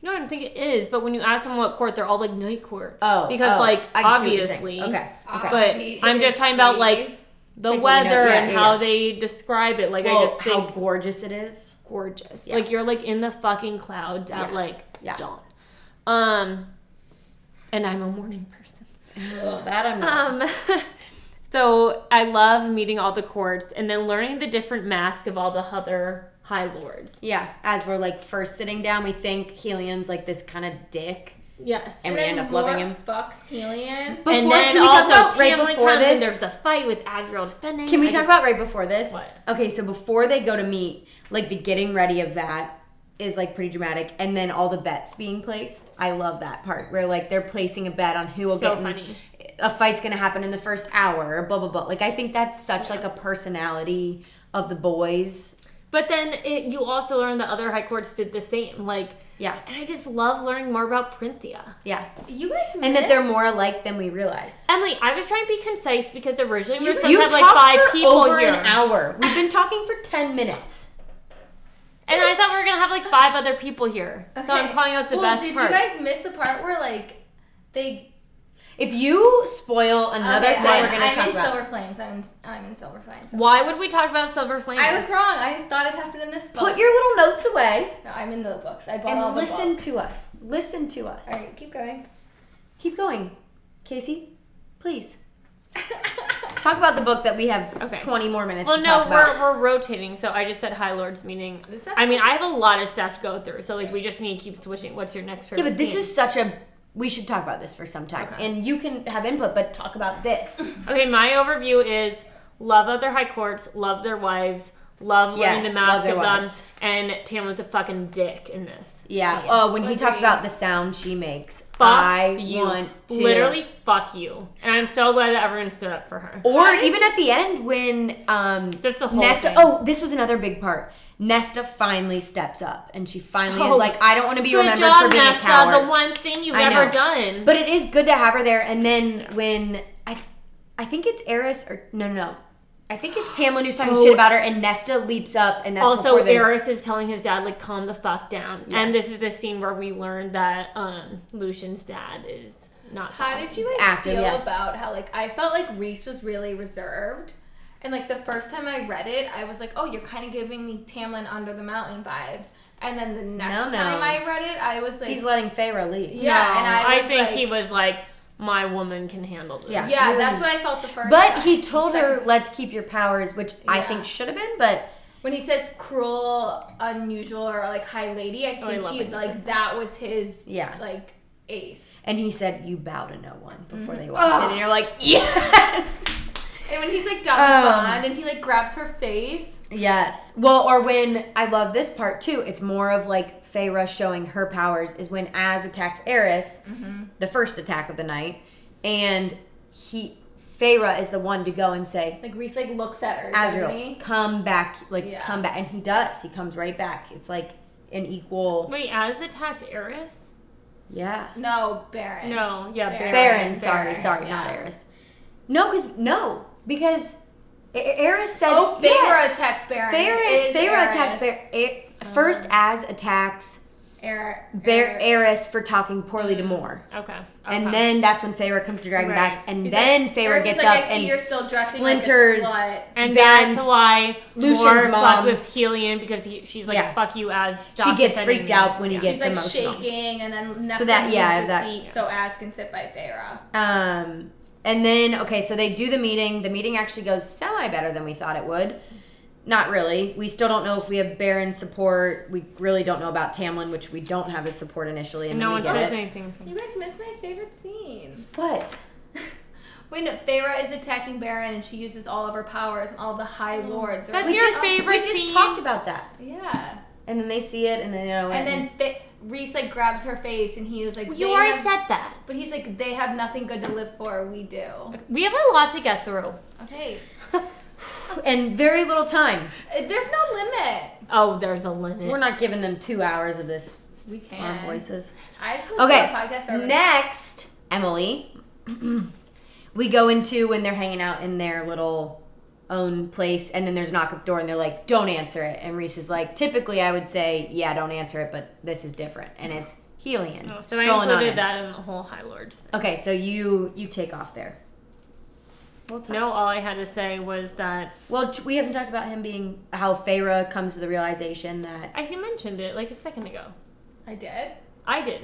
Speaker 3: no, I don't think it is. But when you ask them what court, they're all like night court.
Speaker 2: Oh.
Speaker 3: because
Speaker 2: oh,
Speaker 3: like
Speaker 2: I can see what you're saying.
Speaker 3: obviously,
Speaker 2: Okay. Okay.
Speaker 3: But I'm just talking about, like, the
Speaker 2: Like, when you know-
Speaker 3: weather
Speaker 2: yeah,
Speaker 3: and
Speaker 2: yeah,
Speaker 3: how
Speaker 2: yeah.
Speaker 3: they describe it. Like
Speaker 2: well,
Speaker 3: I just think
Speaker 2: how gorgeous it is.
Speaker 3: gorgeous.
Speaker 2: Yeah.
Speaker 3: Like you're like in the fucking clouds at
Speaker 2: Yeah.
Speaker 3: like
Speaker 2: Yeah.
Speaker 3: dawn. Um and I'm a morning person.
Speaker 2: That I'm not.
Speaker 3: Um so I love meeting all the courts and then learning the different masks of all the other high lords.
Speaker 2: Yeah, as we're like first sitting down, we think Helion's like this kind of dick,
Speaker 3: Yes.
Speaker 2: and,
Speaker 1: And
Speaker 2: we
Speaker 1: then
Speaker 2: end up
Speaker 1: Mor
Speaker 2: loving him.
Speaker 1: fucks Helion.
Speaker 2: Before,
Speaker 3: and then
Speaker 2: can we
Speaker 3: also
Speaker 2: talk about right
Speaker 3: Tamlin
Speaker 2: before
Speaker 3: comes and
Speaker 2: this?
Speaker 3: there's a fight with Azrael defending.
Speaker 2: Can we
Speaker 3: I
Speaker 2: talk
Speaker 3: just-
Speaker 2: about right before this?
Speaker 3: What?
Speaker 2: Okay, so before they go to meet, like the getting ready of that is like pretty dramatic, and then all the bets being placed. I love that part where like they're placing a bet on who will
Speaker 3: So
Speaker 2: get in-
Speaker 3: funny.
Speaker 2: a fight's gonna happen in the first hour, blah blah blah. Like I think that's such like a personality of the boys.
Speaker 3: But then it, you also learn the other high courts did the same. Like
Speaker 2: Yeah,
Speaker 3: and I just love learning more about Printhia.
Speaker 2: yeah,
Speaker 1: You guys miss.
Speaker 2: and that they're more alike than we realize.
Speaker 3: Emily, I was trying to be concise because originally we
Speaker 2: You,
Speaker 3: were supposed to have like
Speaker 2: talked
Speaker 3: five
Speaker 2: for
Speaker 3: people
Speaker 2: over
Speaker 3: here,
Speaker 2: an hour. We've been talking for ten minutes.
Speaker 3: and I thought we were gonna have like five other people here. So I'm
Speaker 1: Okay.
Speaker 3: calling out the
Speaker 1: well,
Speaker 3: best
Speaker 1: did
Speaker 3: part.
Speaker 1: you guys miss the part where like they?
Speaker 2: If you spoil another
Speaker 1: okay,
Speaker 2: thing,
Speaker 1: I'm,
Speaker 2: we're gonna
Speaker 1: I'm
Speaker 2: talk
Speaker 1: in
Speaker 2: about.
Speaker 1: Silver Flames. I'm in, I'm in Silver Flames.
Speaker 3: Why would we talk about Silver Flame?
Speaker 1: I was wrong. I thought it happened in this book.
Speaker 2: Put your little notes away
Speaker 1: no, I'm in the books. I bought all
Speaker 2: and
Speaker 1: the
Speaker 2: listen
Speaker 1: books.
Speaker 2: to us. Listen to us.
Speaker 1: All right, keep going.
Speaker 2: Keep going, Casey. Please talk about the book that we have
Speaker 3: Okay.
Speaker 2: twenty more minutes.
Speaker 3: Well,
Speaker 2: to
Speaker 3: no,
Speaker 2: talk
Speaker 3: we're,
Speaker 2: about.
Speaker 3: we're rotating, so I just said High Lords, meaning.
Speaker 1: This stuff-
Speaker 3: I mean, I have a lot of stuff to go through, so like we just need to keep switching. What's your next favorite?
Speaker 2: yeah, but this
Speaker 3: scene?
Speaker 2: is such a. We should talk about this for some time,
Speaker 3: Okay.
Speaker 2: and you can have input, but talk about this.
Speaker 3: okay. My overview is love other high courts, love their wives, love learning
Speaker 2: Yes,
Speaker 3: the mask
Speaker 2: love their
Speaker 3: of them,
Speaker 2: wives.
Speaker 3: and Tamlin's a fucking dick in this.
Speaker 2: Yeah.
Speaker 3: Scene.
Speaker 2: Oh, when he talks
Speaker 1: Agreed.
Speaker 2: about the sound she makes,
Speaker 3: Fuck
Speaker 2: I
Speaker 3: you.
Speaker 2: want to
Speaker 3: literally fuck you, and I'm so glad that everyone stood up for her.
Speaker 2: Or even at the end when um
Speaker 3: Just the whole
Speaker 2: Nesta
Speaker 3: thing.
Speaker 2: oh this was another big part. Nesta finally steps up and she finally
Speaker 3: Oh.
Speaker 2: is like I don't want to be
Speaker 3: Good
Speaker 2: remembered for
Speaker 3: job,
Speaker 2: being a coward.
Speaker 3: Nesta. The one thing you've
Speaker 2: I
Speaker 3: ever
Speaker 2: know.
Speaker 3: done.
Speaker 2: But it is good to have her there and then when I I think it's Eris or no no no. I think it's Tamlin who's talking
Speaker 3: Oh.
Speaker 2: shit about her and Nesta leaps up and that's
Speaker 3: also,
Speaker 2: before they
Speaker 3: Eris is telling his dad, like, calm the fuck down. And this is the scene where we learn that um, Lucian's dad is not.
Speaker 1: How
Speaker 3: bad.
Speaker 1: did you guys
Speaker 2: After,
Speaker 1: feel
Speaker 2: yeah.
Speaker 1: about how like I felt like Reese was really reserved, and like the first time I read it, I was like, oh, you're kind of giving me Tamlin Under the Mountain vibes. And then the next
Speaker 2: no.
Speaker 1: time I read it, I was like,
Speaker 2: he's letting Feyre leave.
Speaker 1: Yeah, and I was
Speaker 3: think
Speaker 1: like-
Speaker 3: he was like, my woman can handle this.
Speaker 2: Yeah.
Speaker 1: yeah,
Speaker 2: really-
Speaker 1: that's what I felt the first.
Speaker 2: But
Speaker 1: time.
Speaker 2: he told
Speaker 1: The
Speaker 2: her
Speaker 1: second-
Speaker 2: let's keep your powers, which I
Speaker 1: Yeah.
Speaker 2: think should have been, but
Speaker 1: when he says cruel, unusual, or like high lady, I
Speaker 3: Oh, I
Speaker 1: think
Speaker 3: love
Speaker 1: he
Speaker 3: when he
Speaker 1: like
Speaker 3: says
Speaker 1: that was his
Speaker 2: yeah.
Speaker 1: like ace.
Speaker 2: And he said, "You bow to no one before they walk
Speaker 1: Ugh.
Speaker 2: in," and you're like, "Yes,
Speaker 1: And when he's like Don
Speaker 2: Um.
Speaker 1: Bond, and he like grabs her face.
Speaker 2: yes." Well, or when I love this part too. It's more of like Feyre showing her powers is when Az attacks Eris,
Speaker 1: Mm-hmm.
Speaker 2: the first attack of the night, and he Feyre is the one to go and say,
Speaker 1: Like Reese like looks at her, doesn't
Speaker 2: "Azrael,
Speaker 1: he?
Speaker 2: come back, like
Speaker 1: Yeah.
Speaker 2: come back," and he does. He comes right back. It's like an equal,
Speaker 3: Wait, Az attacked Eris?
Speaker 2: yeah.
Speaker 1: No, Baron.
Speaker 3: No, yeah,
Speaker 1: Baron.
Speaker 3: Baron.
Speaker 2: Baron, sorry,
Speaker 1: Baron,
Speaker 2: sorry,
Speaker 1: yeah.
Speaker 2: not Eris. No, because no, because E- Eris said,
Speaker 1: Oh, Feyre
Speaker 2: yes.
Speaker 1: attacks Baron.
Speaker 2: Feyre,
Speaker 1: is
Speaker 2: Feyre attacked
Speaker 1: Eris. Oh.
Speaker 2: Bear. It, first, Az attacks
Speaker 1: Air,
Speaker 2: Bear Eris for talking poorly to Moore.
Speaker 3: Okay. okay.
Speaker 2: And then that's when Feyre comes to Dragonback,
Speaker 3: Right.
Speaker 2: and
Speaker 3: He's
Speaker 2: then Feyre
Speaker 1: Eris
Speaker 2: gets
Speaker 1: is Uh-huh. like,
Speaker 2: up
Speaker 1: I see
Speaker 2: and
Speaker 1: you're still dressing
Speaker 2: splinters-
Speaker 1: like a slut.
Speaker 3: and
Speaker 2: bans
Speaker 3: that's why
Speaker 2: Lucian's
Speaker 3: Moore fucked
Speaker 2: mom's-
Speaker 3: with Helion because he, she's like,
Speaker 2: Yeah.
Speaker 3: "Fuck you," as stop
Speaker 2: she gets
Speaker 3: defending
Speaker 2: freaked
Speaker 3: me."
Speaker 2: out when he
Speaker 3: Yeah.
Speaker 1: She's
Speaker 2: gets
Speaker 1: like
Speaker 2: emotional.
Speaker 1: shaking, and then Nesta
Speaker 2: that-
Speaker 1: moves
Speaker 2: yeah,
Speaker 1: the
Speaker 2: that-
Speaker 1: seat so Az can sit by Feyre.
Speaker 2: Um, and then okay, so they do the meeting. The meeting actually goes semi better than we thought it would. Not really. We still don't know if we have Baron's support. We really don't know about Tamlin, which we don't have his support initially, and
Speaker 3: No
Speaker 2: then
Speaker 3: one
Speaker 2: we get
Speaker 3: says
Speaker 2: it.
Speaker 3: anything.
Speaker 1: You guys missed my favorite scene.
Speaker 2: What?
Speaker 1: When Feyre is attacking Baron and she uses all of her powers and all the High
Speaker 2: Mm.
Speaker 1: Lords. are
Speaker 3: That's
Speaker 1: like,
Speaker 3: your
Speaker 2: just,
Speaker 3: favorite
Speaker 2: We just
Speaker 3: scene?
Speaker 2: talked about that,
Speaker 1: Yeah.
Speaker 2: and then they see it, and then they know.
Speaker 1: And then Fe- Reese like grabs her face and he was like,
Speaker 3: You
Speaker 1: "They
Speaker 3: already
Speaker 1: have-"
Speaker 3: said that.
Speaker 1: But he's like, they have nothing good to live for. We do.
Speaker 3: We have a lot to get through.
Speaker 1: Okay.
Speaker 2: and very little time.
Speaker 1: Uh, There's no limit.
Speaker 3: Oh, there's a limit.
Speaker 2: We're not giving them two hours of this.
Speaker 1: We
Speaker 2: Our
Speaker 1: can.
Speaker 2: voices.
Speaker 1: I've listened
Speaker 2: Okay.
Speaker 1: to a podcast already.
Speaker 2: Next, Emily, we go into when they're hanging out in their little own place, and then there's a knock at the door, and they're like, "Don't answer it." And Reese is like, "Typically, I would say, yeah, don't answer it, but this is different, and it's Helion."
Speaker 3: Oh, so I
Speaker 2: stolen on
Speaker 3: included
Speaker 2: him."
Speaker 3: that in the whole High Lords. Thing.
Speaker 2: Okay, so you you take off there. We'll talk.
Speaker 3: No, all I had to say was that
Speaker 2: Well, t- we haven't talked about him being how Feyre comes to the realization that.
Speaker 3: I he mentioned it like a second ago.
Speaker 1: I did.
Speaker 3: I did.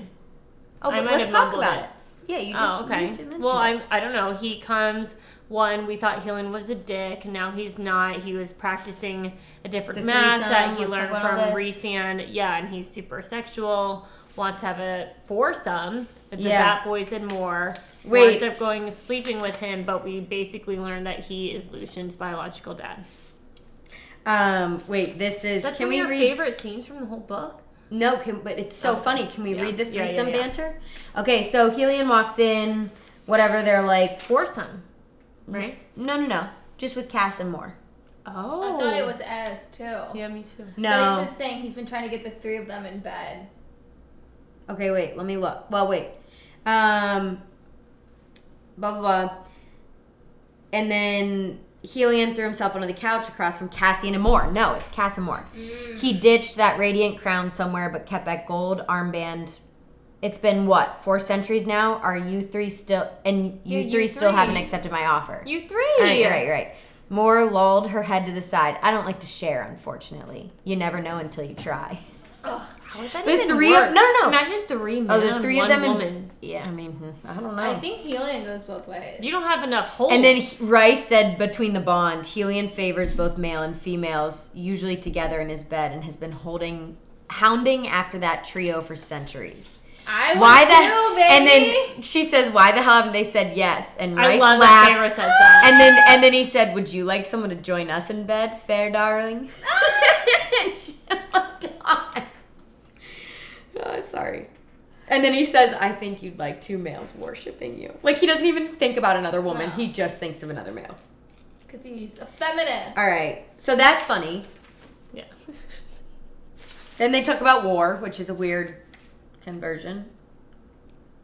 Speaker 2: Oh,
Speaker 3: I
Speaker 2: but
Speaker 3: might
Speaker 2: let's
Speaker 3: have
Speaker 2: talk
Speaker 3: mumbled
Speaker 2: about
Speaker 3: it.
Speaker 2: it. Yeah, you just.
Speaker 3: Oh, okay.
Speaker 2: you did mention
Speaker 3: Well,
Speaker 2: it.
Speaker 3: I'm. I don't know. He comes. One, we thought Healan was a dick. Now he's not. He was practicing a different
Speaker 2: The
Speaker 3: math that
Speaker 2: threesome,
Speaker 3: he
Speaker 2: what's
Speaker 3: learned
Speaker 2: up with all
Speaker 3: from
Speaker 2: this?
Speaker 3: Rethan. Yeah, and he's super sexual. Wants to have a foursome
Speaker 2: Yeah.
Speaker 3: with the Bat Boys and more.
Speaker 2: Wait.
Speaker 3: Winds up going and sleeping with him, but we basically learned that he is Lucian's biological dad.
Speaker 2: Um, wait, this is.
Speaker 3: That's
Speaker 2: can
Speaker 3: one
Speaker 2: we
Speaker 3: of your
Speaker 2: read?
Speaker 3: favorite scenes from the whole book?
Speaker 2: No, can, but it's so funny. Can we
Speaker 3: Yeah.
Speaker 2: read the
Speaker 3: Yeah, yeah,
Speaker 2: threesome
Speaker 3: yeah.
Speaker 2: banter? Okay, so Helion walks in, whatever, they're like,
Speaker 3: Foursome, right?
Speaker 2: no, no, no, just with Cass and Moore.
Speaker 3: Oh,
Speaker 1: I thought it was Ez too.
Speaker 3: Yeah, me too.
Speaker 1: But he's
Speaker 2: No.
Speaker 1: been saying he's been trying to get the three of them in bed.
Speaker 2: Okay, wait, let me look. Well, wait. Um, blah, blah, blah. And then Helion threw himself onto the couch across from Cassian and Moore. No, it's Cass and Moore. He ditched that radiant crown somewhere but kept that gold armband. It's been what, four centuries now? Are you three still, and you
Speaker 3: Yeah, you
Speaker 2: three still
Speaker 3: three.
Speaker 2: haven't accepted my offer?
Speaker 3: You three.
Speaker 2: Right, right, right. Moore lolled her head to the side. I don't like to share, unfortunately. You never know until you try.
Speaker 3: How would that
Speaker 2: The
Speaker 3: even
Speaker 2: three of-
Speaker 3: work?
Speaker 2: no, no, no.
Speaker 3: Imagine three men.
Speaker 2: Oh, the three of
Speaker 3: one
Speaker 2: them. in-
Speaker 3: Woman.
Speaker 2: yeah, I mean, hmm, I don't know.
Speaker 1: I think helium goes both ways.
Speaker 3: You don't have enough holes.
Speaker 2: and then he- Rice said, between the bond, Helion favors both male and females, usually together in his bed, and has been holding, hounding after that trio for centuries.
Speaker 1: I
Speaker 2: Why
Speaker 1: why
Speaker 2: the?
Speaker 1: that? Baby.
Speaker 2: And then she says, "Why the hell haven't they said yes?" And
Speaker 3: I
Speaker 2: Rice
Speaker 3: love
Speaker 2: laughed.
Speaker 3: that Sarah says that.
Speaker 2: And then and then he said, "Would you like someone to join us in bed, fair darling?" And she- oh, God. Oh, sorry. And then he says, "I think you'd like two males worshiping you." Like he doesn't even think about another woman;
Speaker 1: No.
Speaker 2: he just thinks of another male.
Speaker 1: Because he's a feminist.
Speaker 2: All right, so that's funny.
Speaker 3: yeah.
Speaker 2: Then they talk about war, which is a weird conversion.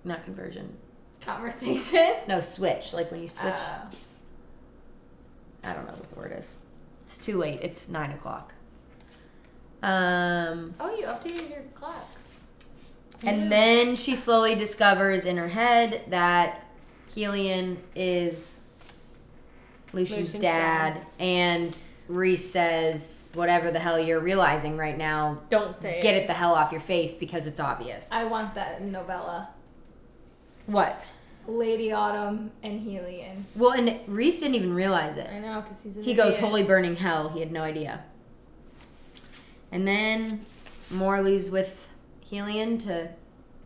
Speaker 2: Not conversion.
Speaker 1: Conversation.
Speaker 2: No, switch. Like when you switch.
Speaker 1: Uh,
Speaker 2: I don't know what the word is. It's too late. It's nine o'clock. Um,
Speaker 1: oh, you updated your clocks.
Speaker 2: and then she slowly discovers in her head that Helion is Lucian's,
Speaker 3: Lucian's
Speaker 2: dad, and Reese says, "Whatever the hell you're realizing right now,
Speaker 3: Don't say
Speaker 2: get it the hell off your face because it's obvious."
Speaker 1: I want that novella.
Speaker 2: what?
Speaker 1: Lady Autumn and Helium.
Speaker 2: Well, and Reese didn't even realize it.
Speaker 1: I know, because he's an
Speaker 2: He goes,
Speaker 1: idiot.
Speaker 2: holy burning hell. He had no idea. And then Moore leaves with Helion to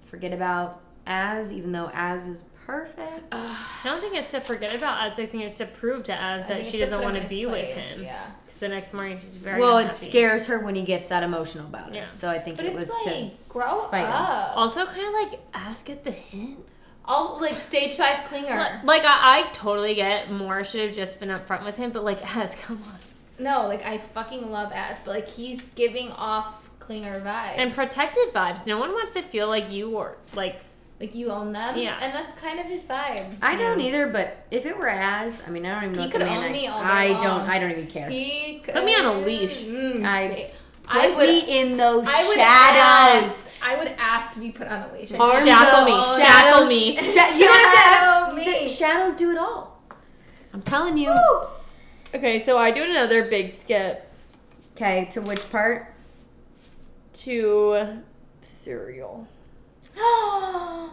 Speaker 2: forget about Az, even though Az is perfect.
Speaker 3: I don't think it's to forget about Az. I think it's to prove to Az
Speaker 1: I
Speaker 3: that
Speaker 1: think
Speaker 3: she
Speaker 1: it's
Speaker 3: doesn't
Speaker 1: put him
Speaker 3: want
Speaker 1: in
Speaker 3: to
Speaker 1: his
Speaker 3: be with
Speaker 1: place,
Speaker 3: him.
Speaker 1: Yeah.
Speaker 3: Because the next morning she's very
Speaker 2: Well, it
Speaker 3: unhappy.
Speaker 2: scares her when he gets that emotional about her.
Speaker 3: Yeah.
Speaker 2: So I think
Speaker 1: But
Speaker 2: it
Speaker 1: it's
Speaker 2: was
Speaker 1: like,
Speaker 2: to.
Speaker 1: grow
Speaker 2: spite him.
Speaker 1: up.
Speaker 3: Also, kind of like ask at the hint.
Speaker 1: I'll, like, stage five clinger.
Speaker 3: Like, like, I, I totally get more should have just been upfront with him, but like Az, come on,
Speaker 1: No, like, I fucking love ass, but, like, he's giving off clinger vibes.
Speaker 3: and protected vibes. No one wants to feel like you or like
Speaker 1: Like, you own them.
Speaker 3: Yeah.
Speaker 1: And that's kind of his vibe.
Speaker 2: I don't either, but if it were Az, I mean, I don't even know.
Speaker 1: He
Speaker 2: what the
Speaker 1: could
Speaker 2: man
Speaker 1: own
Speaker 2: I,
Speaker 1: me all day
Speaker 2: I
Speaker 1: long.
Speaker 2: don't. I don't even care.
Speaker 1: He could,
Speaker 3: Put me on a leash.
Speaker 1: Mm,
Speaker 2: I-
Speaker 1: ba-
Speaker 2: Put
Speaker 1: I would.
Speaker 2: me in those
Speaker 1: I would
Speaker 2: shadows.
Speaker 1: ask. I would to be put on a leash.
Speaker 2: Arms
Speaker 3: Shackle
Speaker 2: up,
Speaker 3: me.
Speaker 2: shadows-
Speaker 3: Shackle me.
Speaker 2: Sha- you don't have
Speaker 1: Shadow
Speaker 2: to.
Speaker 1: me.
Speaker 2: the shadows do it all. I'm telling you.
Speaker 3: Okay, so I do another big skip
Speaker 2: Okay, to which part?
Speaker 3: to cereal.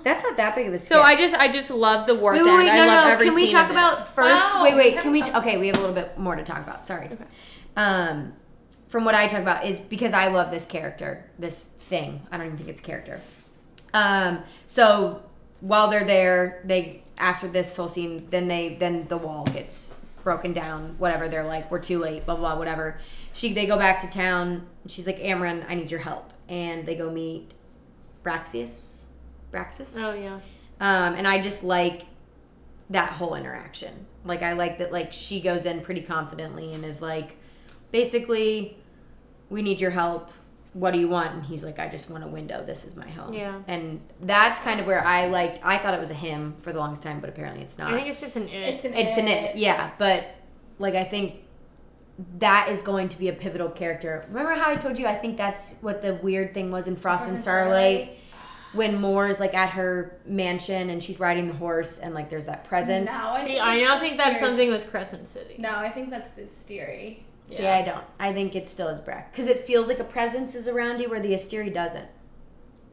Speaker 2: That's not that big of a skip.
Speaker 3: So I just I just love the work.
Speaker 2: wait,
Speaker 3: that
Speaker 2: wait, wait,
Speaker 3: I
Speaker 2: no,
Speaker 3: love
Speaker 2: no.
Speaker 3: every
Speaker 2: Can we
Speaker 3: scene
Speaker 2: talk
Speaker 3: of it.
Speaker 2: about first?
Speaker 1: Wow,
Speaker 2: wait,
Speaker 1: we
Speaker 2: wait. Can we?
Speaker 1: haven't-
Speaker 2: Okay, we have a little bit more to talk about. Sorry.
Speaker 3: Okay.
Speaker 2: Um, from what I talk about is because I love this character, this thing. I don't even think it's character. Um, so while they're there, they after this whole scene, then they then the wall gets broken down. Whatever. They're like, we're too late. Blah blah. blah, Whatever. She they go back to town. And she's like, Amran, I need your help. And they go meet Braxius. Braxis
Speaker 3: Oh yeah.
Speaker 2: um, and I just like that whole interaction. Like I like that like she goes in pretty confidently and is like, basically, we need your help. What do you want? And he's like, I just want a window. This is my home.
Speaker 3: Yeah.
Speaker 2: And that's kind of where I liked. I thought it was a him for the longest time, but apparently it's not.
Speaker 3: I think it's just an it.
Speaker 1: It's an
Speaker 2: it's an it. Yeah, but like I think that is going to be a pivotal character. Remember how I told you I think that's what the weird thing was in Frost, and Starlight when Moore's like at her mansion and she's riding the horse and like there's that presence.
Speaker 1: Now I
Speaker 3: See,
Speaker 1: think,
Speaker 3: I
Speaker 1: it's
Speaker 3: now
Speaker 1: the
Speaker 3: think that's
Speaker 1: Steery.
Speaker 3: something with Crescent City.
Speaker 1: No, I think that's the Steery.
Speaker 2: See, I don't. I think it still is Breck because it feels like a presence is around you where the Asteri doesn't.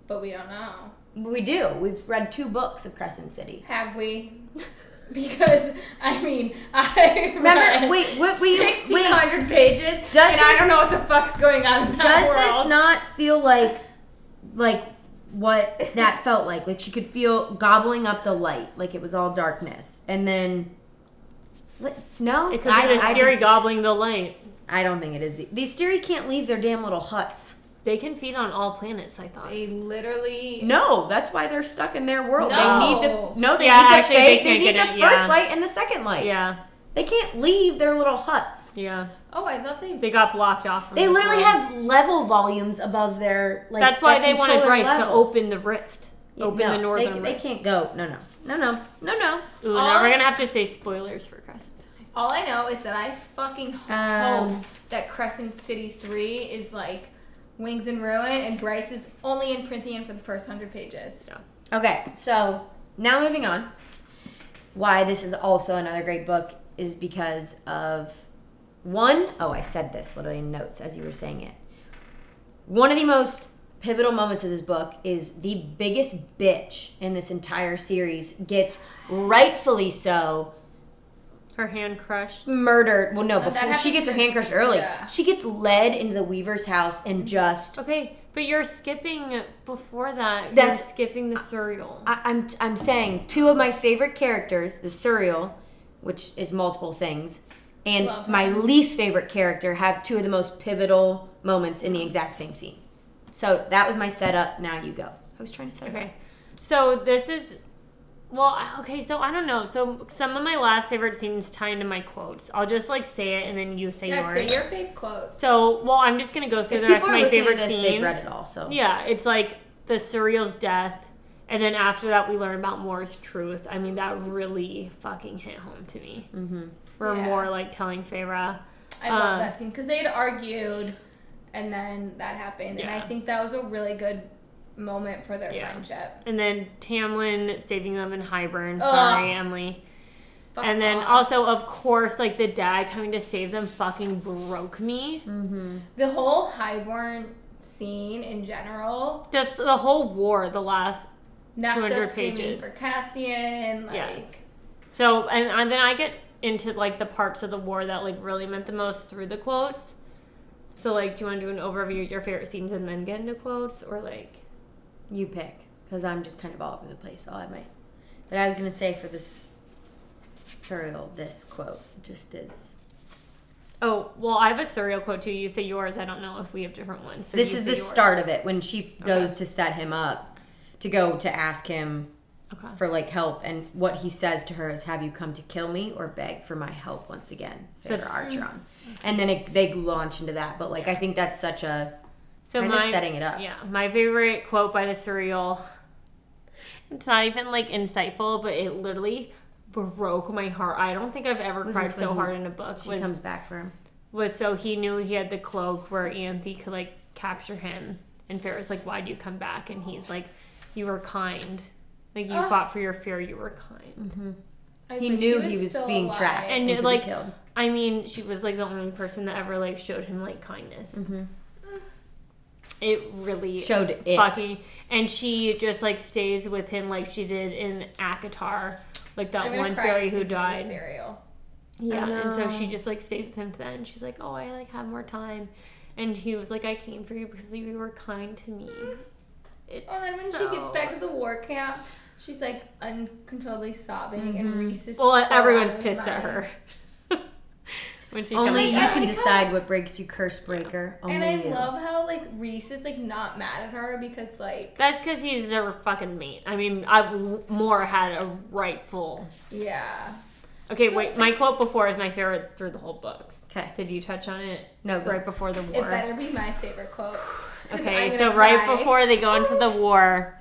Speaker 1: But we don't know.
Speaker 2: But we do. We've read two books of Crescent City.
Speaker 1: Have we? Because I mean, I
Speaker 2: Remember?
Speaker 1: read
Speaker 2: Wait, what? Wait,
Speaker 1: sixteen
Speaker 2: wait.
Speaker 1: hundred pages,
Speaker 2: Does
Speaker 1: and I
Speaker 2: this-
Speaker 1: don't know what the fuck's going on in that
Speaker 2: Does this
Speaker 1: world.
Speaker 2: not feel like, like what that felt like? Like she could feel gobbling up the light, like it was all darkness, and then. li- No,
Speaker 3: It could be the Fury
Speaker 2: think-
Speaker 3: gobbling the light.
Speaker 2: I don't think it is. The Asteri can't leave their damn little huts.
Speaker 3: They can feed on all planets. I thought.
Speaker 1: They literally
Speaker 2: No, that's why they're stuck in their world.
Speaker 1: No.
Speaker 2: They need the no. They
Speaker 3: Yeah,
Speaker 2: need the,
Speaker 3: actually,
Speaker 2: they,
Speaker 3: they
Speaker 2: they
Speaker 3: can't
Speaker 2: need
Speaker 3: get
Speaker 2: the
Speaker 3: it,
Speaker 2: first
Speaker 3: yeah.
Speaker 2: light and the second light.
Speaker 3: Yeah,
Speaker 2: They can't leave their little huts.
Speaker 3: yeah.
Speaker 1: Oh, I thought they.
Speaker 3: They got blocked off. From
Speaker 2: They
Speaker 3: this
Speaker 2: literally
Speaker 3: world.
Speaker 2: have level volumes above their. Like,
Speaker 3: That's why
Speaker 2: their
Speaker 3: they wanted
Speaker 2: controller
Speaker 3: Bryce to
Speaker 2: levels.
Speaker 3: open the rift,
Speaker 2: Yeah,
Speaker 3: open
Speaker 2: no,
Speaker 3: the northern
Speaker 2: They, they
Speaker 3: rift.
Speaker 2: can't go. No, no, no, no, no, no.
Speaker 3: Ooh,
Speaker 1: All-
Speaker 3: now we're gonna have to say spoilers for Crescent City.
Speaker 1: All I know is that I fucking hope
Speaker 2: Um.
Speaker 1: that Crescent City Three is like Wings and Ruin, and Bryce is only in Prithian for the first hundred pages.
Speaker 2: Okay, so now moving on. Why this is also another great book is because of one, oh, I said this literally in notes as you were saying it. One of the most pivotal moments of this book is the biggest bitch in this entire series gets rightfully so
Speaker 3: Her hand crushed.
Speaker 2: murdered. Well, no,
Speaker 1: that
Speaker 2: before she
Speaker 1: happened-
Speaker 2: gets her hand crushed early,
Speaker 1: Yeah.
Speaker 2: she gets led into the Weaver's house and just
Speaker 3: Okay, but you're skipping before that.
Speaker 2: That's-
Speaker 3: you're skipping the cereal.
Speaker 2: I, I'm I'm saying two of my favorite characters, the surreal, which is multiple things, and
Speaker 1: Love
Speaker 2: my least favorite character have two of the most pivotal moments in the exact same scene. So that was my setup. Now you go. I was trying to set it
Speaker 3: Okay.
Speaker 2: up.
Speaker 3: So this is well, I- okay, so I don't know. So some of my last favorite scenes tie into my quotes. I'll just like say it and then you say
Speaker 1: Yeah,
Speaker 3: yours.
Speaker 1: say your fave quotes.
Speaker 3: so well, I'm just gonna go through
Speaker 2: If
Speaker 3: the rest
Speaker 2: people
Speaker 3: of
Speaker 2: are
Speaker 3: my
Speaker 2: listening to
Speaker 3: favorite
Speaker 2: this,
Speaker 3: scenes.
Speaker 2: they've read it all. So
Speaker 3: Yeah, it's like the surreal's death, and then after that we learn about Moore's truth. I mean, that really fucking hit home to me. Mm-hmm. Where
Speaker 1: Yeah.
Speaker 3: Moore like telling Feyre,
Speaker 1: I love
Speaker 3: Um,
Speaker 1: that scene because they had argued, and then that happened, and I
Speaker 3: Yeah.
Speaker 1: think that was a really good moment for their
Speaker 3: Yeah.
Speaker 1: friendship.
Speaker 3: and then Tamlin saving them in Highburn.
Speaker 1: Ugh.
Speaker 3: Sorry, Emily.
Speaker 1: Fuck
Speaker 3: and then
Speaker 1: off.
Speaker 3: also, of course, like the dad coming to save them fucking broke me.
Speaker 2: Mm.
Speaker 1: the whole Highborn scene in general,
Speaker 3: Just the whole war, the last.
Speaker 1: Nesta
Speaker 3: 200
Speaker 1: screaming
Speaker 3: pages.
Speaker 1: for Cassian, like
Speaker 3: Yes. So, and, and then I get into like the parts of the war that like really meant the most through the quotes. So, like, do you want to do an overview of your favorite scenes and then get into quotes, or like?
Speaker 2: you pick because I'm just kind of all over the place. I'll have my. But I was gonna say for this surreal, this quote just is.
Speaker 3: Oh, well, I have a surreal quote too. You say yours. I don't know if we have different ones. So
Speaker 2: this
Speaker 3: you
Speaker 2: is
Speaker 3: say
Speaker 2: the
Speaker 3: yours.
Speaker 2: start of it when she goes to set him up to go to ask him
Speaker 3: Okay.
Speaker 2: for like help and what he says to her is have you come to kill me or beg for my help once again Favor
Speaker 3: Good.
Speaker 2: archer on and then it, they launch into that but like i think that's such a
Speaker 3: So
Speaker 2: kind of setting it up.
Speaker 3: Yeah, my favorite quote by the surreal. It's not even like insightful, but it literally broke my heart. I don't think I've ever
Speaker 2: Was
Speaker 3: cried
Speaker 2: this when
Speaker 3: so
Speaker 2: he-
Speaker 3: hard in a book.
Speaker 2: she
Speaker 3: Was
Speaker 2: comes back for him
Speaker 3: was so he knew he had the cloak where Anthe could like capture him, and Pharaoh's like, "Why do you come back?" And he's like, "You were kind. Like you
Speaker 1: Ah.
Speaker 3: fought for your fear. You were kind."
Speaker 1: I
Speaker 2: He
Speaker 1: wish
Speaker 2: knew he was
Speaker 1: still
Speaker 2: being
Speaker 1: alive.
Speaker 2: tracked
Speaker 3: And
Speaker 2: and,
Speaker 3: it,
Speaker 2: could be
Speaker 3: like-
Speaker 2: killed.
Speaker 3: I mean, she was like the only person that ever like showed him like kindness. It really
Speaker 2: Mm-hmm. Showed it.
Speaker 3: fucking and she just like stays with him like she did in Akatar, like that
Speaker 1: I'm gonna
Speaker 3: one
Speaker 1: cry
Speaker 3: fairy
Speaker 1: if
Speaker 3: who
Speaker 1: you do the
Speaker 3: died.
Speaker 1: Cereal.
Speaker 3: Yeah, and so
Speaker 2: know.
Speaker 3: she just like stays with him to the end. She's like, "Oh, I like have more time," and he was like, "I came for you because you were kind to me." It's
Speaker 1: Oh, then when
Speaker 3: so-
Speaker 1: she gets back to the war camp, she's like uncontrollably sobbing, and
Speaker 2: Mm-hmm.
Speaker 1: Reese is
Speaker 3: well,
Speaker 1: so
Speaker 3: everyone's
Speaker 1: out of his
Speaker 3: pissed at
Speaker 1: mind.
Speaker 3: her when she comes.
Speaker 2: Only
Speaker 1: Like,
Speaker 2: you
Speaker 1: I
Speaker 3: back.
Speaker 2: can
Speaker 1: like how-
Speaker 2: decide what breaks you, curse breaker. Only
Speaker 1: And I
Speaker 2: you.
Speaker 1: love how like Reese is like not mad at her because like
Speaker 3: That's because he's their fucking mate. I mean, I Moore had a rightful.
Speaker 1: yeah.
Speaker 3: Okay, wait. My quote before is my favorite through the whole book.
Speaker 2: Okay.
Speaker 3: Did you touch on it
Speaker 2: No. Go.
Speaker 3: right before the war?
Speaker 1: It better be my favorite quote. 'cause I'm
Speaker 3: Okay,
Speaker 1: gonna
Speaker 3: so right
Speaker 1: cry.
Speaker 3: before they go into the war,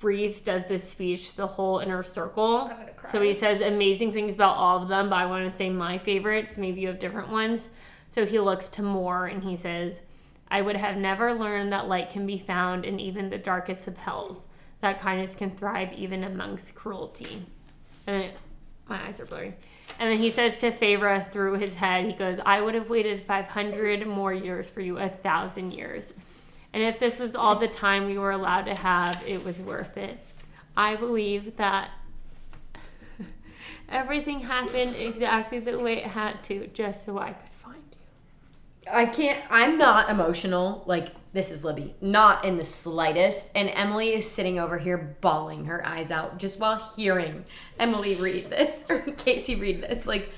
Speaker 3: Reese does this speech, the whole inner circle.
Speaker 1: I'm gonna cry.
Speaker 3: So he says amazing things about all of them, but I want to say my favorites. Maybe you have different ones. So he looks to Moore and he says, I would have never learned that light can be found in even the darkest of hells, that kindness can thrive even amongst cruelty. And it- my eyes are blurry. And then he says to Feyre through his head, he goes, I would have waited 500 more years for you, a thousand years. And if this was all the time we were allowed to have, it was worth it. I believe that everything happened exactly the way it had to, just so I could find you.
Speaker 2: I can't. I'm not emotional. Like this is Libby, not in the slightest. And Emily is sitting over here bawling her eyes out just while hearing Emily read this, or Casey read this. Like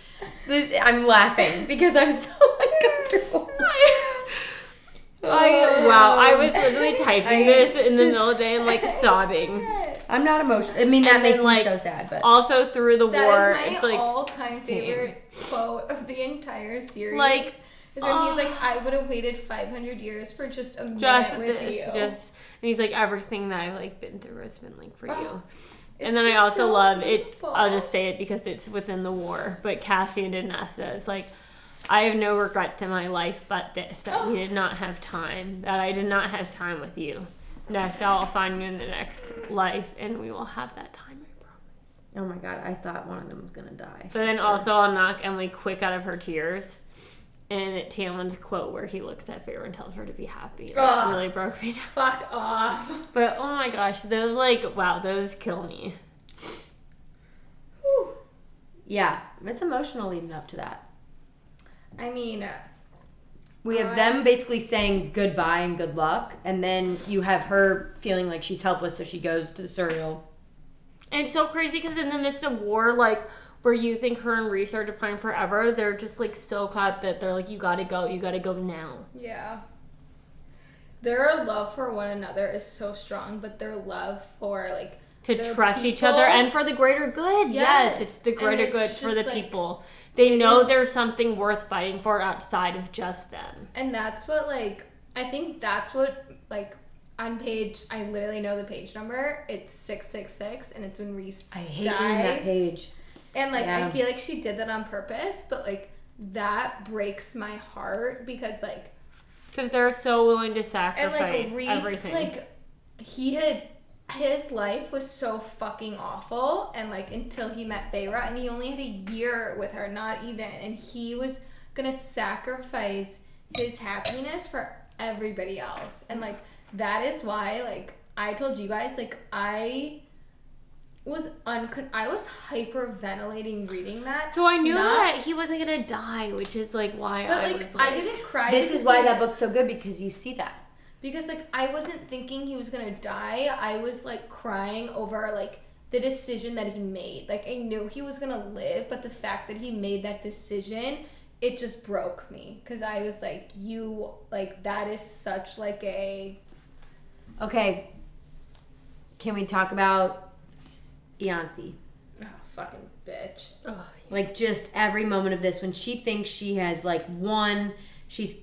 Speaker 2: this, I'm laughing because I'm so uncomfortable.
Speaker 3: I, wow, I was literally
Speaker 2: I
Speaker 3: typing this in the
Speaker 2: just-
Speaker 3: middle of the day and like sobbing.
Speaker 2: I'm not emotional. I mean, that
Speaker 3: And
Speaker 2: makes
Speaker 3: then,
Speaker 2: me
Speaker 3: like,
Speaker 2: so sad. But
Speaker 3: Also through the
Speaker 1: That
Speaker 3: war,
Speaker 1: is my
Speaker 3: it's like
Speaker 1: all-time favorite quote of the entire series.
Speaker 3: Like,
Speaker 1: is when he's
Speaker 3: ah.
Speaker 1: like, "I would have waited 500 years for just a minute
Speaker 3: just
Speaker 1: with
Speaker 3: this,
Speaker 1: you."
Speaker 3: just and he's like everything that I've like been through has been like for you.
Speaker 1: It's
Speaker 3: and then I
Speaker 1: just
Speaker 3: also
Speaker 1: so
Speaker 3: love
Speaker 1: beautiful.
Speaker 3: it. I'll just say it because it's within the war. But Cassian and Nesta is like, I have no regrets in my life but this that we did not have time, that I did not have time with you. Nesta, I'll find you in the next life, and we will have that time. I promise.
Speaker 2: oh my god, I thought one of them was gonna die.
Speaker 3: But then also, I'll knock Emily quick out of her tears. And Tamlin's quote where he looks at Feyre and tells her to be happy. It
Speaker 1: Ugh.
Speaker 3: really broke me down.
Speaker 1: Fuck off.
Speaker 3: But oh my gosh, those like wow, those kill me.
Speaker 1: Whew.
Speaker 2: yeah, it's emotional leading up to that.
Speaker 1: I mean,
Speaker 2: We have
Speaker 1: I-
Speaker 2: them basically saying goodbye and good luck, and then you have her feeling like she's helpless, so she goes to the cereal.
Speaker 3: And it's so crazy because in the midst of war, like where you think her and Reese are defined forever, they're just like so caught that they're like, you gotta go, you gotta go now.
Speaker 1: yeah. Their love for one another is so strong, but their love for like
Speaker 3: To
Speaker 1: Their
Speaker 3: trust each
Speaker 1: people-
Speaker 3: other and for the greater good. Yes,
Speaker 1: Yes.
Speaker 3: it's the
Speaker 1: And
Speaker 3: greater
Speaker 1: it's
Speaker 3: good for
Speaker 1: just,
Speaker 3: the
Speaker 1: like,
Speaker 3: people. They know
Speaker 1: is-
Speaker 3: there's something worth fighting for outside of just them.
Speaker 1: And that's what like I think that's what like on page I literally know the page number. It's six six six and it's when Reese
Speaker 2: I hate reading that
Speaker 1: Dies.
Speaker 2: page.
Speaker 1: and like I
Speaker 2: Yeah.
Speaker 1: feel like she did that on purpose, but like that breaks my heart because like
Speaker 3: Because they're so willing to
Speaker 1: and
Speaker 3: sacrifice
Speaker 1: like Reese
Speaker 3: everything.
Speaker 1: like he had his life was so fucking awful and like until he met Feyre and he only had a year with her, not even and he was gonna sacrifice his happiness for everybody else. And like that is why like I told you guys like I was uncon I was hyperventilating reading that.
Speaker 3: so I knew
Speaker 1: Not-
Speaker 3: that he wasn't gonna die, which is like why
Speaker 1: But
Speaker 3: I
Speaker 1: like
Speaker 3: was like
Speaker 1: I didn't cry.
Speaker 2: This
Speaker 1: because
Speaker 2: is why
Speaker 1: it was-
Speaker 2: that book's so good because you see that.
Speaker 1: because like I wasn't thinking he was gonna die. I was like crying over like the decision that he made. Like I knew he was gonna live, but the fact that he made that decision, it just broke me. Cause I was like, you like that is such like a
Speaker 2: Okay, can we talk about Ianthi?
Speaker 1: oh, fucking bitch.
Speaker 3: Ugh.
Speaker 2: Like just every moment of this when she thinks she has like won, she's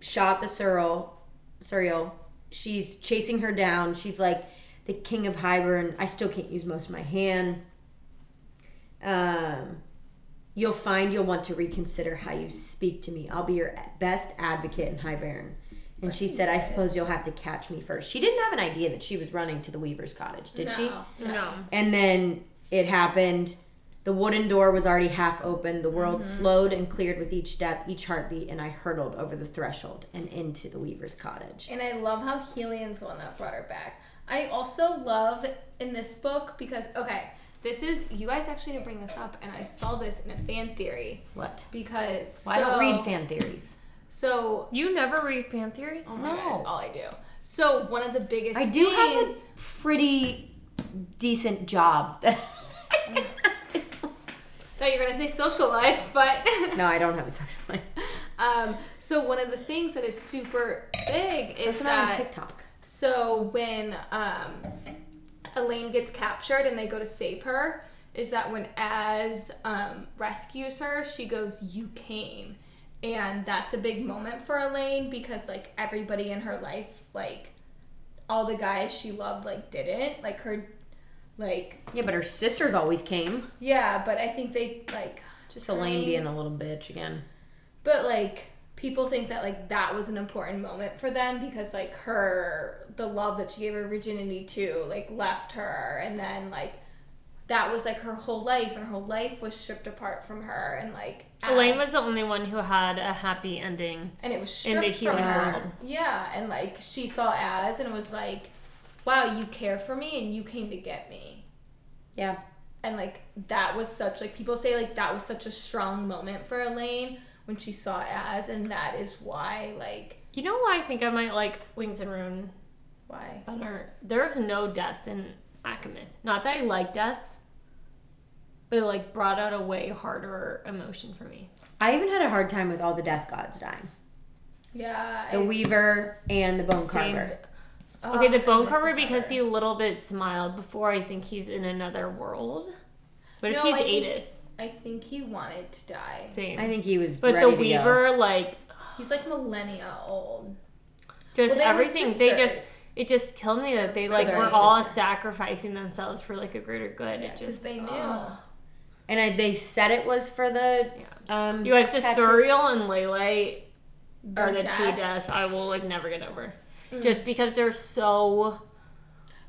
Speaker 2: shot the cereal, cereal. She's chasing her down. She's like the king of Hybern. I still can't use most of my hand. Um, you'll find you'll want to reconsider how you speak to me. I'll be your best advocate in High Baron. And she said, I suppose you'll have to catch me first. She didn't have an idea that she was running to the Weaver's cottage, did she?
Speaker 1: No, no.
Speaker 3: No.
Speaker 2: And then it happened. The wooden door was already half open. The world
Speaker 1: Mm-hmm.
Speaker 2: slowed and cleared with each step, each heartbeat, and I hurtled over the threshold and into the Weaver's cottage.
Speaker 1: And I love how Helian's the one that brought her back. I also love in this book because okay, this is you guys actually didn't bring this up, and I saw this in a fan theory
Speaker 2: What?
Speaker 1: because
Speaker 2: Well, I
Speaker 1: so-
Speaker 2: don't read fan theories.
Speaker 1: So
Speaker 3: You never read fan theories?
Speaker 1: oh my god,
Speaker 2: No.
Speaker 1: that's all I do. So one of the biggest
Speaker 2: I do have a
Speaker 1: things,
Speaker 2: pretty decent job.
Speaker 1: thought you were gonna say social life, but
Speaker 2: no, I don't have a social life.
Speaker 1: um, so one of the things that is super big is
Speaker 2: That's what I'm on
Speaker 1: that
Speaker 2: TikTok.
Speaker 1: So when um, Elaine gets captured and they go to save her, is that when Az um, rescues her, she goes, "You came," and that's a big moment for Elaine because like everybody in her life, like all the guys she loved, like didn't like her, like
Speaker 2: Yeah, but her sisters always came.
Speaker 1: yeah. But I think they like
Speaker 2: Just Elaine
Speaker 1: Right.
Speaker 2: being a little bitch again.
Speaker 1: but like people think that like that was an important moment for them because like her the love that she gave her virginity to like left her and then like that was like her whole life and her whole life was stripped apart from her and like
Speaker 3: Elaine
Speaker 1: as-
Speaker 3: was the only one who had a happy ending.
Speaker 1: and it was stripped
Speaker 3: in the
Speaker 1: from
Speaker 3: human
Speaker 1: her
Speaker 3: world.
Speaker 1: yeah and like she saw as and was like wow you care for me and you came to get me
Speaker 2: Yeah.
Speaker 1: and like that was such like people say like that was such a strong moment for Elaine when she saw as and that is why like
Speaker 3: You know why I think I might like Wings and Rune
Speaker 1: why
Speaker 3: better? There's no deaths in Akamith. Not that I like deaths, but it like brought out a way harder emotion for me.
Speaker 2: I even had a hard time with all the death gods dying.
Speaker 1: Yeah.
Speaker 2: The
Speaker 1: I-
Speaker 2: Weaver and the Bone Carver.
Speaker 1: Ugh,
Speaker 3: Okay, the
Speaker 1: Ah, I
Speaker 3: bone
Speaker 1: miss
Speaker 3: carver because he
Speaker 1: cover.
Speaker 3: a little bit smiled before. I think he's in another world. But
Speaker 1: No,
Speaker 3: if he's
Speaker 1: I think-
Speaker 3: Adis,
Speaker 1: I think he wanted to die.
Speaker 3: same.
Speaker 2: I think he was.
Speaker 3: but
Speaker 2: ready
Speaker 3: the
Speaker 2: to go.
Speaker 3: Weaver, like
Speaker 1: He's like millennia old.
Speaker 3: just
Speaker 1: Well, they were
Speaker 3: everything, they just
Speaker 1: sisters.
Speaker 3: it just killed me that they like
Speaker 2: they're
Speaker 3: were
Speaker 2: his
Speaker 3: all
Speaker 2: sister.
Speaker 3: sacrificing themselves for like a greater good.
Speaker 1: Yeah,
Speaker 3: it
Speaker 1: 'cause
Speaker 3: just oh.
Speaker 1: they knew.
Speaker 3: ugh.
Speaker 2: And I, they said it was for the. Um,
Speaker 3: You guys, the
Speaker 2: tattoos.
Speaker 3: Suriel and Lele are
Speaker 1: Their
Speaker 3: the two
Speaker 1: deaths.
Speaker 3: deaths I will like never get over. Just because they're so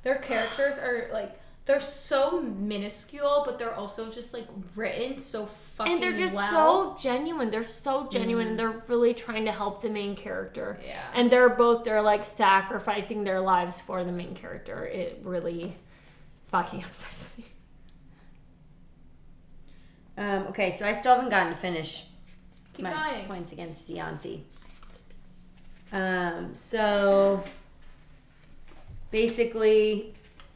Speaker 1: Their characters are like they're so minuscule, but they're also just like written so fucking
Speaker 3: and they're just
Speaker 1: well.
Speaker 3: so genuine. They're so genuine, and they're really trying to help the main character.
Speaker 1: Yeah.
Speaker 3: and they're both they're like sacrificing their lives for the main character. It really fucking upsets me.
Speaker 2: Um, okay, so I still haven't gotten to finish
Speaker 1: Keep
Speaker 2: my
Speaker 1: going.
Speaker 2: points against Deonthi. Um, so basically,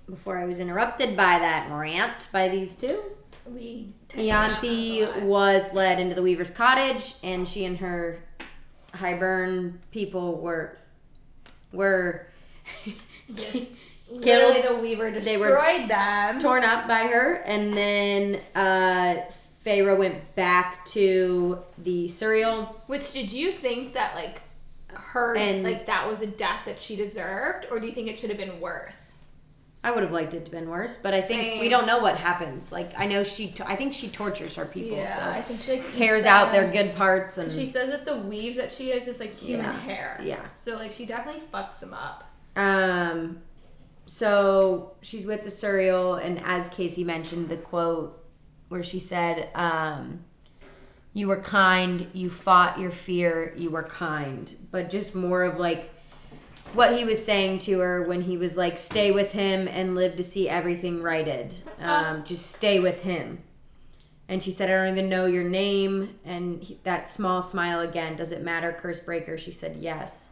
Speaker 2: before I was interrupted by that rant by these two,
Speaker 1: We take them out a
Speaker 2: Ianthe
Speaker 1: lot.
Speaker 2: was led into the Weaver's cottage, and she and her Hibern people were were
Speaker 1: Yes. Literally,
Speaker 2: Killed.
Speaker 1: the Weaver destroyed
Speaker 2: They were-
Speaker 1: them.
Speaker 2: torn up by her, and then uh, Feyre went back to the Surreal.
Speaker 1: Which did you think that like her
Speaker 2: And-
Speaker 1: like that was a death that she deserved, or do you think it should have been worse?
Speaker 2: I would have liked it to been worse, but I think we
Speaker 1: Same.
Speaker 2: don't know what happens. Like I know she, I think she tortures her people,
Speaker 1: I
Speaker 2: so
Speaker 1: think she like eats
Speaker 2: tears out
Speaker 1: them.
Speaker 2: their good parts and
Speaker 1: She says that the weaves that she has is like human
Speaker 2: Yeah.
Speaker 1: hair.
Speaker 2: Yeah.
Speaker 1: So like she definitely fucks them up.
Speaker 2: Um, so she's with the surreal, and as Casey mentioned, the quote where she said, um, "You were kind. You fought your fear. You were kind." But just more of like what he was saying to her when he was like, "Stay with him and live to see everything righted. Um, just stay with him." And she said, "I don't even know your name." And he, that small smile again. Does it matter, curse breaker? She said, "Yes."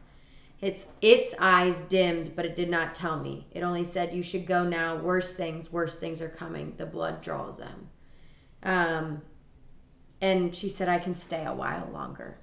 Speaker 2: Its its eyes dimmed, but it did not tell me. It only said, "You should go now. Worse things, worse things are coming. The blood draws them." Um, and she said, "I can stay a while longer."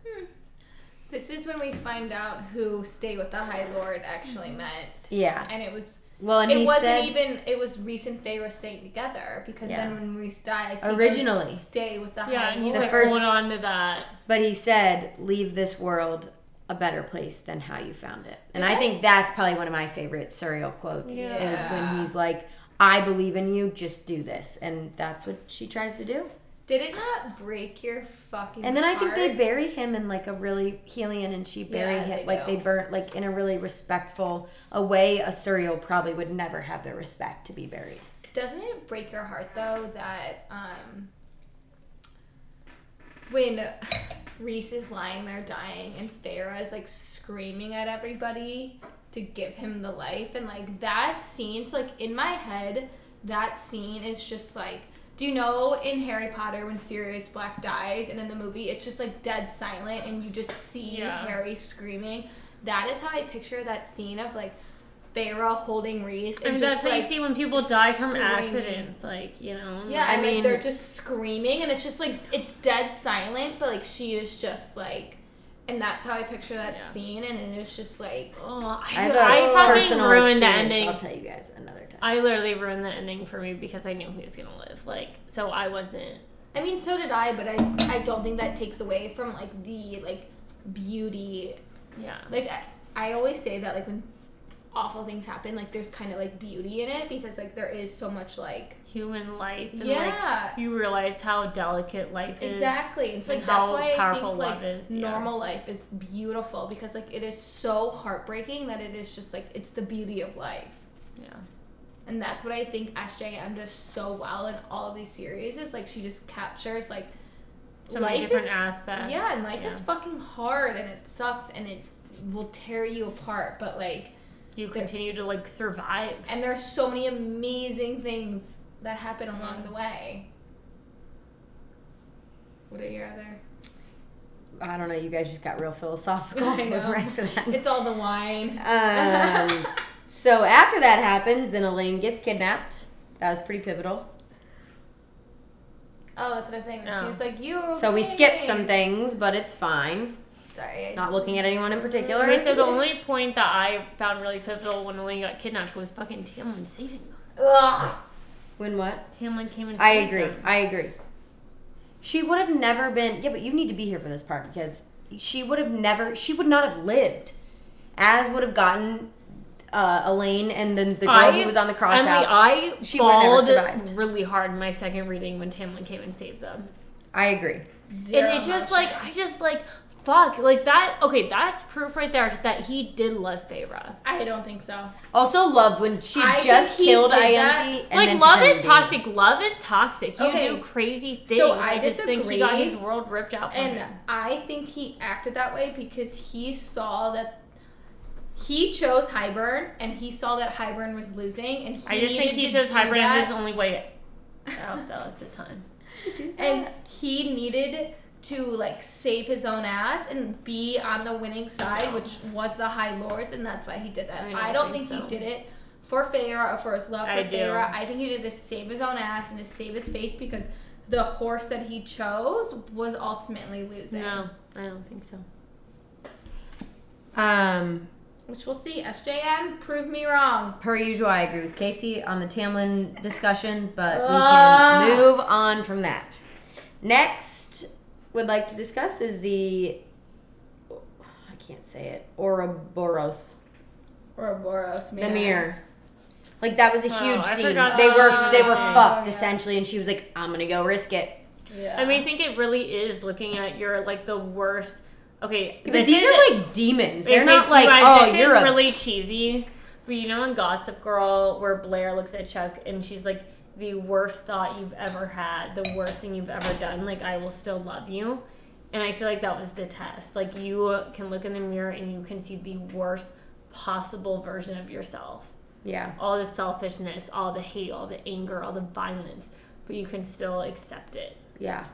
Speaker 1: This is when we find out who stay with the High Lord actually meant.
Speaker 2: Yeah.
Speaker 1: And it was
Speaker 2: Well, Mm-hmm. and
Speaker 1: it
Speaker 2: he
Speaker 1: wasn't
Speaker 2: said,
Speaker 1: even it was recent they were staying together because
Speaker 2: Yeah.
Speaker 1: then when Reese dies he
Speaker 2: Originally.
Speaker 1: goes stay with the
Speaker 3: Yeah,
Speaker 1: High
Speaker 3: and
Speaker 1: Lord.
Speaker 3: he's
Speaker 2: The
Speaker 3: like
Speaker 2: first-
Speaker 3: holding on to that.
Speaker 2: but he said, "Leave this world a better place than how you found it." And
Speaker 1: Did
Speaker 2: I
Speaker 1: I-
Speaker 2: think that's probably one of my favorite surreal quotes is
Speaker 1: Yeah.
Speaker 2: when he's like, "I believe in you. Just do this," and that's what she tries to do.
Speaker 1: Did it not break your fucking?
Speaker 2: And then I think they
Speaker 1: heart?
Speaker 2: bury him in like a really Helian and she bury
Speaker 1: Yeah,
Speaker 2: him
Speaker 1: they
Speaker 2: like
Speaker 1: do.
Speaker 2: they burnt like in a really respectful a way a Surreal probably would never have the respect to be buried.
Speaker 1: Doesn't it break your heart though that um, when Reese is lying there dying and Farah is like screaming at everybody to give him the life and like that scene? So like in my head, that scene is just like. Do you know in Harry Potter when Sirius Black dies and in the movie it's just like dead silent and you just see
Speaker 3: Yeah.
Speaker 1: Harry screaming? That is how I picture that scene of like Pharaoh holding Reese. And
Speaker 3: I mean,
Speaker 1: just,
Speaker 3: that's what
Speaker 1: like,
Speaker 3: you see when people die from
Speaker 1: screaming.
Speaker 3: accidents, like you know.
Speaker 1: Yeah, I
Speaker 2: I
Speaker 1: mean
Speaker 2: mean-
Speaker 1: they're just screaming, and it's just like it's dead silent, but like she is just like, and that's how I picture that
Speaker 3: Yeah.
Speaker 1: scene, and it is just like
Speaker 3: Oh,
Speaker 2: I
Speaker 3: I,
Speaker 2: have a
Speaker 3: I fucking
Speaker 2: personal
Speaker 3: ruined the
Speaker 2: experience.
Speaker 3: ending.
Speaker 2: I'll tell you guys another time.
Speaker 3: I literally ruined the ending for me because I knew he was gonna live. Like, so I wasn't.
Speaker 1: I mean so did I, but I I don't think that takes away from like the like beauty.
Speaker 3: Yeah.
Speaker 1: Like I, I always say that like when awful things happen, like there's kind of like beauty in it because like there is so much like
Speaker 3: Human life. And
Speaker 1: yeah.
Speaker 3: Like, you realize how delicate life is.
Speaker 1: Exactly. And so like
Speaker 3: and
Speaker 1: that's
Speaker 3: how
Speaker 1: why I
Speaker 3: powerful
Speaker 1: think like
Speaker 3: love is, yeah.
Speaker 1: normal life is beautiful because like it is so heartbreaking that it is just like it's the beauty of life.
Speaker 3: Yeah.
Speaker 1: And that's what I think SJM does so well in all of these series is like she just captures like
Speaker 3: So many
Speaker 1: Life
Speaker 3: different
Speaker 1: is-
Speaker 3: aspects.
Speaker 1: yeah, and life is fucking hard and it sucks and it will tear you apart, but like
Speaker 3: You continue to like survive.
Speaker 1: and there's so many amazing things that happen along the way. What are your other?
Speaker 2: I, don't know. You guys just got real philosophical.
Speaker 1: I
Speaker 2: I was
Speaker 1: know.
Speaker 2: right for that.
Speaker 1: It's all the wine.
Speaker 2: Um, so after that happens, then Elaine gets kidnapped. That was pretty pivotal.
Speaker 1: Oh, that's what I was saying. She
Speaker 3: Oh.
Speaker 1: was like, "You." are
Speaker 2: So we
Speaker 1: okay."
Speaker 2: skipped some things, but it's fine.
Speaker 1: Sorry. I-
Speaker 2: Not looking at anyone in particular.
Speaker 3: Right, so the only point that I found really pivotal when Elaine got kidnapped was fucking Tamlin saving them.
Speaker 1: Ugh.
Speaker 2: When what?
Speaker 3: Tamlin came and
Speaker 2: I
Speaker 3: saved
Speaker 2: agree.
Speaker 3: them.
Speaker 2: I agree. She would have never been. Yeah, but you need to be here for this part because she would have never. She would not have lived. As would have gotten uh, Elaine and then the girl
Speaker 3: I-
Speaker 2: who was on the cross
Speaker 3: Emily,
Speaker 2: out.
Speaker 3: I
Speaker 2: She would have never
Speaker 3: bawled
Speaker 2: survived.
Speaker 3: really hard in my second reading when Tamlin came and saved them.
Speaker 2: I agree.
Speaker 1: Zero
Speaker 3: and it's just
Speaker 1: emotion.
Speaker 3: like I just like fuck like that. Okay, that's proof right there that he did love Feyre.
Speaker 1: I don't think so.
Speaker 2: Also, love when she
Speaker 1: I
Speaker 2: just
Speaker 1: think he
Speaker 2: killed
Speaker 1: did
Speaker 2: Ianthe. and
Speaker 3: Like
Speaker 2: then
Speaker 3: love
Speaker 2: pretended
Speaker 3: is
Speaker 2: to be her.
Speaker 3: toxic. Love is toxic. You
Speaker 1: Okay,
Speaker 3: do crazy things.
Speaker 1: I
Speaker 3: just think he got
Speaker 1: disagree.
Speaker 3: his world ripped out from
Speaker 1: And
Speaker 3: him.
Speaker 1: I think he acted that way because he saw that he chose Highburn, and he saw that Highburn was losing, and he
Speaker 3: I just think
Speaker 1: needed
Speaker 3: he
Speaker 1: to
Speaker 3: chose
Speaker 1: do
Speaker 3: hybrid
Speaker 1: that,
Speaker 3: as the only way out though at the time.
Speaker 1: and he needed to like save his own ass and be on the winning side, which was the High Lords, and that's why he did that. I don't, think,
Speaker 3: so.
Speaker 1: he did it for Feyre or for his love for
Speaker 3: I
Speaker 1: I
Speaker 3: do.
Speaker 1: Feyre. I think he did it to save his own ass and to save his face because the horse that he chose was ultimately losing.
Speaker 3: No, I don't think so.
Speaker 2: Um,
Speaker 1: Which we'll see. SJM, prove me wrong.
Speaker 2: per usual, I agree with Casey on the Tamlin discussion, but we
Speaker 1: Ugh.
Speaker 2: can move on from that. Next, would like to discuss is the I can't say it Ouroboros,
Speaker 1: Ouroboros,
Speaker 2: the mirror. Like that was a
Speaker 3: Oh,
Speaker 2: huge
Speaker 3: I
Speaker 2: scene.
Speaker 3: forgot
Speaker 2: They
Speaker 3: that
Speaker 2: were
Speaker 3: was
Speaker 2: they were
Speaker 1: a thing.
Speaker 2: fucked
Speaker 1: Yeah.
Speaker 2: essentially, and she was like, "I'm gonna go risk it."
Speaker 1: Yeah.
Speaker 3: I mean, I think it really is looking at your like the worst. Okay,
Speaker 2: But
Speaker 3: this
Speaker 2: these
Speaker 3: is-
Speaker 2: are like demons.
Speaker 3: Wait,
Speaker 2: They're
Speaker 3: wait,
Speaker 2: not like,
Speaker 3: guys,
Speaker 2: "Oh,
Speaker 3: this
Speaker 2: you're
Speaker 3: is
Speaker 2: a
Speaker 3: really cheesy. But you know in Gossip Girl where Blair looks at Chuck and she's like, the worst thought you've ever had, the worst thing you've ever done, like I will still love you. And I feel like that was the test. Like you can look in the mirror and you can see the worst possible version of yourself.
Speaker 2: yeah."
Speaker 3: All the selfishness, all the hate, all the anger, all the violence, but you can still accept it.
Speaker 2: Yeah.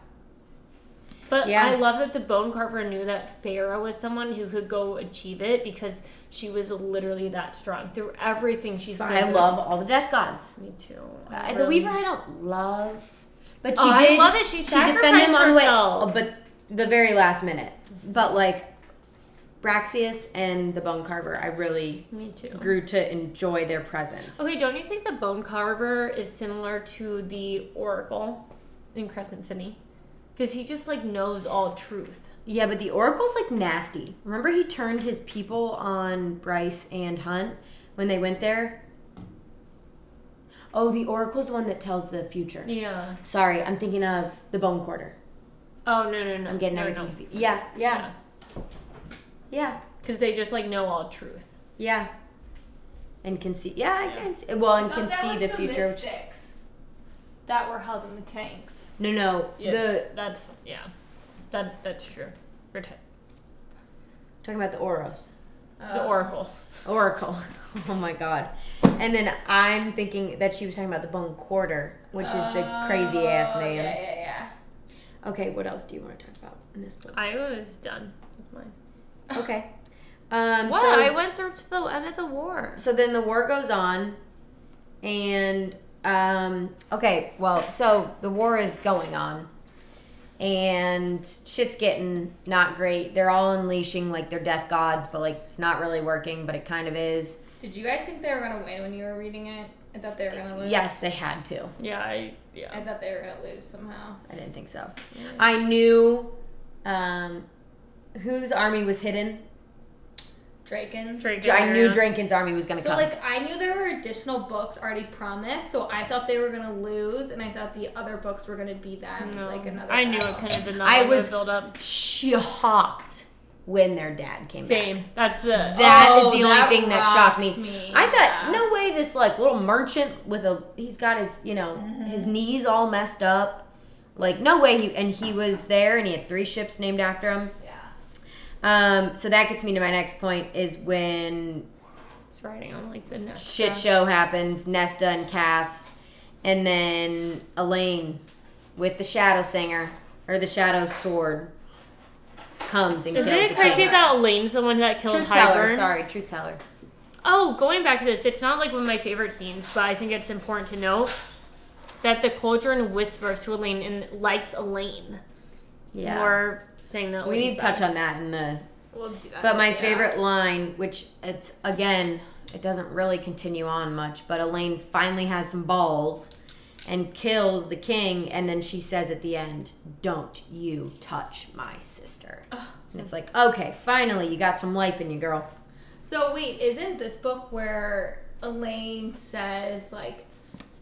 Speaker 3: But
Speaker 2: Yeah.
Speaker 3: I love that the bone carver knew that Farah was someone who could go achieve it because she was literally that strong through everything she's been
Speaker 2: I
Speaker 3: through.
Speaker 2: love all the death gods.
Speaker 3: me too.
Speaker 2: Uh,
Speaker 3: I
Speaker 2: the
Speaker 3: really-
Speaker 2: Weaver, I don't love, but she
Speaker 3: Oh, I
Speaker 2: did.
Speaker 3: love it. She sacrificed
Speaker 2: the way-
Speaker 3: herself.
Speaker 2: oh, but the very last minute. But like Braxius and the Bone Carver, I really
Speaker 3: Me too.
Speaker 2: grew to enjoy their presence.
Speaker 3: Okay, don't you think the bone carver is similar to the oracle in Crescent City? Because he just like knows all truth.
Speaker 2: Yeah, but the Oracle's like nasty. Remember, he turned his people on Bryce and Hunt when they went there. Oh, the Oracle's the one that tells the future.
Speaker 3: Yeah.
Speaker 2: Sorry, I'm thinking of the Bone Quarter.
Speaker 3: Oh no no no.
Speaker 2: I'm getting
Speaker 3: no,
Speaker 2: everything
Speaker 3: no.
Speaker 2: confused. Yeah, yeah, yeah,
Speaker 3: Because they just like know all truth.
Speaker 2: yeah. And can see, yeah, I
Speaker 3: Yeah.
Speaker 2: can. See, well, and
Speaker 4: I
Speaker 2: can
Speaker 4: thought that
Speaker 2: see
Speaker 4: was
Speaker 2: the future. which-
Speaker 4: mystics that were held in the tanks.
Speaker 2: no, no,
Speaker 3: Yeah.
Speaker 2: the
Speaker 3: That's yeah. That that's true. Rete-
Speaker 2: talking about the Oros.
Speaker 1: Uh,
Speaker 3: the Oracle.
Speaker 2: Oracle. Oh my god. And then I'm thinking that she was talking about the Bone Quarter, which is
Speaker 3: Oh,
Speaker 2: the
Speaker 1: Oh,
Speaker 2: crazy ass man.
Speaker 4: Yeah, yeah, yeah.
Speaker 2: Okay, what else do you want to talk about in this book?
Speaker 3: I was done with mine.
Speaker 2: Okay. Um,
Speaker 3: What?
Speaker 2: So,
Speaker 3: I went through to the end of the war.
Speaker 2: so then the war goes on, and um, okay, well, so the war is going on, and shit's getting not great. They're all unleashing like their death gods, but like it's not really working, but it kind of is.
Speaker 1: Did you guys think they were gonna win when you were reading it? I thought they were gonna lose.
Speaker 2: Yes, they had to.
Speaker 3: Yeah, I
Speaker 1: I
Speaker 3: yeah.
Speaker 1: thought they were gonna lose somehow.
Speaker 2: I didn't think so.
Speaker 3: Yeah.
Speaker 2: I knew um, whose army was hidden.
Speaker 1: Draken.
Speaker 3: Draken,
Speaker 2: I knew
Speaker 3: yeah.
Speaker 2: Draken's army was going to
Speaker 1: So
Speaker 2: come.
Speaker 1: like I knew there were additional books already promised, so I thought they were gonna lose, and I thought the other books were gonna be them.
Speaker 3: No.
Speaker 1: Like another.
Speaker 3: I knew it
Speaker 1: battle.
Speaker 3: kind of did not
Speaker 2: I
Speaker 3: I
Speaker 2: was-
Speaker 3: was build up.
Speaker 2: shocked when their dad came back.
Speaker 3: Same. That's the
Speaker 2: That is
Speaker 1: Oh,
Speaker 2: the only
Speaker 1: that
Speaker 2: thing that shocked me.
Speaker 1: rocked me,
Speaker 2: I thought,
Speaker 1: yeah.
Speaker 2: no way, this like little merchant with a he's got his you know his knees all messed up. Like no way, he, and he was there, and he had three ships named after him.
Speaker 4: Yeah.
Speaker 2: Um, so that gets me to my next point is when
Speaker 3: it's riding on like the next
Speaker 2: shit show happens. Nesta and Cass, and then Elaine with the Shadow Singer or the Shadow Sword comes and
Speaker 3: Isn't
Speaker 2: kills
Speaker 3: it
Speaker 2: the
Speaker 3: crazy
Speaker 2: king.
Speaker 3: that Elaine's the one that killed
Speaker 2: Truth teller,
Speaker 3: Highburn?
Speaker 2: sorry, truth teller.
Speaker 3: Oh, going back to this, it's not like one of my favorite scenes, but I think it's important to note that the cauldron whispers to Elaine and likes Elaine.
Speaker 2: Yeah,
Speaker 3: More saying that
Speaker 2: we need to touch on that in the.
Speaker 1: We'll do that.
Speaker 2: But my
Speaker 1: Yeah.
Speaker 2: favorite line, which it's again, it doesn't really continue on much, but Elaine finally has some balls and kills the king, and then she says at the end, "Don't you touch my sister." And it's like, okay, finally, you got some life in you, girl.
Speaker 1: So wait, isn't this book where Elaine says like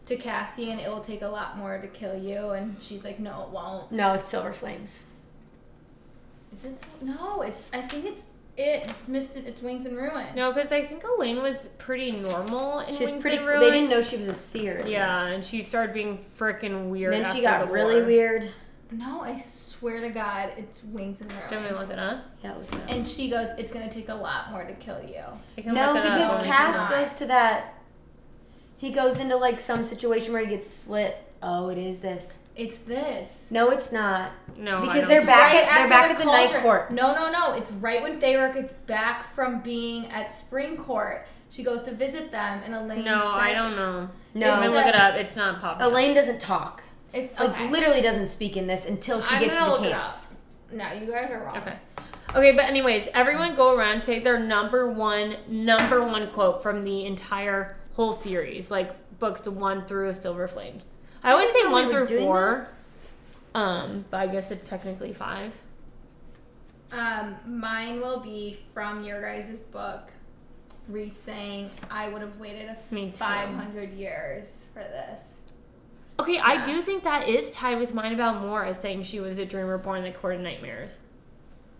Speaker 1: to Cassian, "It will take a lot more to kill you," and she's like, "No, it won't."
Speaker 2: No, it's silver flames.
Speaker 1: Is it? So? No, it's. I think it's it. It's mist. It's wings and ruin.
Speaker 3: No, because I think Elaine was pretty normal in
Speaker 2: She's
Speaker 3: Wings
Speaker 2: pretty.
Speaker 3: and Ruin.
Speaker 2: They didn't know she was a seer.
Speaker 3: Yeah, and she started being freaking weird.
Speaker 2: Then
Speaker 3: after
Speaker 2: she
Speaker 3: the
Speaker 2: got really
Speaker 3: war.
Speaker 2: weird.
Speaker 1: No, I swear to God, it's wings and ruin.
Speaker 3: Don't we look it up?
Speaker 2: Yeah. look it up.
Speaker 1: And she goes, "It's gonna take a lot more to kill you."
Speaker 3: I can
Speaker 2: No,
Speaker 3: look it up.
Speaker 2: because
Speaker 1: it's
Speaker 2: Cass
Speaker 1: not.
Speaker 2: goes to that. He goes into like some situation where he gets slit. Oh, it is this.
Speaker 1: It's this.
Speaker 2: No, it's not.
Speaker 3: No, I
Speaker 2: because
Speaker 3: don't.
Speaker 2: they're back
Speaker 1: Right
Speaker 2: at they're
Speaker 1: after
Speaker 2: back at the night
Speaker 1: cauldron.
Speaker 2: court.
Speaker 1: No, no, no. It's right when Feyre gets back from being at Spring Court. She goes to visit them, and Elaine.
Speaker 3: No,
Speaker 1: says,
Speaker 3: I don't know.
Speaker 2: No.
Speaker 3: Let me
Speaker 1: It's
Speaker 3: look
Speaker 1: a-
Speaker 3: it up. It's not popping. up.
Speaker 2: Elaine doesn't talk.
Speaker 1: It,
Speaker 2: Like
Speaker 1: okay.
Speaker 2: literally doesn't speak in this until she
Speaker 1: I'm
Speaker 2: gets to
Speaker 1: gonna
Speaker 2: the
Speaker 1: look it
Speaker 2: camps.
Speaker 1: No, you guys are wrong.
Speaker 3: Okay. Okay, but anyways, everyone go around say their number one number one quote from the entire whole series, like books one through Silver Flames. I always say
Speaker 2: know
Speaker 3: one
Speaker 2: we were
Speaker 3: through
Speaker 2: doing
Speaker 3: four. Um, but I guess it's technically five.
Speaker 1: Um, mine will be from your guys' book. Reese saying, "I would have waited a
Speaker 3: Me too.
Speaker 1: 500 years for this."
Speaker 3: Okay, I
Speaker 1: Yeah.
Speaker 3: do think that is tied with mine about Moore as saying she was a dreamer born in the court of nightmares.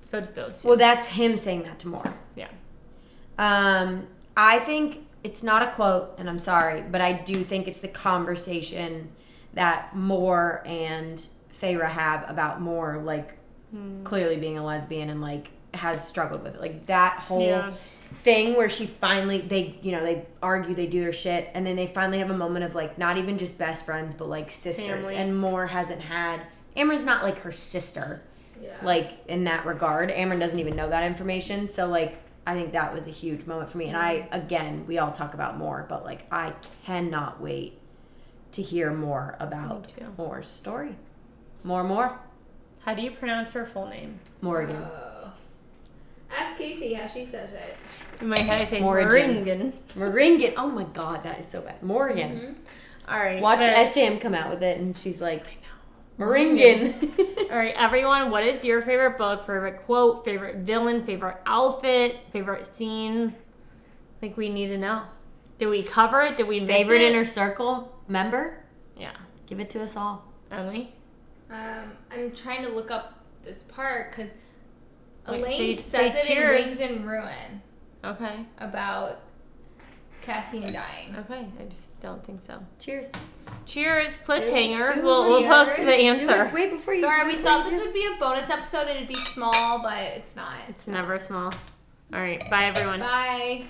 Speaker 3: So it's those two.
Speaker 2: Well, that's him saying that to Moore.
Speaker 3: yeah.
Speaker 2: Um, I think it's not a quote, and I'm sorry, but I do think it's the conversation that Moore and Feyre have about Moore, like
Speaker 3: Hmm.
Speaker 2: clearly being a lesbian and like has struggled with it. Like that whole
Speaker 3: Yeah.
Speaker 2: thing where she finally they you know they argue they do their shit and then they finally have a moment of like not even just best friends but like sisters
Speaker 3: Family.
Speaker 2: and Moore hasn't had Amron's not like her sister
Speaker 1: Yeah.
Speaker 2: like in that regard. Amron doesn't even know that information, so like I think that was a huge moment for me. And I again, we all talk about more, but like I cannot wait to hear more about
Speaker 3: too.
Speaker 2: Moore's story. More, more,
Speaker 3: How do you pronounce her full name?
Speaker 2: Morgan.
Speaker 1: Oh. Ask Casey how she says it.
Speaker 3: In my head I say
Speaker 2: Morrigan.
Speaker 3: Morrigan.
Speaker 2: Moringan. Oh my god, that is so bad. Morgan.
Speaker 1: Mm-hmm.
Speaker 3: Alright.
Speaker 2: Watch
Speaker 3: Mm-hmm. but-
Speaker 2: SJM come out with it, and she's like, Moringan.
Speaker 3: All right, everyone, what is your favorite book, favorite quote, favorite villain, favorite outfit, favorite scene? Like, we need to know. Did we cover it? Did we miss
Speaker 2: Favorite
Speaker 3: it?
Speaker 2: inner circle member?
Speaker 3: Yeah,
Speaker 2: Give it to us all.
Speaker 3: Emily.
Speaker 1: Um, I'm trying to look up this part because
Speaker 3: Wait,
Speaker 1: Elaine
Speaker 3: say-
Speaker 1: says
Speaker 3: say
Speaker 1: it
Speaker 3: cheers.
Speaker 1: in Wings and Ruin
Speaker 3: Okay.
Speaker 1: about Cassian dying.
Speaker 3: Okay. I just don't think so.
Speaker 2: Cheers.
Speaker 3: Cheers. Cliffhanger.
Speaker 2: do
Speaker 3: we'll, we'll post
Speaker 1: cheers.
Speaker 3: the
Speaker 1: Do
Speaker 3: answer.
Speaker 2: Wait before you.
Speaker 1: Sorry, we thought this would be a bonus episode and it'd be small, but it's not.
Speaker 3: It's never small. All right. Bye, everyone.
Speaker 1: Bye.